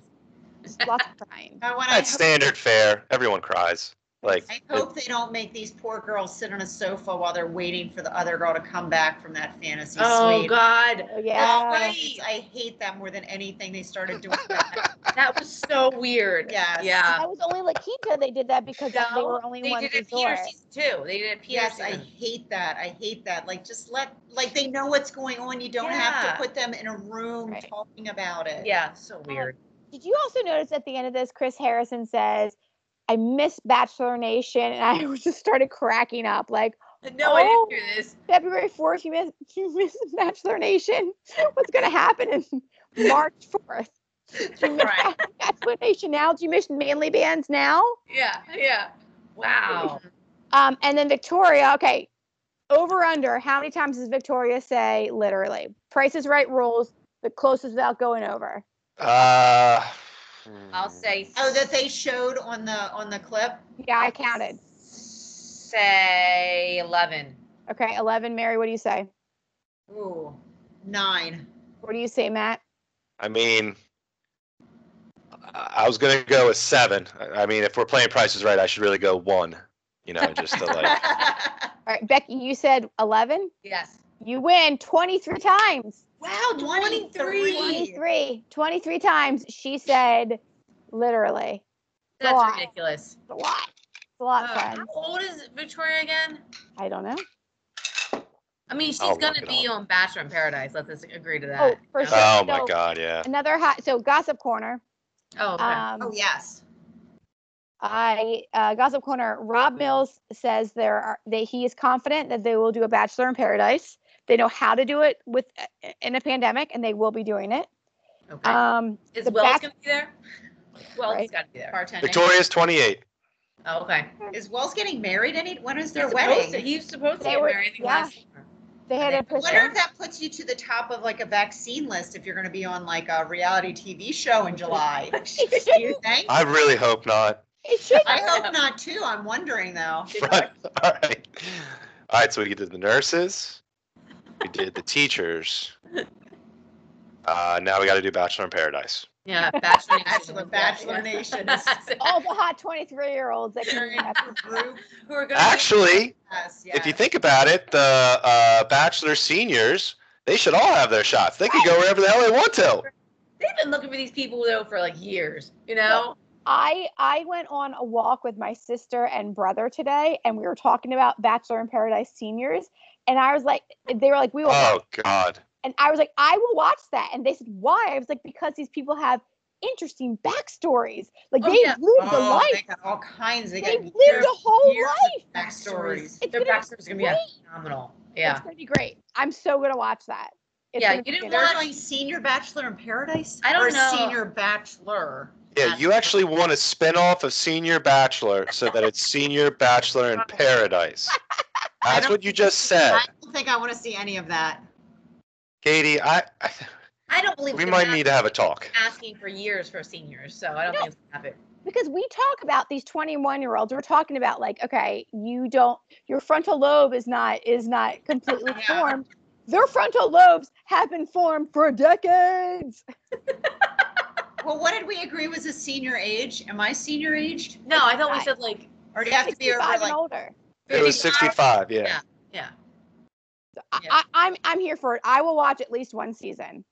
Speaker 2: Just lots of crying.
Speaker 4: I want
Speaker 3: That's
Speaker 4: to.
Speaker 3: standard fare. Everyone cries. Like
Speaker 4: I hope they don't make these poor girls sit on a sofa while they're waiting for the other girl to come back from that fantasy
Speaker 1: Oh
Speaker 4: suite.
Speaker 1: God,
Speaker 2: Oh
Speaker 4: That's
Speaker 2: yeah.
Speaker 1: right.
Speaker 4: it's- I hate that more than anything they started doing. that.
Speaker 1: that was so weird.
Speaker 4: Yes.
Speaker 1: Yeah.
Speaker 2: That was only La Quinta they did that because they were only
Speaker 1: um, they
Speaker 2: one
Speaker 1: did it Peter
Speaker 2: resort.
Speaker 1: season two. They did it Peter
Speaker 4: Yes, I
Speaker 1: season.
Speaker 4: hate that. I hate that. Like, just let, like, they know what's going on. You don't have
Speaker 1: Yeah.
Speaker 4: to put them in a room
Speaker 2: Right.
Speaker 4: talking about it.
Speaker 1: yeah, so weird.
Speaker 2: Did you also notice at the end of this, Chris Harrison says, "I miss Bachelor Nation," and I was just started cracking up. Like
Speaker 1: No, I
Speaker 2: Oh.
Speaker 1: didn't hear this.
Speaker 2: February fourth, you miss you miss Bachelor Nation. What's gonna happen in March fourth? You miss
Speaker 1: Right.
Speaker 2: Bachelor Nation now. Do you miss manly bands now?
Speaker 1: Yeah, yeah. Oh. Wow.
Speaker 2: Um, and then Victoria. Okay, over under. How many times does Victoria say literally? Price is Right rules. The closest without going over.
Speaker 3: uh
Speaker 1: I'll say.
Speaker 4: Oh, that they showed on the, on the clip?
Speaker 2: Yeah, I counted.
Speaker 1: Say eleven.
Speaker 2: Okay, eleven. Mary, what do you say?
Speaker 4: Ooh, nine.
Speaker 2: What do you say, Matt?
Speaker 3: I mean I I was gonna go with seven. I I mean, if we're playing prices right, I should really go one. You know, just to like
Speaker 2: All right, Becky, you said eleven.
Speaker 1: Yes.
Speaker 2: You win 23 times.
Speaker 4: Wow, 23.
Speaker 2: 23. 23 times. She said, literally.
Speaker 1: That's
Speaker 2: Wow.
Speaker 1: ridiculous.
Speaker 2: It's a lot. It's a lot,
Speaker 1: Uh,
Speaker 2: friends.
Speaker 1: how old is Victoria again?
Speaker 2: I don't know.
Speaker 1: I mean, she's
Speaker 3: I'll look
Speaker 1: gonna
Speaker 3: it
Speaker 1: be on Bachelor in Paradise. Let's just agree to that.
Speaker 2: Oh, for
Speaker 1: you know?
Speaker 2: sure.
Speaker 3: Oh my
Speaker 2: So-
Speaker 3: god, yeah.
Speaker 2: Another hot. So, Gossip Corner.
Speaker 1: Oh, okay.
Speaker 4: Oh,
Speaker 2: Um,
Speaker 4: yes.
Speaker 2: I uh, Gossip Corner. Rob Mills says there are that he is confident that they will do a Bachelor in Paradise. They know how to do it with uh, in a pandemic, and they will be doing it.
Speaker 1: okay.
Speaker 2: Um,
Speaker 1: is
Speaker 2: the
Speaker 1: Wells
Speaker 2: back-
Speaker 1: gonna be there? Wells has
Speaker 2: Right.
Speaker 1: got to be there.
Speaker 4: Bartending.
Speaker 3: Victoria's twenty eight.
Speaker 1: Oh, okay.
Speaker 4: Is Wells getting married any, when is their
Speaker 1: He's supposed to-
Speaker 4: wedding?
Speaker 1: He's supposed to
Speaker 2: They
Speaker 1: get
Speaker 2: were-
Speaker 1: married. I think,
Speaker 2: yeah.
Speaker 1: last summer.
Speaker 2: they had a
Speaker 1: I
Speaker 4: I
Speaker 2: push.
Speaker 4: wonder if that puts you to the top of like a vaccine list if you're going to be on like a reality TV show in July. Do you think?
Speaker 3: I really hope not.
Speaker 2: It should
Speaker 4: I hope not too. I'm wondering though.
Speaker 3: Right. All right. All right. So we did the nurses. We did the teachers. Uh, now we got to do Bachelor in Paradise.
Speaker 1: Yeah, Bachelor Nation.
Speaker 4: Bachelor, Bachelor Nation is
Speaker 2: all the hot 23 year olds that
Speaker 4: they're
Speaker 2: can
Speaker 4: in a group.
Speaker 1: Who are going
Speaker 3: Actually,
Speaker 4: Yes,
Speaker 3: if you
Speaker 4: yes.
Speaker 3: think about it, the uh, Bachelor seniors they should all have their shots. They could go wherever the hell they want to.
Speaker 1: They've been looking for these people though for like years, you know?
Speaker 2: I I went on a walk with my sister and brother today, and we were talking about Bachelor in Paradise seniors. And I was like, they were like, we will, watch-
Speaker 3: Oh God.
Speaker 2: and I was like, I will watch that. And they said, why? I was like, because these people have interesting backstories. Like
Speaker 1: Oh,
Speaker 2: they
Speaker 1: yeah.
Speaker 2: have lived a
Speaker 4: Oh, they
Speaker 2: life.
Speaker 4: got all kinds. They
Speaker 2: They have
Speaker 4: got years-
Speaker 2: lived a whole
Speaker 4: years
Speaker 2: life.
Speaker 4: of backstories.
Speaker 2: It's
Speaker 1: Their
Speaker 2: gonna be
Speaker 1: backstories is gonna be phenomenal. Yeah.
Speaker 2: It's gonna be great. I'm so gonna watch that. It's
Speaker 1: Yeah,
Speaker 2: gonna
Speaker 1: you
Speaker 2: be
Speaker 1: didn't
Speaker 2: good.
Speaker 4: They're like senior bachelor in paradise.
Speaker 1: I don't
Speaker 4: or
Speaker 1: know.
Speaker 4: Senior bachelor.
Speaker 3: Yeah, you actually want a spinoff of Senior Bachelor so that it's Senior Bachelor in Paradise. That's what you just said,
Speaker 4: I don't think I want to see any of that.
Speaker 3: Katie. I, I
Speaker 1: I don't believe
Speaker 3: we
Speaker 1: it's
Speaker 3: might
Speaker 1: gonna
Speaker 3: need to have a talk.
Speaker 1: happen. asking for years for seniors, so I don't
Speaker 2: No.
Speaker 1: think it's gonna happen.
Speaker 2: because we talk about these 21 year olds we're talking about like okay you don't your frontal lobe is not is not completely
Speaker 4: Yeah.
Speaker 2: formed their frontal lobes have been formed for decades
Speaker 4: Well, what did we agree was a senior age? Am I senior aged?
Speaker 1: No, I thought we
Speaker 2: Right.
Speaker 1: said like
Speaker 4: Or do you have to be over
Speaker 2: 65 and
Speaker 4: like?
Speaker 2: older
Speaker 3: It
Speaker 1: 55.
Speaker 3: was sixty-five. Yeah.
Speaker 1: Yeah.
Speaker 2: I-
Speaker 1: Yeah.
Speaker 2: I, i'm i'm here for it i will watch at least one season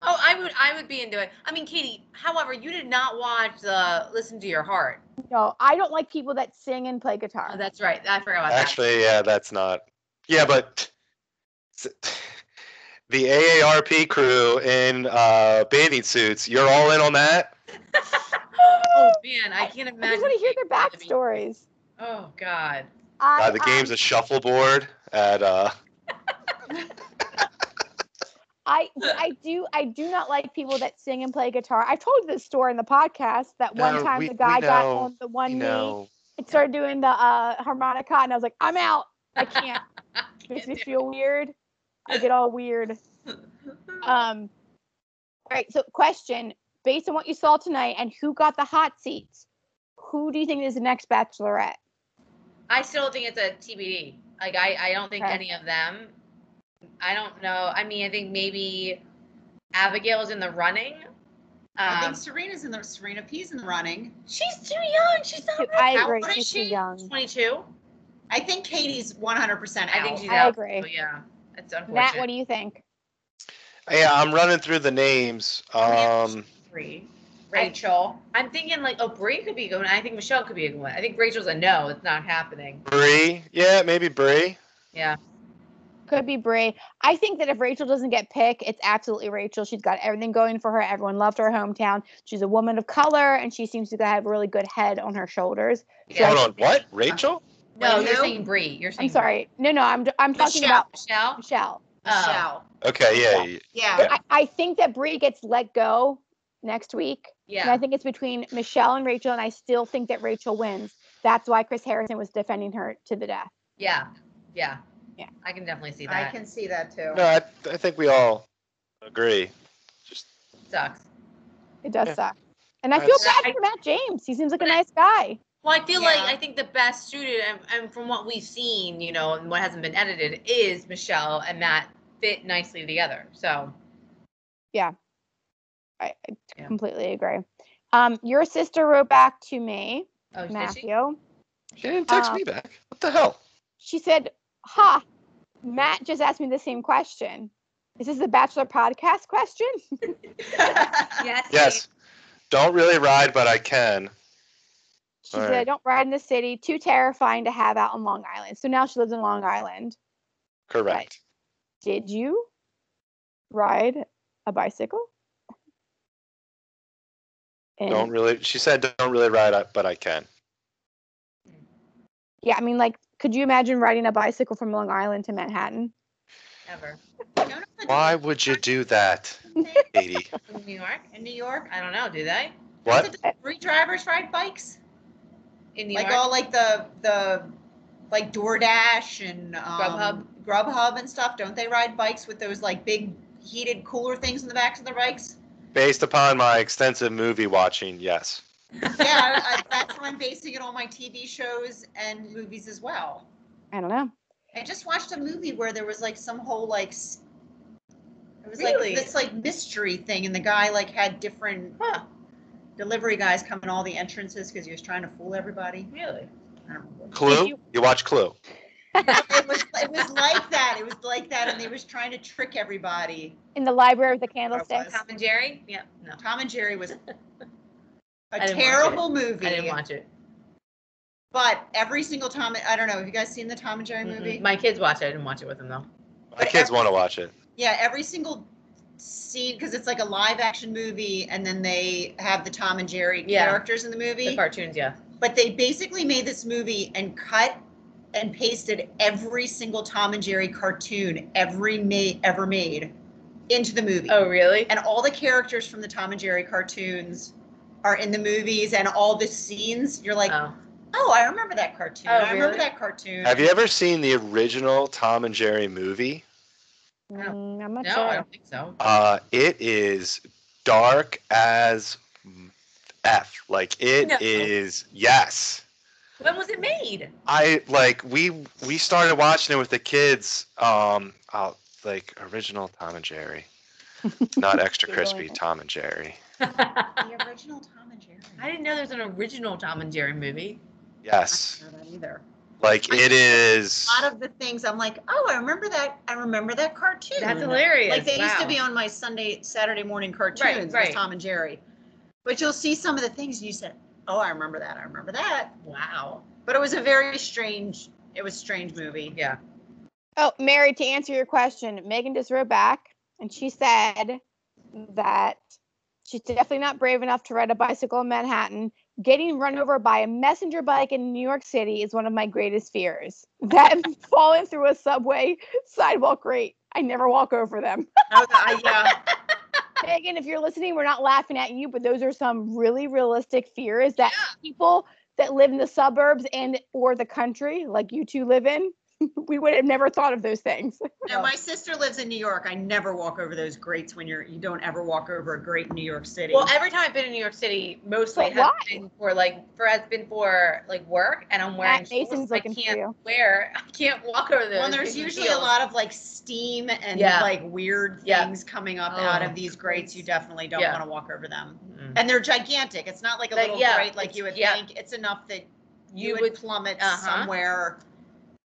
Speaker 1: Oh, I would I would be into it. I mean, Katie, however, you did not watch the Listen to Your Heart.
Speaker 2: no i don't like people that sing and play guitar
Speaker 1: Oh, that's right. I forgot about that.
Speaker 3: Actually, yeah, that's not. Yeah, but s- the AARP crew in uh, bathing suits, you're all in on that?
Speaker 1: Oh man, I can't
Speaker 2: i
Speaker 1: imagine.
Speaker 2: just want to hear their
Speaker 1: I mean,
Speaker 2: backstories
Speaker 1: Oh God.
Speaker 2: I,
Speaker 3: Uh, the game's
Speaker 2: um,
Speaker 3: a shuffleboard at uh,
Speaker 2: I, I do I do not like people that sing and play guitar. I told this story in the podcast that one
Speaker 3: No,
Speaker 2: time
Speaker 3: we-
Speaker 2: the guy
Speaker 3: we
Speaker 2: got
Speaker 3: know,
Speaker 2: on the one
Speaker 3: you
Speaker 2: knee
Speaker 3: know,
Speaker 2: started doing the uh, harmonica, and I was like, I'm out. I can't. It makes me feel weird. I get all weird. Um, all right. So, question based on what you saw tonight and who got the hot seats, who do you think is the next bachelorette?
Speaker 1: I still think it's a TBD. Like I, I don't think
Speaker 2: Okay.
Speaker 1: any of them. I don't know. I mean, I think maybe Abigail's in the running.
Speaker 4: I
Speaker 1: Um,
Speaker 4: think Serena's in the Serena P's in the running.
Speaker 1: she's too young. She's not.
Speaker 2: I
Speaker 1: ready.
Speaker 2: agree.
Speaker 4: what is
Speaker 2: She's too
Speaker 4: she?
Speaker 2: young.
Speaker 1: Twenty-two.
Speaker 4: I think Katie's 100% out.
Speaker 1: I think she's
Speaker 2: I
Speaker 1: out.
Speaker 2: agree.
Speaker 1: So, yeah, it's
Speaker 2: Matt, what
Speaker 1: unfortunate.
Speaker 2: do you think?
Speaker 3: Yeah, I'm running through the names. Um,
Speaker 1: Three.
Speaker 4: Rachel.
Speaker 1: I'm thinking like, oh, Brie could be going. I think Michelle could be going. I think Rachel's a no. It's not happening.
Speaker 3: Bree, yeah, maybe Bree.
Speaker 1: Yeah.
Speaker 2: Could be Brie. I think that if Rachel doesn't get picked, it's absolutely Rachel. She's got everything going for her. Everyone loved her hometown. She's a woman of color, and she seems to have a really good head on her shoulders.
Speaker 1: Yeah.
Speaker 3: Hold on, what? Rachel?
Speaker 1: No,
Speaker 4: Wait,
Speaker 1: you're
Speaker 4: who?
Speaker 1: saying Brie. You're saying.
Speaker 2: I'm sorry. No, no, I'm I'm
Speaker 1: Brie.
Speaker 2: talking
Speaker 1: Michelle.
Speaker 2: about
Speaker 1: Michelle.
Speaker 2: Michelle.
Speaker 1: Oh,
Speaker 4: Michelle.
Speaker 3: Okay, yeah, yeah.
Speaker 4: Yeah.
Speaker 2: But I, I think that Brie gets let go next week. And I
Speaker 1: yeah.
Speaker 2: think it's between Michelle and Rachel, and I still think that Rachel wins. That's why Chris Harrison was defending her to the death.
Speaker 1: Yeah. Yeah.
Speaker 2: Yeah.
Speaker 1: I can definitely see
Speaker 4: I
Speaker 1: that.
Speaker 4: can see that too.
Speaker 3: No, I, I think we all agree. Just
Speaker 1: Sucks.
Speaker 2: It does
Speaker 3: Yeah.
Speaker 2: suck. And I
Speaker 3: Right.
Speaker 2: feel
Speaker 1: Yeah,
Speaker 2: bad
Speaker 1: I-
Speaker 2: for Matt James. He seems like a nice guy.
Speaker 1: Well, I feel like
Speaker 4: Yeah.
Speaker 1: I think the best suited, and, and from what we've seen, you know, and what hasn't been edited, is Michelle and Matt fit nicely together. So Yeah.
Speaker 2: Completely agree. Um, your sister wrote back to me,
Speaker 1: oh, did she?
Speaker 2: Matthew.
Speaker 3: she didn't text
Speaker 2: Um,
Speaker 3: me back. What the hell?
Speaker 2: She said, Ha, Matt just asked me the same question. Is this the Bachelor podcast question?
Speaker 1: yes.
Speaker 3: Yes. Don't really ride, but I can.
Speaker 2: She
Speaker 3: All
Speaker 2: said,
Speaker 3: right.
Speaker 2: Don't ride in the city. Too terrifying to have out on Long Island. So now she lives in Long Island.
Speaker 3: Correct.
Speaker 2: Did you ride a bicycle? And-
Speaker 3: Don't really. She said, "Don't really ride, I- but I can."
Speaker 2: yeah, I mean, like, could you imagine riding a bicycle from Long Island to Manhattan?
Speaker 1: Ever
Speaker 4: Don't put
Speaker 3: Why would you do that, Katie?
Speaker 1: in New York?
Speaker 4: in New York?
Speaker 1: I don't know. Do they
Speaker 3: What?
Speaker 4: Did the Three drivers ride bikes?
Speaker 1: in New
Speaker 4: Like
Speaker 1: York?
Speaker 4: all like the, the, like DoorDash and um, Grubhub and stuff, don't they ride bikes with those like big heated cooler things in the backs of their bikes?
Speaker 3: Based upon my extensive movie watching, yes.
Speaker 4: Yeah, I- that's what I'm basing it on my TV shows and movies as well.
Speaker 2: I don't know.
Speaker 4: I just watched a movie where there was like some whole like s- it was
Speaker 1: Really?
Speaker 4: like this like mystery thing, and the guy like had different
Speaker 1: Huh?
Speaker 4: delivery guys come in all the entrances because he was trying to fool everybody.
Speaker 1: Really?
Speaker 4: I don't remember.
Speaker 3: Clue.
Speaker 2: you-
Speaker 3: You watch Clue.
Speaker 4: it was it was like that. It was like that, and they was trying to trick everybody.
Speaker 2: In the library with the candlesticks.
Speaker 4: was.
Speaker 1: Tom and Jerry? Yeah. No,
Speaker 4: Tom and Jerry was a
Speaker 1: didn't watch
Speaker 4: terrible movie,
Speaker 1: I didn't watch it.
Speaker 4: but every single Tom I don't know. Have you guys seen the Tom and Jerry movie?
Speaker 1: Mm-mm. My kids watch it. I didn't watch it with them though.
Speaker 3: My kids want to watch it.
Speaker 4: Yeah, every single scene because it's like a live action movie, and then they have the Tom and Jerry
Speaker 1: Yeah.
Speaker 4: characters in the
Speaker 1: The
Speaker 4: movie.
Speaker 1: cartoons, yeah.
Speaker 4: But they basically made this movie and cut and pasted every single Tom and Jerry cartoon every made ever made into the movie.
Speaker 1: Oh, really?
Speaker 4: And all the characters from the Tom and Jerry cartoons are in the movies, and all the scenes. You're like, oh,
Speaker 1: Oh.
Speaker 4: I remember that cartoon.
Speaker 1: Oh,
Speaker 4: I remember
Speaker 1: really?
Speaker 4: that cartoon.
Speaker 3: Have you ever seen the original Tom and Jerry movie?
Speaker 2: Mm, I'm not
Speaker 1: No, I
Speaker 2: sure.
Speaker 1: don't think so.
Speaker 3: Uh, it is dark as f. Like it is.
Speaker 1: No.
Speaker 3: Yes.
Speaker 1: When was it made?
Speaker 3: I like we we started watching it with the kids. Um, uh, like original Tom and Jerry, not extra
Speaker 2: Googling
Speaker 3: crispy
Speaker 2: it.
Speaker 3: Tom and Jerry.
Speaker 1: I
Speaker 4: The original Tom and Jerry.
Speaker 1: didn't know there's an original Tom and Jerry movie.
Speaker 3: Yes,
Speaker 4: I don't know that either.
Speaker 3: like it is.
Speaker 4: lot of the things I'm like, oh, I remember that. I remember that cartoon.
Speaker 1: That's hilarious.
Speaker 4: Like they used to
Speaker 1: Wow.
Speaker 4: be on my Sunday, Saturday morning cartoons,
Speaker 1: right.
Speaker 4: with Tom and Jerry. But you'll see some of the things and you said, oh, I remember that. I remember that.
Speaker 1: Wow.
Speaker 4: But it was a very strange. It was a strange movie.
Speaker 1: Yeah.
Speaker 2: Oh, Mary, to answer your question, Megan just wrote back and she said that she's definitely not brave enough to ride a bicycle in Manhattan. Getting run over by a messenger bike in New York City is one of my greatest fears. That and falling through a subway sidewalk grate. I never walk over them.
Speaker 4: I, Oh, I, yeah.
Speaker 2: Megan, if you're listening, we're not laughing at you, but those are some really realistic fears that people that live in the suburbs and or the country like you two live in we would have never thought of those things
Speaker 4: Now, my sister lives in New York. I never walk over those grates when you're, you don't ever walk over a grate in New York City.
Speaker 1: Well, every time I've been in New York City, mostly
Speaker 2: But
Speaker 1: has
Speaker 2: why?
Speaker 1: been for like for has been for like work, and I'm wearing
Speaker 2: Matt Mason's
Speaker 1: heels.
Speaker 2: looking
Speaker 1: I
Speaker 2: for
Speaker 1: can't
Speaker 2: you.
Speaker 1: wear. I can't walk over there.
Speaker 4: Well, there's usually a lot of like steam and
Speaker 1: Yeah.
Speaker 4: like weird
Speaker 1: Yeah.
Speaker 4: things coming up out
Speaker 1: Oh,
Speaker 4: of these grates. You definitely don't
Speaker 1: Yeah.
Speaker 4: want to walk over them.
Speaker 1: Mm.
Speaker 4: And they're gigantic. It's not like a
Speaker 1: Like,
Speaker 4: little
Speaker 1: yeah,
Speaker 4: grate like
Speaker 1: it's-
Speaker 4: you would
Speaker 1: yeah.
Speaker 4: think. It's enough that you,
Speaker 1: You
Speaker 4: would,
Speaker 1: would.
Speaker 4: plummet
Speaker 1: uh-huh.
Speaker 4: somewhere.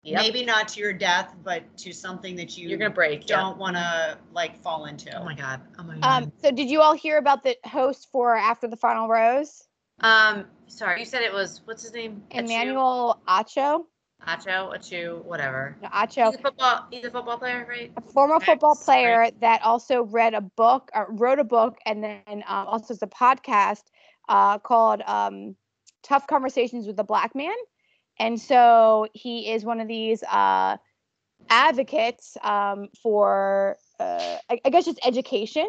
Speaker 1: Yep.
Speaker 4: Maybe not to your death, but to something that you
Speaker 1: You're gonna break. yeah.
Speaker 4: don't want to like fall into.
Speaker 1: Oh my god. Oh my god.
Speaker 2: um so did you all hear about the host for after the final rose
Speaker 1: Um, sorry, you said it was what's his name? Achu?
Speaker 2: emmanuel acho
Speaker 1: Acho, Achu, whatever.
Speaker 2: No,
Speaker 1: He's
Speaker 2: acho
Speaker 1: a football. He's a football player, right?
Speaker 2: a former
Speaker 1: Okay,
Speaker 2: football
Speaker 1: sorry.
Speaker 2: player that also read a book, uh, wrote a book, and then um, also has a podcast uh, called um, "Tough Conversations with a Black Man." And so he is one of these uh, advocates um, for, uh, I, I guess, just education.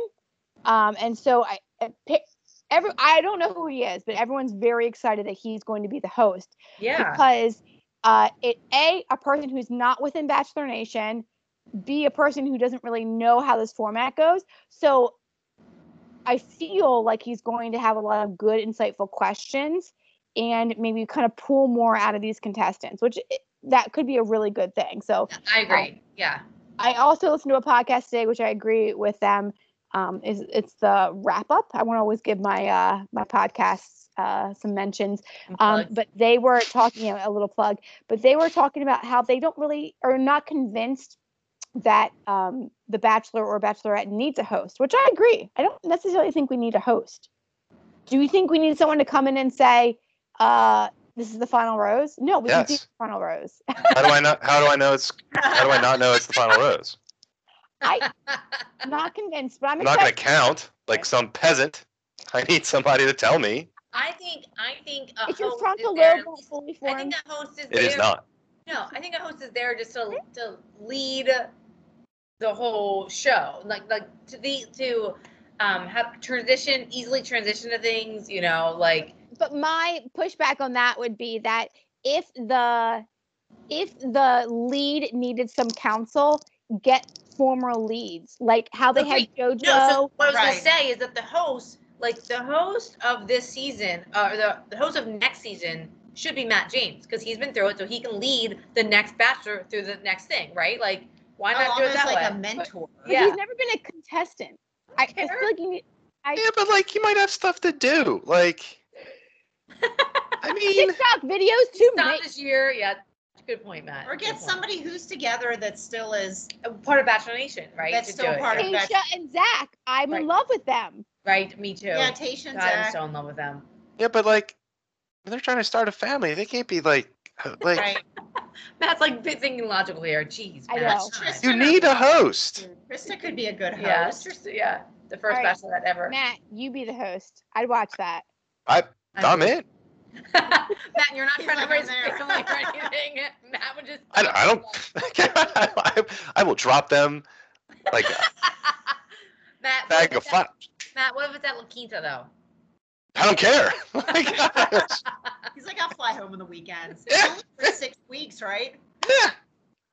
Speaker 2: Um, and so I, I pick every. I don't know who he is, but everyone's very excited that he's going to be the host
Speaker 1: Yeah.
Speaker 2: because uh, it a a person who's not within Bachelor Nation, b a person who doesn't really know how this format goes. So I feel like he's going to have a lot of good, insightful questions, and maybe kind of pull more out of these contestants, which i- that could be a really good thing. So
Speaker 1: I
Speaker 2: Um,
Speaker 1: agree. Yeah.
Speaker 2: I also listened to a podcast today, which I agree with them. Um, is it's the wrap up. I want to always give my uh, my podcasts uh, some mentions. Um,
Speaker 1: Plugs.
Speaker 2: but they were talking, you know, a little plug, but they were talking about how they don't really are not convinced that um, the bachelor or bachelorette needs a host, which I agree. I don't necessarily think we need a host. Do we think we need someone to come in and say, uh, this is the final rose? No, we can do
Speaker 3: Yes.
Speaker 2: the final rose.
Speaker 3: How do I not? How do I know it's? How do I not know it's the final rose?
Speaker 2: I- I'm not convinced, but I'm
Speaker 3: I'm not going
Speaker 2: excited.
Speaker 3: to count like some peasant. I need somebody to tell me
Speaker 1: I think. I think. A
Speaker 2: It's your
Speaker 1: host
Speaker 2: frontal
Speaker 1: is there-
Speaker 2: lobe not fully
Speaker 1: I
Speaker 2: formed.
Speaker 1: think a host is.
Speaker 3: it is
Speaker 1: there-
Speaker 3: not.
Speaker 1: No, I think a host is there just to to lead the whole show, like like to the to um have transition easily transition to things. You know, like
Speaker 2: but my pushback on that would be that if the if the lead needed some counsel, get former leads like how they had JoJo.
Speaker 1: No, so what I was
Speaker 4: Right.
Speaker 1: gonna say is that the host, like the host of this season, uh, or the, the host of next season, should be Matt James because he's been through it, so he can lead the next bachelor through the next thing, right? Like, why
Speaker 4: Oh,
Speaker 1: not do it
Speaker 4: almost
Speaker 1: that
Speaker 4: like a
Speaker 1: way?
Speaker 4: mentor.
Speaker 2: but
Speaker 1: yeah.
Speaker 2: he's never been a contestant. I, I feel
Speaker 1: care.
Speaker 2: like you need. I
Speaker 3: Yeah, but like you might have stuff to do. Like, I mean,
Speaker 2: TikTok videos too.
Speaker 1: Stop
Speaker 2: mate.
Speaker 1: this year, yeah. Good point, Matt.
Speaker 4: Or
Speaker 1: Good
Speaker 4: get
Speaker 1: point.
Speaker 4: somebody who's together that still is
Speaker 1: Uh, part of Bachelor Nation, right?
Speaker 4: That's
Speaker 1: to do
Speaker 4: still
Speaker 1: it,
Speaker 4: part of-
Speaker 1: yeah.
Speaker 4: back-
Speaker 2: Tasha and Zach. I'm
Speaker 1: Right.
Speaker 2: in love with them.
Speaker 1: right. Me too.
Speaker 4: yeah,
Speaker 1: God,
Speaker 4: Tation's
Speaker 1: I'm
Speaker 4: act.
Speaker 1: so in love with them.
Speaker 3: yeah, but like they're trying to start a family. They can't be like like
Speaker 4: Right.
Speaker 1: Matt's like big thinking logical here. Jeez,
Speaker 2: I
Speaker 1: Matt.
Speaker 2: know.
Speaker 4: Tristan
Speaker 3: you need a host.
Speaker 4: Krista could be a good
Speaker 1: Yeah, it's
Speaker 4: host.
Speaker 1: just yeah, the first
Speaker 2: All right.
Speaker 1: Bachelorette ever.
Speaker 2: Matt, you be the host. I'd watch that.
Speaker 3: I I'm
Speaker 1: agree.
Speaker 3: in.
Speaker 1: Matt, you're not
Speaker 4: He's
Speaker 1: trying to
Speaker 4: like,
Speaker 1: raise
Speaker 4: "I'm there."
Speaker 1: family or anything. Matt would just.
Speaker 3: I don't. I, don't I, I will drop them like a
Speaker 1: Matt, what
Speaker 3: bag
Speaker 1: if,
Speaker 3: of
Speaker 1: it's at,
Speaker 3: fun.
Speaker 1: Matt, what if it's at La Quinta though?
Speaker 3: I don't care. Like,
Speaker 4: He's like, I'll fly home on the weekends.
Speaker 3: Yeah.
Speaker 4: Only for six weeks, right?
Speaker 3: yeah.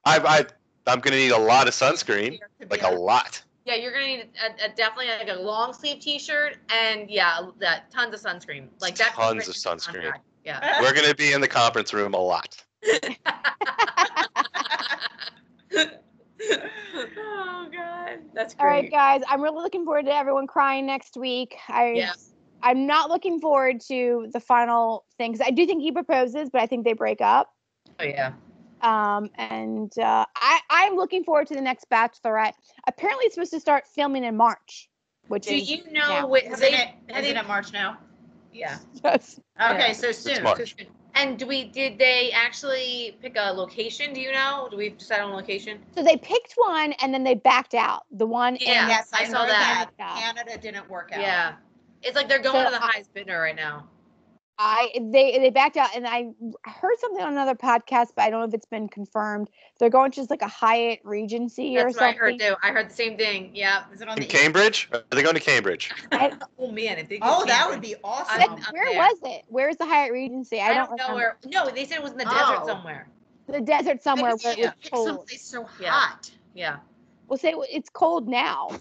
Speaker 3: I I I'm gonna need a lot of sunscreen. Like a lot.
Speaker 1: Yeah, you're gonna need a, a, definitely like a long sleeve T-shirt and yeah, that tons of sunscreen. Like that. comes written in
Speaker 3: Tons of
Speaker 1: the
Speaker 3: sunscreen.
Speaker 1: contract. Yeah.
Speaker 3: We're gonna be in the conference room a lot.
Speaker 1: oh God, that's
Speaker 2: All right,
Speaker 1: great.
Speaker 2: guys. I'm really looking forward to everyone crying next week. I
Speaker 1: Yeah.
Speaker 2: I'm not looking forward to the final thing 'cause I do think he proposes, but I think they break up.
Speaker 1: Oh yeah.
Speaker 2: Um, and uh, I I'm looking forward to the next Bachelorette. Apparently, it's supposed to start filming in March, which
Speaker 1: Do
Speaker 2: is
Speaker 1: you know
Speaker 2: now.
Speaker 1: what?
Speaker 4: Isn't
Speaker 1: they-
Speaker 4: it,
Speaker 1: have
Speaker 4: isn't
Speaker 1: they-
Speaker 4: it March now?
Speaker 1: Yeah.
Speaker 2: yes.
Speaker 4: Okay,
Speaker 1: Yeah.
Speaker 4: so soon.
Speaker 3: March.
Speaker 1: And do we did they actually pick a location? Do you know? Do we decide on location?
Speaker 2: So they picked one and then they backed out. The one in
Speaker 1: Yeah,
Speaker 4: Yes, I,
Speaker 1: I saw
Speaker 4: heard
Speaker 1: that.
Speaker 4: that.
Speaker 2: Yeah.
Speaker 4: Canada didn't work out.
Speaker 1: Yeah. It's like they're going
Speaker 2: So
Speaker 1: to the
Speaker 2: I-
Speaker 1: highest bidder right now.
Speaker 2: I they they backed out, and I heard something on another podcast, but I don't know if it's been confirmed. They're going to just like a Hyatt Regency
Speaker 1: That's
Speaker 2: or
Speaker 1: what I
Speaker 2: something.
Speaker 1: heard too. I heard the same thing. Yeah.
Speaker 4: Is it on
Speaker 3: In
Speaker 4: the?
Speaker 3: Cambridge? Are they going to Cambridge?
Speaker 1: Oh man, if they go
Speaker 4: Oh, that
Speaker 1: camping.
Speaker 4: would be
Speaker 2: That-
Speaker 4: awesome.
Speaker 1: up
Speaker 2: where
Speaker 1: there.
Speaker 2: was it? Where's the Hyatt Regency? I,
Speaker 1: I don't, know
Speaker 2: remember.
Speaker 1: where. No, they said it was in the
Speaker 4: Oh.
Speaker 1: desert somewhere.
Speaker 2: the desert somewhere where it
Speaker 4: Yeah,
Speaker 2: was
Speaker 4: pick
Speaker 2: cold.
Speaker 4: Someplace so
Speaker 1: Yeah.
Speaker 4: hot.
Speaker 1: Yeah.
Speaker 2: We'll say it- it's cold now.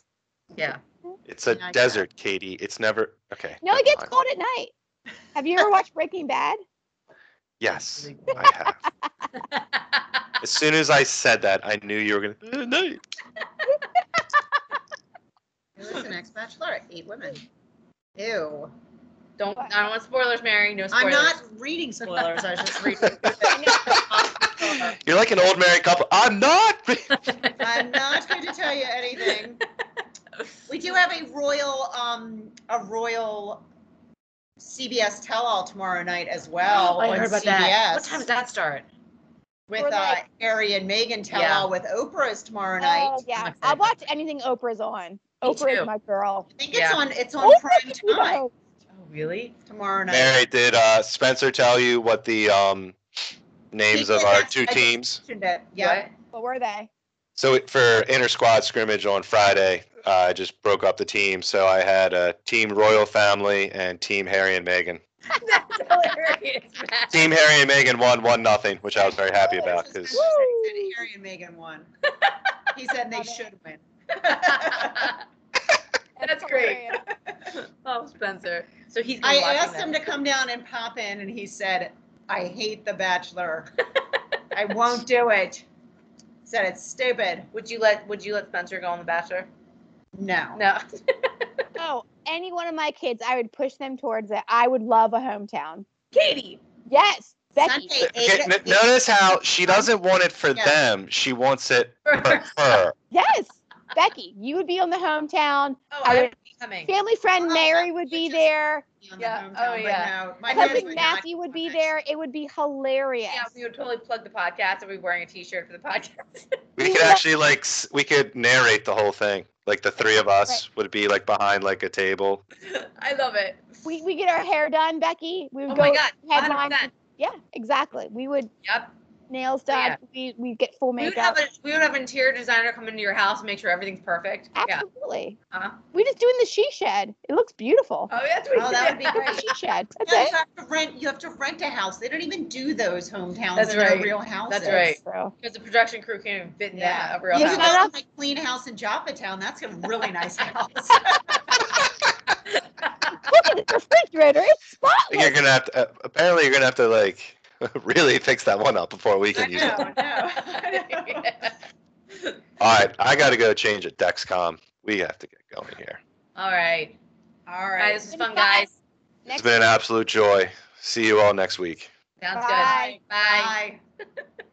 Speaker 1: Yeah.
Speaker 3: It's a
Speaker 4: Yeah, I
Speaker 3: desert, Katie. It's never okay.
Speaker 2: No, it
Speaker 3: never
Speaker 2: gets
Speaker 3: mind.
Speaker 2: cold at night. Have you ever watched Breaking Bad?
Speaker 3: Yes, I have. As soon as I said that, I knew you were gonna. "Eh, No,
Speaker 4: It was an ex-bachelorette, eight women. Ew.
Speaker 1: don't. I don't want spoilers, Mary. No spoilers.
Speaker 4: I'm not reading spoilers. I was just reading.
Speaker 3: You're like an old married couple. I'm not.
Speaker 4: I'm not going to tell you anything. We do have a royal, um, a royal CBS tell-all tomorrow night as well.
Speaker 1: Oh, I
Speaker 4: on
Speaker 1: heard about
Speaker 4: CBS.
Speaker 1: that. What time does that start?
Speaker 4: With
Speaker 2: We're
Speaker 4: uh,
Speaker 2: like-
Speaker 4: Harry and Meghan
Speaker 1: Yeah.
Speaker 4: tell-all with Oprah is tomorrow night.
Speaker 2: Oh yeah,
Speaker 1: My
Speaker 2: I'll
Speaker 1: favorite.
Speaker 2: watch anything Oprah's on. Oprah
Speaker 1: too.
Speaker 2: is my girl.
Speaker 4: I think it's
Speaker 1: Yeah.
Speaker 4: on. It's on
Speaker 2: Oprah
Speaker 4: prime
Speaker 2: could be the
Speaker 4: time
Speaker 2: host.
Speaker 1: Oh, really?
Speaker 4: tomorrow night.
Speaker 3: Mary, did uh, Spencer tell you what the um, names
Speaker 4: He
Speaker 3: of
Speaker 4: did,
Speaker 3: our
Speaker 4: yes,
Speaker 3: two
Speaker 4: I did.
Speaker 3: teams?
Speaker 4: Mentioned it. Yeah.
Speaker 1: What?
Speaker 2: What were they?
Speaker 3: So it- for inter squad scrimmage on Friday, uh, I just broke up the team. So I had uh, Team Royal Family and Team Harry and Meghan.
Speaker 1: That's hilarious. Matt.
Speaker 3: Team Harry and Meghan won one nothing, which I was very happy about
Speaker 4: Spencer
Speaker 3: because
Speaker 4: said
Speaker 2: Woo.
Speaker 4: he said Harry and Meghan won. He said they
Speaker 2: Love it.
Speaker 4: should win.
Speaker 1: That's great.
Speaker 2: hilarious.
Speaker 1: Oh, Spencer. So he's. gonna
Speaker 4: I
Speaker 1: be watching
Speaker 4: asked
Speaker 1: that.
Speaker 4: him to come down and pop in, and he said, "I hate The Bachelor. I won't do it." Said it's stupid.
Speaker 1: Would you let Would you let Spencer go on The Bachelor?
Speaker 4: No.
Speaker 1: No.
Speaker 2: Oh, any one of my kids, I would push them towards it. I would love a hometown.
Speaker 1: Katie.
Speaker 2: Yes, Becky.
Speaker 4: Sunday,
Speaker 3: Okay,
Speaker 4: eight-
Speaker 3: n- notice how she doesn't want it for
Speaker 4: Yeah.
Speaker 3: them; she wants it for her.
Speaker 2: Yes, Becky. You would be on the hometown.
Speaker 1: Oh,
Speaker 2: I
Speaker 1: I
Speaker 2: would-
Speaker 1: would be coming.
Speaker 2: Family friend
Speaker 4: Oh,
Speaker 2: Mary
Speaker 4: that
Speaker 2: would
Speaker 4: would
Speaker 2: be
Speaker 4: just-
Speaker 2: there.
Speaker 4: on the
Speaker 1: Yeah.
Speaker 4: hometown,
Speaker 1: Oh,
Speaker 4: but
Speaker 1: yeah.
Speaker 4: no. My kids
Speaker 2: Cousin
Speaker 4: would not
Speaker 2: Matthew would
Speaker 4: go
Speaker 2: be
Speaker 4: on it.
Speaker 2: there. It would be hilarious.
Speaker 1: Yeah, we would totally plug the podcast and we'd be wearing a T-shirt for the podcast.
Speaker 3: We
Speaker 2: You
Speaker 3: could
Speaker 2: know-
Speaker 3: actually like s- we could narrate the whole thing. Like the three of us would be like behind like a table.
Speaker 1: I love it.
Speaker 2: we we get our hair done, Becky. We would
Speaker 1: Oh
Speaker 2: go
Speaker 1: my God.
Speaker 2: headline.
Speaker 1: 100%.
Speaker 2: Yeah, exactly. We would
Speaker 1: Yep.
Speaker 2: nails
Speaker 1: Oh,
Speaker 2: done.
Speaker 1: yeah.
Speaker 2: We we get full
Speaker 1: We would have
Speaker 2: makeup.
Speaker 1: a We would have an interior designer come into your house and make sure everything's perfect. Yeah.
Speaker 2: Absolutely.
Speaker 1: Uh-huh.
Speaker 2: We're just doing the she shed. It looks beautiful.
Speaker 1: Oh, that's what
Speaker 4: Oh,
Speaker 1: he
Speaker 4: that
Speaker 1: said.
Speaker 4: would be great.
Speaker 2: she shed. That's
Speaker 4: No,
Speaker 2: it.
Speaker 4: you have to rent. You have to rent a house. They don't even do those hometowns.
Speaker 1: That's
Speaker 4: in their
Speaker 1: right.
Speaker 4: Real houses.
Speaker 1: right.
Speaker 2: True.
Speaker 1: Because the production crew can't even fit in
Speaker 4: Yeah.
Speaker 1: that a real
Speaker 2: Yeah.
Speaker 1: house.
Speaker 4: You
Speaker 2: Not
Speaker 4: go
Speaker 2: up-
Speaker 4: to my clean house in Joppa Town. That's a really nice house.
Speaker 2: Look at the refrigerator. It's
Speaker 3: I think you're
Speaker 2: spotless.
Speaker 3: gonna have to. Uh, apparently, you're gonna have to like really fix that one up before we
Speaker 4: I
Speaker 3: can use it.
Speaker 4: know. I know.
Speaker 3: All right, I gotta go change it. Dexcom, we have to get going here.
Speaker 1: All right.
Speaker 4: All
Speaker 1: All right.
Speaker 4: right.
Speaker 1: This was fun, guys.
Speaker 3: It's been an absolute joy. See you all next week.
Speaker 1: Sounds
Speaker 2: Bye.
Speaker 1: good. Bye.
Speaker 4: Bye.